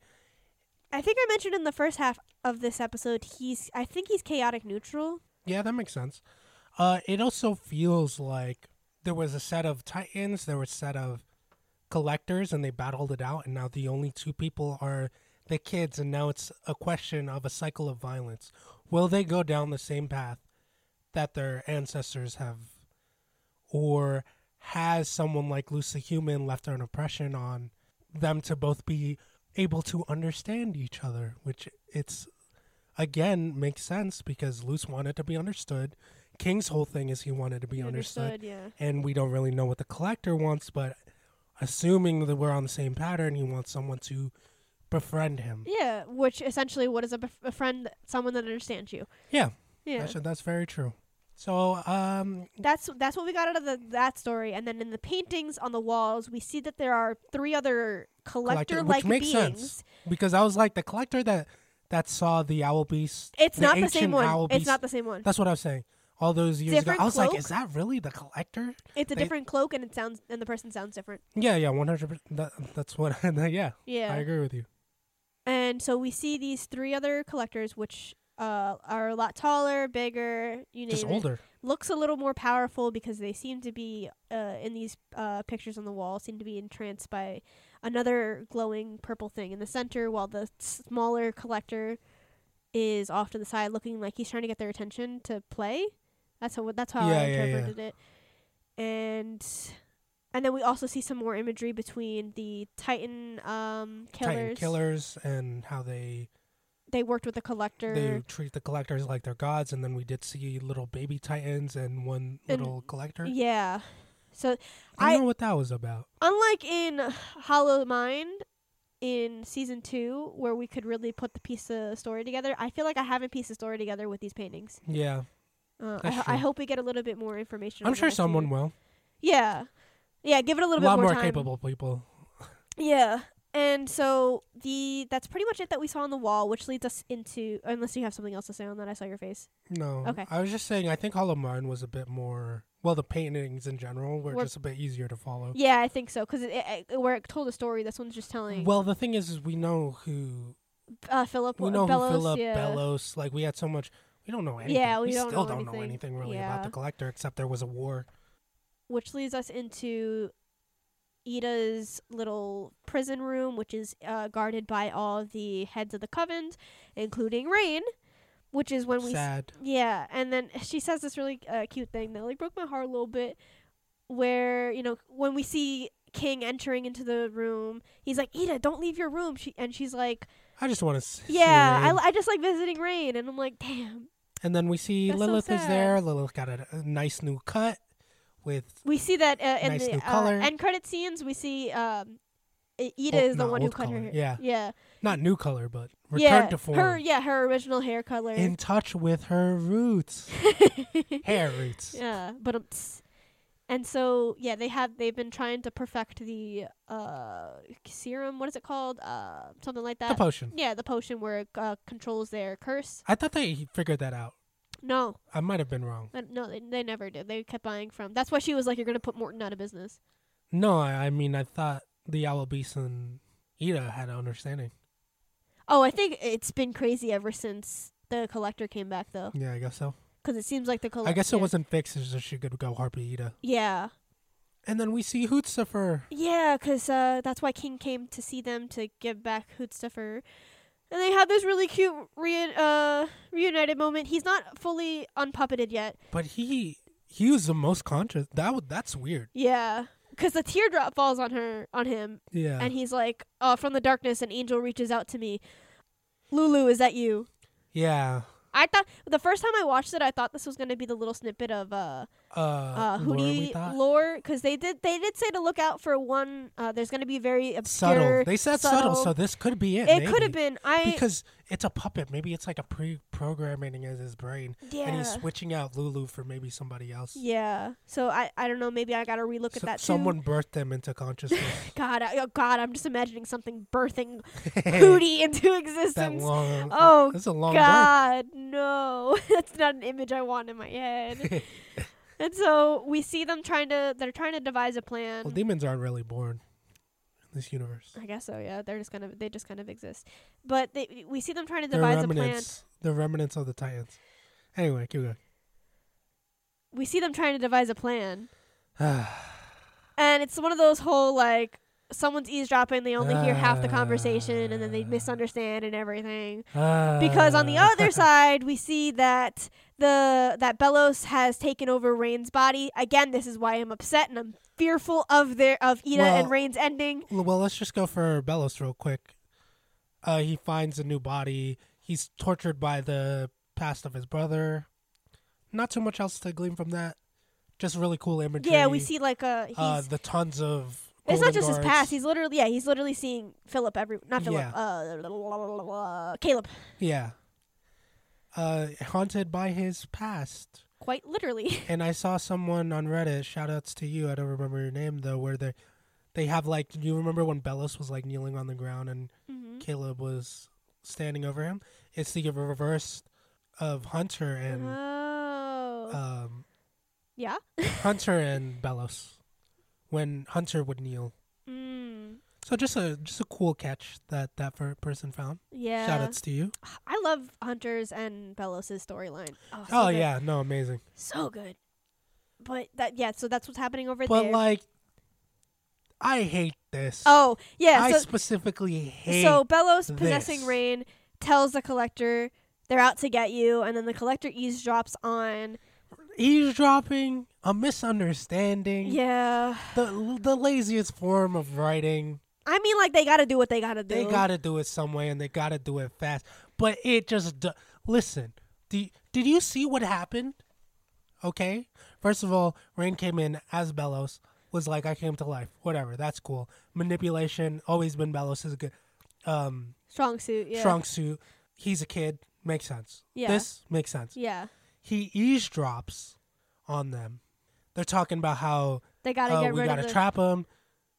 [SPEAKER 1] I think I mentioned in the first half of this episode, he's I think he's chaotic neutral.
[SPEAKER 2] Yeah, that makes sense. Uh, it also feels like there was a set of titans, there was a set of collectors, and they battled it out, and now the only two people are the kids, and now it's a question of a cycle of violence. Will they go down the same path that their ancestors have, or has someone like Lucy Human left an impression on them to both be able to understand each other, which it's again makes sense because Luce wanted to be understood. King's whole thing is he wanted to be understood,
[SPEAKER 1] yeah.
[SPEAKER 2] and we don't really know what the collector wants, but assuming that we're on the same pattern, he wants someone to befriend him.
[SPEAKER 1] Yeah, which essentially, what is a, bef- a friend? Someone that understands you.
[SPEAKER 2] Yeah,
[SPEAKER 1] Yeah,
[SPEAKER 2] Actually, that's very true. So, um,
[SPEAKER 1] that's that's what we got out of the, that story. And then in the paintings on the walls, we see that there are three other
[SPEAKER 2] collector,
[SPEAKER 1] collector-like
[SPEAKER 2] which makes
[SPEAKER 1] beings.
[SPEAKER 2] sense because I was like the collector that that saw the owl beast.
[SPEAKER 1] It's
[SPEAKER 2] the
[SPEAKER 1] not the same
[SPEAKER 2] ancient
[SPEAKER 1] one.
[SPEAKER 2] owl
[SPEAKER 1] It's
[SPEAKER 2] beast.
[SPEAKER 1] not the same one.
[SPEAKER 2] That's what I was saying. All those years
[SPEAKER 1] Different
[SPEAKER 2] ago, I was like,
[SPEAKER 1] cloak?
[SPEAKER 2] is that really the collector?
[SPEAKER 1] It's a
[SPEAKER 2] they-
[SPEAKER 1] different cloak, and it sounds and the person sounds different.
[SPEAKER 2] Yeah, yeah, one hundred. percent That's what. yeah, I
[SPEAKER 1] Yeah,
[SPEAKER 2] agree with you.
[SPEAKER 1] and so we see these three other collectors, which uh, are a lot taller, bigger, you name
[SPEAKER 2] Just
[SPEAKER 1] it.
[SPEAKER 2] older.
[SPEAKER 1] looks a little more powerful because they seem to be uh, in these uh, pictures on the wall seem to be entranced by another glowing purple thing in the center while the smaller collector is off to the side looking like he's trying to get their attention to play that's how that's how
[SPEAKER 2] Yeah,
[SPEAKER 1] i
[SPEAKER 2] yeah, yeah.
[SPEAKER 1] interpreted it and and then we also see some more imagery between the titan um killers,
[SPEAKER 2] Titan killers and how they
[SPEAKER 1] they worked with the collector
[SPEAKER 2] they treat the collectors like they're gods. And then we did see little baby titans and one
[SPEAKER 1] And-
[SPEAKER 2] little collector.
[SPEAKER 1] yeah so I-
[SPEAKER 2] I don't know what that was about.
[SPEAKER 1] unlike in Hollow Mind in season two, where we could really put the piece of story together, I feel like I haven't pieced the story together with these paintings.
[SPEAKER 2] Yeah,
[SPEAKER 1] Uh, I,
[SPEAKER 2] That's
[SPEAKER 1] ho- I
[SPEAKER 2] true.
[SPEAKER 1] hope we get a little bit more information.
[SPEAKER 2] I'm
[SPEAKER 1] on it
[SPEAKER 2] sure
[SPEAKER 1] next year.
[SPEAKER 2] someone will.
[SPEAKER 1] Yeah, yeah. Give it a
[SPEAKER 2] A
[SPEAKER 1] little
[SPEAKER 2] lot
[SPEAKER 1] bit more,
[SPEAKER 2] more
[SPEAKER 1] time.
[SPEAKER 2] capable people.
[SPEAKER 1] Yeah, and so the that's pretty much it that we saw on the wall, which leads us into unless you have something else to say on that. I saw your face.
[SPEAKER 2] No.
[SPEAKER 1] Okay.
[SPEAKER 2] I was just saying, I think Hollow Mine was a bit more. Well, the paintings in general were
[SPEAKER 1] Were-
[SPEAKER 2] just a bit easier to follow.
[SPEAKER 1] Yeah, I think so because it, it, it- where it told a story, this one's just telling.
[SPEAKER 2] Well, the thing is, is we know who
[SPEAKER 1] uh, Philip
[SPEAKER 2] we know
[SPEAKER 1] Bellows.
[SPEAKER 2] who Philip
[SPEAKER 1] yeah.
[SPEAKER 2] Bellows. Like we had so much. We don't know anything.
[SPEAKER 1] Yeah, we don't
[SPEAKER 2] still
[SPEAKER 1] know
[SPEAKER 2] don't know
[SPEAKER 1] anything.
[SPEAKER 2] anything really about
[SPEAKER 1] Yeah.
[SPEAKER 2] the collector, except there was a war.
[SPEAKER 1] which leads us into Ida's little prison room, which is uh, guarded by all of the heads of the covens, including Rain, which is when we. s-
[SPEAKER 2] Sad.
[SPEAKER 1] yeah, and then she says this really uh, cute thing that like broke my heart a little bit, where you know when we see King entering into the room, he's like, "Ida, don't leave your room," she and she's like,
[SPEAKER 2] I just want to.
[SPEAKER 1] "Yeah,
[SPEAKER 2] see
[SPEAKER 1] I,
[SPEAKER 2] Rain.
[SPEAKER 1] I just like visiting Rain," and I'm like, "Damn."
[SPEAKER 2] and then we see
[SPEAKER 1] That's so
[SPEAKER 2] Lilith is
[SPEAKER 1] sad.
[SPEAKER 2] there. Lilith got a, a nice new cut with.
[SPEAKER 1] We see that uh, in
[SPEAKER 2] Nice
[SPEAKER 1] the
[SPEAKER 2] new
[SPEAKER 1] uh,
[SPEAKER 2] color.
[SPEAKER 1] end credit scenes. We see um, I- Ida
[SPEAKER 2] Old-
[SPEAKER 1] is the
[SPEAKER 2] no,
[SPEAKER 1] one who
[SPEAKER 2] old
[SPEAKER 1] cut her
[SPEAKER 2] color,
[SPEAKER 1] hair.
[SPEAKER 2] yeah.
[SPEAKER 1] yeah,
[SPEAKER 2] Not new color, but return
[SPEAKER 1] yeah.
[SPEAKER 2] to form.
[SPEAKER 1] Her yeah, her original hair color.
[SPEAKER 2] in touch with her roots, hair roots.
[SPEAKER 1] yeah, but um, tss. And so yeah, they have they've been trying to perfect the uh serum. What is it called? Uh, something like
[SPEAKER 2] The
[SPEAKER 1] that.
[SPEAKER 2] potion.
[SPEAKER 1] yeah, the potion where it uh, controls their curse.
[SPEAKER 2] I thought they figured that out.
[SPEAKER 1] No,
[SPEAKER 2] I might have been wrong.
[SPEAKER 1] Uh, no, they, they never did. They kept buying from. That's why she was like, "You're gonna put Morton out of business."
[SPEAKER 2] No, I, I mean I thought the owl beast and Ida had an understanding.
[SPEAKER 1] Oh, I think it's been crazy ever since the collector came back though,
[SPEAKER 2] Yeah, I guess so.
[SPEAKER 1] 'cause it seems like the collector.
[SPEAKER 2] I guess it wasn't fixed, so she could go harpy Ida.
[SPEAKER 1] Yeah,
[SPEAKER 2] And then we see Hootsufer.
[SPEAKER 1] yeah, 'cause uh, that's why King came to see them to give back Hootstuffer. And they have this really cute re- uh, reunited moment. He's not fully unpuppeted yet.
[SPEAKER 2] But he he was the most conscious. That wa- that's weird.
[SPEAKER 1] Yeah. 'Cause the teardrop falls on her, on him,
[SPEAKER 2] Yeah.
[SPEAKER 1] and he's like, "Oh, from the darkness, an angel reaches out to me. Lulu, is that you?"
[SPEAKER 2] yeah.
[SPEAKER 1] I thought the first time I watched it, I thought this was gonna be the little snippet of uh,
[SPEAKER 2] Uh,
[SPEAKER 1] uh
[SPEAKER 2] Laura, we
[SPEAKER 1] Hootie
[SPEAKER 2] thought.
[SPEAKER 1] lore because they did they did say to look out for one. Uh, there's gonna be very obscure.
[SPEAKER 2] subtle. They said subtle, so this could be it.
[SPEAKER 1] it could
[SPEAKER 2] maybe.
[SPEAKER 1] have been I
[SPEAKER 2] because it's a puppet. Maybe it's like a pre-programming in his brain,
[SPEAKER 1] yeah
[SPEAKER 2] and he's switching out Lulu for maybe somebody else.
[SPEAKER 1] yeah. So I I don't know. Maybe I gotta relook at
[SPEAKER 2] So-
[SPEAKER 1] that. too.
[SPEAKER 2] someone birthed them into consciousness.
[SPEAKER 1] God, I, oh God, I'm just imagining something birthing Hootie into
[SPEAKER 2] that
[SPEAKER 1] existence.
[SPEAKER 2] long.
[SPEAKER 1] Oh,
[SPEAKER 2] that's a long
[SPEAKER 1] God, no, that's not an image I want in my head.
[SPEAKER 2] birth.
[SPEAKER 1] and so we see them trying to they're trying to devise a plan.
[SPEAKER 2] well, demons aren't really born in this universe.
[SPEAKER 1] I guess so. Yeah, they're just kind of they just kind of exist, but they, we see them trying to
[SPEAKER 2] They're
[SPEAKER 1] devise a plan.
[SPEAKER 2] remnants. They're remnants of the Titans. Anyway, keep going.
[SPEAKER 1] We see them trying to devise a plan,
[SPEAKER 2] Ah,
[SPEAKER 1] and it's one of those whole like someone's eavesdropping. They only hear half the conversation, and then they
[SPEAKER 2] Ah.
[SPEAKER 1] misunderstand and everything. Because on the
[SPEAKER 2] ah.
[SPEAKER 1] other side, we see that the that Bellos has taken over Rain's body again. This is why I'm upset and I'm fearful of their of Ida
[SPEAKER 2] Well,
[SPEAKER 1] and Rain's ending.
[SPEAKER 2] L- Well, let's just go for Bellos real quick. Uh, he finds a new body. He's tortured by the past of his brother. Not too much else to glean from that. Just really cool imagery.
[SPEAKER 1] Yeah, we see like a he's
[SPEAKER 2] uh, the tons of.
[SPEAKER 1] It's not
[SPEAKER 2] golden
[SPEAKER 1] just his
[SPEAKER 2] guards.
[SPEAKER 1] past. He's literally yeah. He's literally seeing Philip every not Philip.
[SPEAKER 2] Yeah.
[SPEAKER 1] Uh, Caleb
[SPEAKER 2] yeah. Uh, haunted by his past.
[SPEAKER 1] quite literally.
[SPEAKER 2] And I saw someone on Reddit. Shout outs to you. I don't remember your name though. Where they, they have like. Do you remember when Bellos was like kneeling on the ground and
[SPEAKER 1] hmm
[SPEAKER 2] Caleb was standing over him. It's the reverse of Hunter and
[SPEAKER 1] Oh
[SPEAKER 2] um,
[SPEAKER 1] yeah.
[SPEAKER 2] Hunter and Bellows when Hunter would kneel.
[SPEAKER 1] Mm,
[SPEAKER 2] So just a just a cool catch that that fir- person found.
[SPEAKER 1] yeah.
[SPEAKER 2] Shout outs to you.
[SPEAKER 1] I love Hunter's and Bellows' storyline. Oh, so
[SPEAKER 2] oh
[SPEAKER 1] good.
[SPEAKER 2] yeah, no, amazing.
[SPEAKER 1] so good. But that yeah. So that's what's happening over
[SPEAKER 2] But
[SPEAKER 1] there.
[SPEAKER 2] like, I hate this.
[SPEAKER 1] oh yeah.
[SPEAKER 2] I
[SPEAKER 1] so
[SPEAKER 2] specifically hate.
[SPEAKER 1] so Bellows possessing
[SPEAKER 2] this.
[SPEAKER 1] Rain tells the collector they're out to get you, and then the collector eavesdrops on
[SPEAKER 2] eavesdropping, a misunderstanding,
[SPEAKER 1] yeah.
[SPEAKER 2] the the laziest form of writing.
[SPEAKER 1] I mean, like they got to do what they got to do.
[SPEAKER 2] They gotta do it some way, and they gotta do it fast. But it just do- listen. Do did you see what happened? Okay. First of all, Rain came in as Bellows was like, "I came to life." Whatever. That's cool. Manipulation always been Bellows is a good um,
[SPEAKER 1] strong suit. Yeah.
[SPEAKER 2] strong suit. He's a kid. Makes sense.
[SPEAKER 1] Yeah.
[SPEAKER 2] This makes sense.
[SPEAKER 1] Yeah.
[SPEAKER 2] He eavesdrops on them. They're talking about how
[SPEAKER 1] They gotta
[SPEAKER 2] uh,
[SPEAKER 1] get
[SPEAKER 2] we
[SPEAKER 1] rid
[SPEAKER 2] gotta
[SPEAKER 1] of the
[SPEAKER 2] trap him,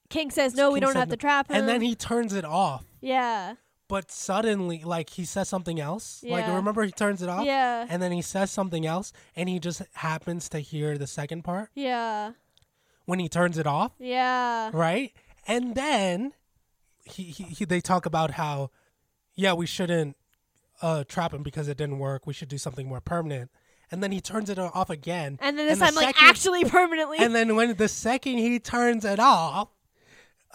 [SPEAKER 1] King says no, we
[SPEAKER 2] King
[SPEAKER 1] don't
[SPEAKER 2] said
[SPEAKER 1] have
[SPEAKER 2] no.
[SPEAKER 1] to trap him.
[SPEAKER 2] and then he turns it off.
[SPEAKER 1] Yeah.
[SPEAKER 2] but suddenly like he says something else like
[SPEAKER 1] Yeah.
[SPEAKER 2] remember he turns it off
[SPEAKER 1] Yeah.
[SPEAKER 2] and then he says something else and he just happens to hear the second part
[SPEAKER 1] Yeah.
[SPEAKER 2] when he turns it off
[SPEAKER 1] Yeah.
[SPEAKER 2] right and then he, he, he they talk about how yeah we shouldn't uh trap him because it didn't work we should do something more permanent and then he turns it off again
[SPEAKER 1] And then this
[SPEAKER 2] the
[SPEAKER 1] time, like
[SPEAKER 2] second-
[SPEAKER 1] actually permanently.
[SPEAKER 2] and then when the second he turns it off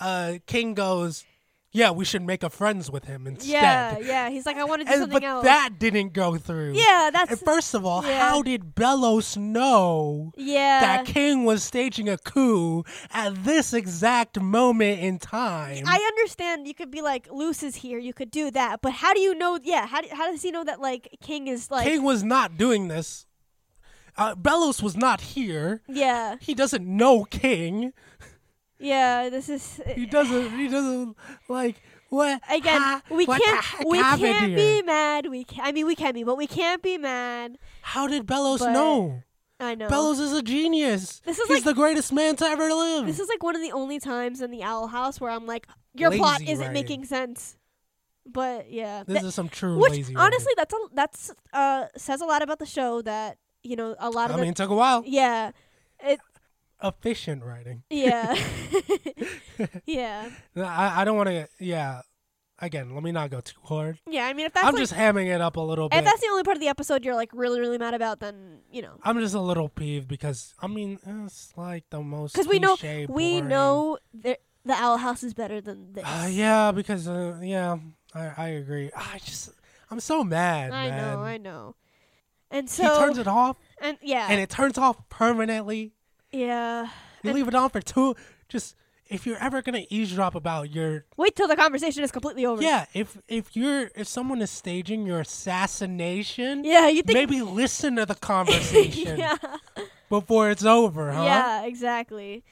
[SPEAKER 2] uh king goes yeah we should make a friends with him instead
[SPEAKER 1] yeah. Yeah. He's like, I want to do
[SPEAKER 2] And-
[SPEAKER 1] something
[SPEAKER 2] but
[SPEAKER 1] else.
[SPEAKER 2] that didn't go through.
[SPEAKER 1] yeah. That's.
[SPEAKER 2] And first of all,
[SPEAKER 1] yeah.
[SPEAKER 2] how did Bellows know
[SPEAKER 1] yeah.
[SPEAKER 2] that King was staging a coup at this exact moment in time?
[SPEAKER 1] I understand you could be like Luce is here, you could do that, but how do you know? Yeah, how, do, how does he know that like King is like
[SPEAKER 2] King was not doing this. Uh, Bellows was not here.
[SPEAKER 1] yeah
[SPEAKER 2] He doesn't know King.
[SPEAKER 1] yeah this is uh,
[SPEAKER 2] He doesn't. He doesn't like what
[SPEAKER 1] again
[SPEAKER 2] ha-
[SPEAKER 1] we
[SPEAKER 2] what the
[SPEAKER 1] can't
[SPEAKER 2] heck
[SPEAKER 1] we
[SPEAKER 2] happened
[SPEAKER 1] can't be
[SPEAKER 2] here?
[SPEAKER 1] mad we can, I mean we can be but we can't be mad
[SPEAKER 2] How did Bellows
[SPEAKER 1] But-
[SPEAKER 2] know?
[SPEAKER 1] I know.
[SPEAKER 2] Bellows is a genius.
[SPEAKER 1] This is
[SPEAKER 2] He's
[SPEAKER 1] like-
[SPEAKER 2] the greatest man to ever live.
[SPEAKER 1] This is like one of the only times in the Owl House where I'm like, your plot
[SPEAKER 2] Lazy
[SPEAKER 1] isn't
[SPEAKER 2] writing.
[SPEAKER 1] making sense. But yeah,
[SPEAKER 2] This
[SPEAKER 1] Th-
[SPEAKER 2] is some true
[SPEAKER 1] which
[SPEAKER 2] lazy. writing.
[SPEAKER 1] honestly, that's a that's uh says a lot about the show that you know a lot of
[SPEAKER 2] I
[SPEAKER 1] the
[SPEAKER 2] mean, it took a while.
[SPEAKER 1] yeah it
[SPEAKER 2] Efficient writing.
[SPEAKER 1] yeah yeah
[SPEAKER 2] No, I, I don't want to. Yeah. Again, let me not go too hard.
[SPEAKER 1] yeah. I mean, if that's
[SPEAKER 2] I'm
[SPEAKER 1] like,
[SPEAKER 2] just hamming it up a little
[SPEAKER 1] if
[SPEAKER 2] bit.
[SPEAKER 1] that's the only part of the episode you're like really really mad about, then you know
[SPEAKER 2] I'm just a little peeved because I mean it's like the most
[SPEAKER 1] because we know
[SPEAKER 2] cliche,
[SPEAKER 1] we
[SPEAKER 2] boring-
[SPEAKER 1] know that the Owl House is better than this.
[SPEAKER 2] Uh, yeah, because uh, yeah, I, I agree. I just I'm so mad,
[SPEAKER 1] I
[SPEAKER 2] man.
[SPEAKER 1] know, I know. And
[SPEAKER 2] he
[SPEAKER 1] so
[SPEAKER 2] turns it off,
[SPEAKER 1] and yeah
[SPEAKER 2] and it turns off permanently.
[SPEAKER 1] yeah.
[SPEAKER 2] You leave it on for two. Just if you're ever gonna eavesdrop about your
[SPEAKER 1] Wait till the conversation is completely over.
[SPEAKER 2] yeah, if if you're if someone is staging your assassination,
[SPEAKER 1] Yeah, you think
[SPEAKER 2] maybe listen to the conversation
[SPEAKER 1] Yeah.
[SPEAKER 2] before it's over, huh?
[SPEAKER 1] Yeah, exactly.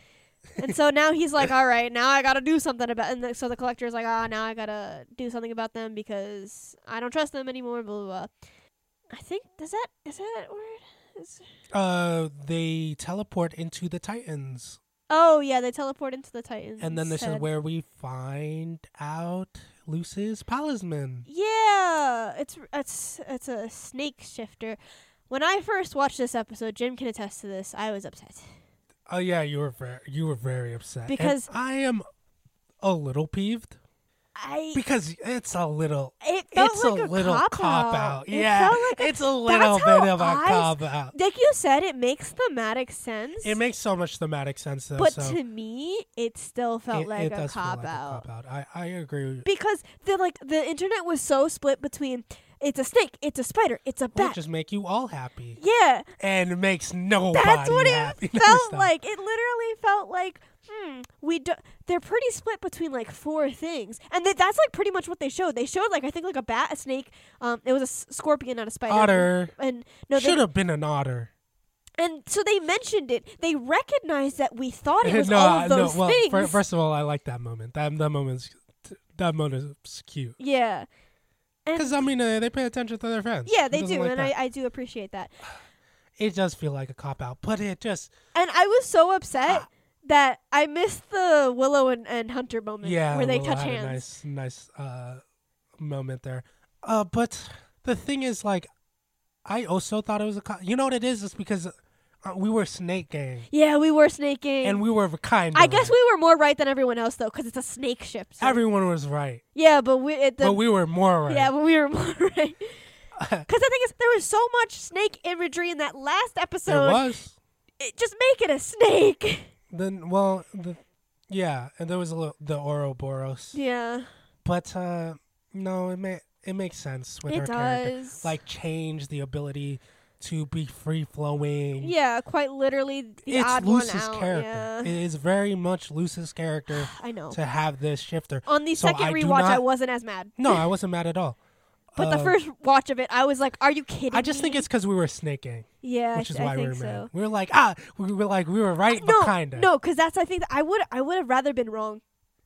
[SPEAKER 1] And so now he's like, "All right, now I got to do something about." And the, so the collector's like, "Ah, now I got to do something about them because I don't trust them anymore." Blah blah. blah. I think does that is that a word? Is,
[SPEAKER 2] Uh, they teleport into the Titans,
[SPEAKER 1] oh yeah, they teleport into the Titans.
[SPEAKER 2] and then this is
[SPEAKER 1] head.
[SPEAKER 2] where we find out Luce's talisman.
[SPEAKER 1] Yeah, it's it's it's a snake shifter. When I first watched this episode, Jim can attest to this. I was upset.
[SPEAKER 2] Oh yeah, you were very, you were very upset And
[SPEAKER 1] Because-
[SPEAKER 2] I am a little peeved
[SPEAKER 1] I
[SPEAKER 2] because it's a little.
[SPEAKER 1] it felt
[SPEAKER 2] It's
[SPEAKER 1] like
[SPEAKER 2] a, little
[SPEAKER 1] cop, out. It
[SPEAKER 2] Yeah,
[SPEAKER 1] felt like a
[SPEAKER 2] it's a little
[SPEAKER 1] how
[SPEAKER 2] bit of a
[SPEAKER 1] I-
[SPEAKER 2] cop out.
[SPEAKER 1] like you said, it makes thematic sense.
[SPEAKER 2] It makes so much thematic sense though.
[SPEAKER 1] but
[SPEAKER 2] so
[SPEAKER 1] to me, it still felt
[SPEAKER 2] it,
[SPEAKER 1] like
[SPEAKER 2] it
[SPEAKER 1] a
[SPEAKER 2] does feel
[SPEAKER 1] cop
[SPEAKER 2] like
[SPEAKER 1] out
[SPEAKER 2] A cop out. I I agree. with-
[SPEAKER 1] because the like the internet was so split between it's a snake, it's a spider, it's a
[SPEAKER 2] We'll
[SPEAKER 1] bat.
[SPEAKER 2] just make you all happy,
[SPEAKER 1] yeah,
[SPEAKER 2] and it makes nobody
[SPEAKER 1] that's what
[SPEAKER 2] happy.
[SPEAKER 1] it
[SPEAKER 2] No,
[SPEAKER 1] felt
[SPEAKER 2] stop.
[SPEAKER 1] like. It literally felt like. Hmm, we do- they're pretty split between like four things, and th- that's like pretty much what they showed. They showed like I think like a bat, a snake. Um, it was a s- scorpion, not a spider.
[SPEAKER 2] Otter
[SPEAKER 1] And no, they
[SPEAKER 2] should have been an otter.
[SPEAKER 1] And so they mentioned it. They recognized that we thought it was
[SPEAKER 2] no,
[SPEAKER 1] all
[SPEAKER 2] I-
[SPEAKER 1] of
[SPEAKER 2] no,
[SPEAKER 1] those
[SPEAKER 2] well,
[SPEAKER 1] things.
[SPEAKER 2] fir- first of all, I like that moment. That that moment's that moment's cute.
[SPEAKER 1] yeah, And-
[SPEAKER 2] Because I mean, uh, they pay attention to their friends.
[SPEAKER 1] yeah,
[SPEAKER 2] Who
[SPEAKER 1] they
[SPEAKER 2] doesn't
[SPEAKER 1] do,
[SPEAKER 2] like
[SPEAKER 1] and
[SPEAKER 2] that?
[SPEAKER 1] I, I do appreciate that.
[SPEAKER 2] it does feel like a cop out, but it just
[SPEAKER 1] And I was so upset
[SPEAKER 2] Ah.
[SPEAKER 1] that I missed the Willow and, and Hunter moment
[SPEAKER 2] yeah,
[SPEAKER 1] where they
[SPEAKER 2] Willow
[SPEAKER 1] touch
[SPEAKER 2] had
[SPEAKER 1] hands.
[SPEAKER 2] A nice, nice uh, moment there. Uh, but the thing is, like, I also thought it was a cop. You know what it is? It's because uh, we were snake gang,
[SPEAKER 1] Yeah, we were snaking.
[SPEAKER 2] and we were kind.
[SPEAKER 1] I
[SPEAKER 2] of
[SPEAKER 1] guess
[SPEAKER 2] right.
[SPEAKER 1] we were more right than everyone else though, because it's a snake ship. so-
[SPEAKER 2] everyone was right,
[SPEAKER 1] yeah, but we, it, the,
[SPEAKER 2] but we were more right.
[SPEAKER 1] yeah, but we were more right. Because the thing is, there was so much snake imagery in that last
[SPEAKER 2] there
[SPEAKER 1] episode.
[SPEAKER 2] was.
[SPEAKER 1] It, just make it a snake.
[SPEAKER 2] Then, well, the, yeah, and there was a little, the Ouroboros.
[SPEAKER 1] yeah,
[SPEAKER 2] But uh no, it ma- it makes sense with
[SPEAKER 1] it
[SPEAKER 2] her
[SPEAKER 1] does.
[SPEAKER 2] character. Like change the ability to be free flowing.
[SPEAKER 1] Yeah, quite literally the
[SPEAKER 2] it's
[SPEAKER 1] odd
[SPEAKER 2] Luce's
[SPEAKER 1] one out.
[SPEAKER 2] character.
[SPEAKER 1] Yeah.
[SPEAKER 2] It is very much Luce's character
[SPEAKER 1] I know.
[SPEAKER 2] to have this shifter.
[SPEAKER 1] On the
[SPEAKER 2] So
[SPEAKER 1] second
[SPEAKER 2] I do
[SPEAKER 1] rewatch, I
[SPEAKER 2] not-
[SPEAKER 1] wasn't as mad.
[SPEAKER 2] No, I wasn't mad at all.
[SPEAKER 1] But the
[SPEAKER 2] Uh,
[SPEAKER 1] first watch of it, I was like, "Are you kidding?"
[SPEAKER 2] I just think
[SPEAKER 1] me?
[SPEAKER 2] it's because we were snaking,
[SPEAKER 1] yeah,
[SPEAKER 2] which
[SPEAKER 1] I,
[SPEAKER 2] is
[SPEAKER 1] I
[SPEAKER 2] why we
[SPEAKER 1] think
[SPEAKER 2] were mad.
[SPEAKER 1] so.
[SPEAKER 2] We were like, ah, we were like, we were right,
[SPEAKER 1] No,
[SPEAKER 2] but kinda.
[SPEAKER 1] no, because that's I think I would I would have rather been wrong.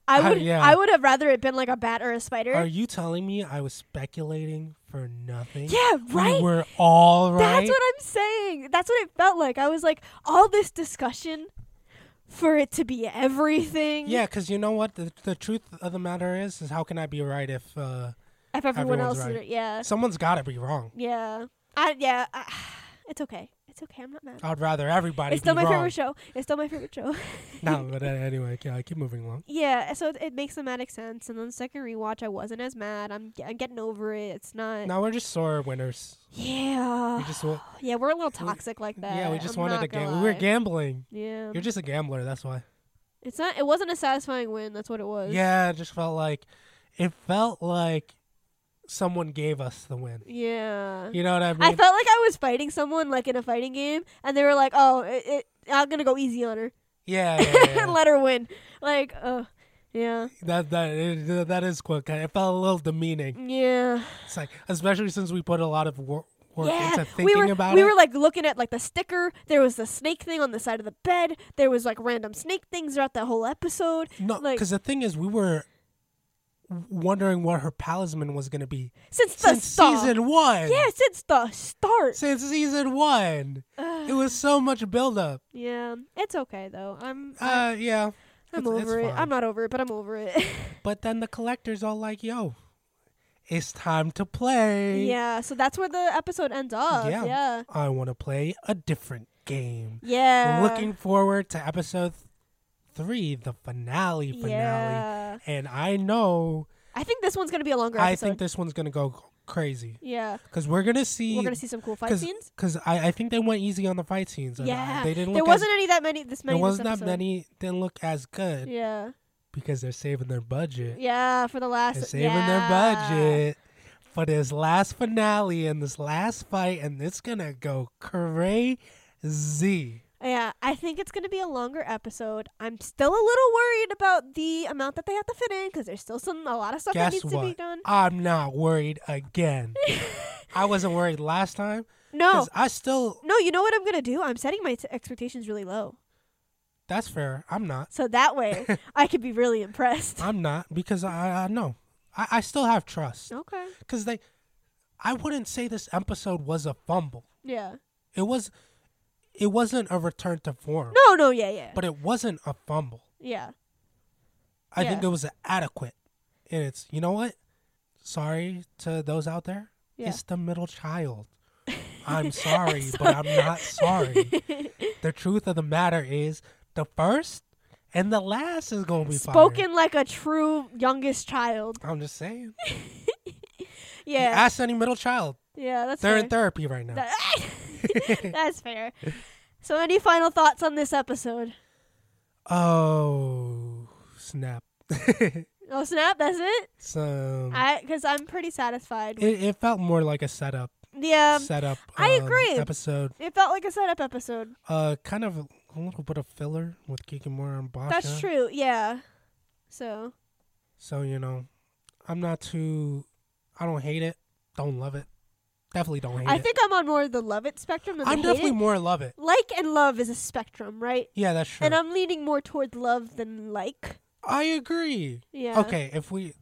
[SPEAKER 1] I
[SPEAKER 2] Uh,
[SPEAKER 1] would
[SPEAKER 2] yeah.
[SPEAKER 1] I would have rather it been like a bat or a spider.
[SPEAKER 2] Are you telling me I was speculating for nothing?
[SPEAKER 1] yeah, right.
[SPEAKER 2] We were all right.
[SPEAKER 1] That's what I'm saying. That's what it felt like. I was like, all this discussion for it to be everything.
[SPEAKER 2] Yeah, because you know what? The, the truth of the matter is, is how can I be right if uh,
[SPEAKER 1] if everyone else
[SPEAKER 2] everyone's
[SPEAKER 1] is
[SPEAKER 2] right.
[SPEAKER 1] right. yeah,
[SPEAKER 2] someone's got to be wrong?
[SPEAKER 1] yeah, I, yeah. I, it's okay. It's okay. I'm not mad.
[SPEAKER 2] I'd rather everybody
[SPEAKER 1] It's still
[SPEAKER 2] be
[SPEAKER 1] my
[SPEAKER 2] wrong.
[SPEAKER 1] favorite show. It's still my favorite show.
[SPEAKER 2] no, but uh, anyway, yeah, keep moving along.
[SPEAKER 1] yeah, so it, it makes thematic sense. And then second rewatch, I wasn't as mad. I'm, ge- I'm getting over it. It's not.
[SPEAKER 2] Now we're just sore winners.
[SPEAKER 1] Yeah.
[SPEAKER 2] We just wa-
[SPEAKER 1] yeah, we're a little toxic like that.
[SPEAKER 2] yeah, we just
[SPEAKER 1] I'm
[SPEAKER 2] wanted
[SPEAKER 1] not
[SPEAKER 2] to
[SPEAKER 1] gonna
[SPEAKER 2] gamble. We were
[SPEAKER 1] lie.
[SPEAKER 2] gambling.
[SPEAKER 1] Yeah.
[SPEAKER 2] You're just a gambler, that's why.
[SPEAKER 1] It's not. It wasn't a satisfying win. That's what it was.
[SPEAKER 2] Yeah, it just felt like it felt like someone gave us the win.
[SPEAKER 1] Yeah.
[SPEAKER 2] You know what I mean?
[SPEAKER 1] I felt like I was fighting someone like in a fighting game, and they were like, "Oh, it, it, I'm gonna go easy on her
[SPEAKER 2] yeah, yeah, yeah,
[SPEAKER 1] and let her win." Like, oh, yeah,
[SPEAKER 2] that that it, that is quick. It felt a little demeaning.
[SPEAKER 1] yeah.
[SPEAKER 2] It's like, especially since we put a lot of wor- work into thinking
[SPEAKER 1] we were
[SPEAKER 2] about
[SPEAKER 1] we
[SPEAKER 2] it.
[SPEAKER 1] were like looking at like the sticker. There was the snake thing on the side of the bed. There was like random snake things throughout the whole episode.
[SPEAKER 2] no,
[SPEAKER 1] like-
[SPEAKER 2] because the thing is, we were w- wondering what her talisman was going to be
[SPEAKER 1] Since the
[SPEAKER 2] since
[SPEAKER 1] start,
[SPEAKER 2] season one.
[SPEAKER 1] yeah, since the start.
[SPEAKER 2] Since season one. it was so much buildup.
[SPEAKER 1] yeah, it's okay though. I'm I,
[SPEAKER 2] Uh, yeah.
[SPEAKER 1] I'm
[SPEAKER 2] it's- it's
[SPEAKER 1] over it.
[SPEAKER 2] fine.
[SPEAKER 1] I'm not over it, but I'm over it.
[SPEAKER 2] But then the collector's all like, "Yo, it's time to play.
[SPEAKER 1] yeah, so that's where the episode ends up. Yeah.
[SPEAKER 2] Yeah.
[SPEAKER 1] Yeah.
[SPEAKER 2] I want to play a different game." Looking forward to episode th- three, the finale, finale.
[SPEAKER 1] Yeah.
[SPEAKER 2] And I know,
[SPEAKER 1] I think this one's gonna be a longer
[SPEAKER 2] I
[SPEAKER 1] episode.
[SPEAKER 2] think this one's gonna go crazy
[SPEAKER 1] yeah.
[SPEAKER 2] because we're gonna see.
[SPEAKER 1] We're gonna see some cool fight scenes.
[SPEAKER 2] Because I, I think they went easy on the fight scenes. and, uh,
[SPEAKER 1] Yeah.
[SPEAKER 2] they didn't.
[SPEAKER 1] There
[SPEAKER 2] look
[SPEAKER 1] wasn't
[SPEAKER 2] As,
[SPEAKER 1] any that many this many.
[SPEAKER 2] there
[SPEAKER 1] in this
[SPEAKER 2] wasn't that
[SPEAKER 1] episode.
[SPEAKER 2] many. Didn't look as good
[SPEAKER 1] Yeah.
[SPEAKER 2] because they're saving their budget.
[SPEAKER 1] Yeah, for the
[SPEAKER 2] They're
[SPEAKER 1] last
[SPEAKER 2] saving
[SPEAKER 1] yeah.
[SPEAKER 2] their budget for this last finale and this last fight, and it's gonna go crazy.
[SPEAKER 1] Yeah, I think it's going to be a longer episode. I'm still a little worried about the amount that they have to fit in because there's still some a lot of stuff that
[SPEAKER 2] Guess
[SPEAKER 1] needs to be
[SPEAKER 2] what?
[SPEAKER 1] done.
[SPEAKER 2] I'm not worried again. I wasn't worried last time
[SPEAKER 1] No,
[SPEAKER 2] because I still.
[SPEAKER 1] no, you know what I'm going to do? I'm setting my t- expectations really low,
[SPEAKER 2] That's fair. I'm not.
[SPEAKER 1] so that way I could be really impressed.
[SPEAKER 2] I'm not because I, I know. I, I still have trust
[SPEAKER 1] Okay.
[SPEAKER 2] because they. I wouldn't say this episode was a fumble.
[SPEAKER 1] Yeah.
[SPEAKER 2] It was. It wasn't a return to form,
[SPEAKER 1] No, no, yeah, yeah,
[SPEAKER 2] but it wasn't a fumble.
[SPEAKER 1] yeah.
[SPEAKER 2] I think
[SPEAKER 1] Yeah.
[SPEAKER 2] it was adequate. And it's, you know what? Sorry to those out there.
[SPEAKER 1] Yeah.
[SPEAKER 2] It's the middle child. I'm sorry, but I'm not sorry. the truth of the matter is the first and the last is going to be fired.
[SPEAKER 1] Spoken like a true youngest child.
[SPEAKER 2] I'm just saying. You
[SPEAKER 1] Yeah,
[SPEAKER 2] ask any middle child.
[SPEAKER 1] yeah, that's
[SPEAKER 2] They're
[SPEAKER 1] fair.
[SPEAKER 2] in therapy right now.
[SPEAKER 1] That- that's fair. So, any final thoughts on this episode?
[SPEAKER 2] oh, snap.
[SPEAKER 1] Oh snap! That's it.
[SPEAKER 2] so
[SPEAKER 1] I because I'm pretty satisfied. With,
[SPEAKER 2] Mm. it, it felt more like a setup.
[SPEAKER 1] yeah,
[SPEAKER 2] setup.
[SPEAKER 1] I
[SPEAKER 2] um,
[SPEAKER 1] agree.
[SPEAKER 2] Episode.
[SPEAKER 1] it felt like a setup episode.
[SPEAKER 2] Uh, kind of a little bit of filler with Kikimura and Basha.
[SPEAKER 1] That's true. Yeah. So
[SPEAKER 2] So, you know, I'm not too. I don't hate it. Don't love it. Definitely don't hate
[SPEAKER 1] I
[SPEAKER 2] it.
[SPEAKER 1] think I'm on more of the love it spectrum than
[SPEAKER 2] I'm
[SPEAKER 1] the hate
[SPEAKER 2] definitely
[SPEAKER 1] it.
[SPEAKER 2] more love it.
[SPEAKER 1] Like and love is a spectrum, right?
[SPEAKER 2] Yeah, that's true.
[SPEAKER 1] And I'm leaning more towards love than like.
[SPEAKER 2] I agree.
[SPEAKER 1] Yeah.
[SPEAKER 2] Okay, if we.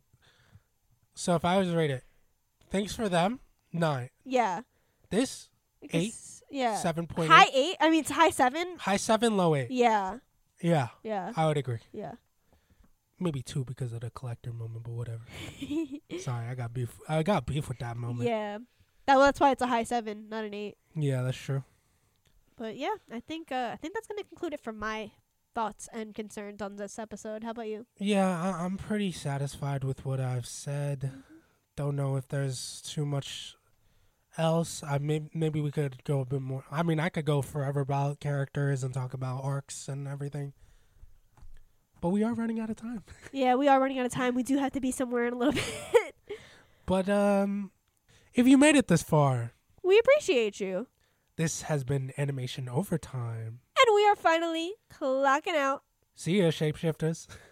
[SPEAKER 2] So if I was to rate it, thanks for them. Nine.
[SPEAKER 1] Yeah.
[SPEAKER 2] This Eight?
[SPEAKER 1] Because- Yeah.
[SPEAKER 2] seven point
[SPEAKER 1] High
[SPEAKER 2] eight.
[SPEAKER 1] eight. I mean, it's high seven.
[SPEAKER 2] High seven, low eight.
[SPEAKER 1] Yeah.
[SPEAKER 2] Yeah,
[SPEAKER 1] Yeah.
[SPEAKER 2] I would agree.
[SPEAKER 1] Yeah.
[SPEAKER 2] Maybe two because of the collector moment, but whatever. Sorry, I got beef. I got beef with that moment.
[SPEAKER 1] yeah. That, well, that's why it's a high seven, not an eight.
[SPEAKER 2] yeah that's true.
[SPEAKER 1] But yeah, I think uh, I think that's gonna conclude it for my thoughts and concerns on this episode. How about you?
[SPEAKER 2] Yeah, I- I'm pretty satisfied with what I've said. Don't know if there's too much else. I may- maybe we could go a bit more. I mean, I could go forever about characters and talk about arcs and everything. But we are running out of time.
[SPEAKER 1] Yeah, we are running out of time. We do have to be somewhere in a little bit.
[SPEAKER 2] But um if you made it this far,
[SPEAKER 1] we appreciate you.
[SPEAKER 2] this has been animation overtime.
[SPEAKER 1] And we are finally clocking out.
[SPEAKER 2] See ya, shapeshifters.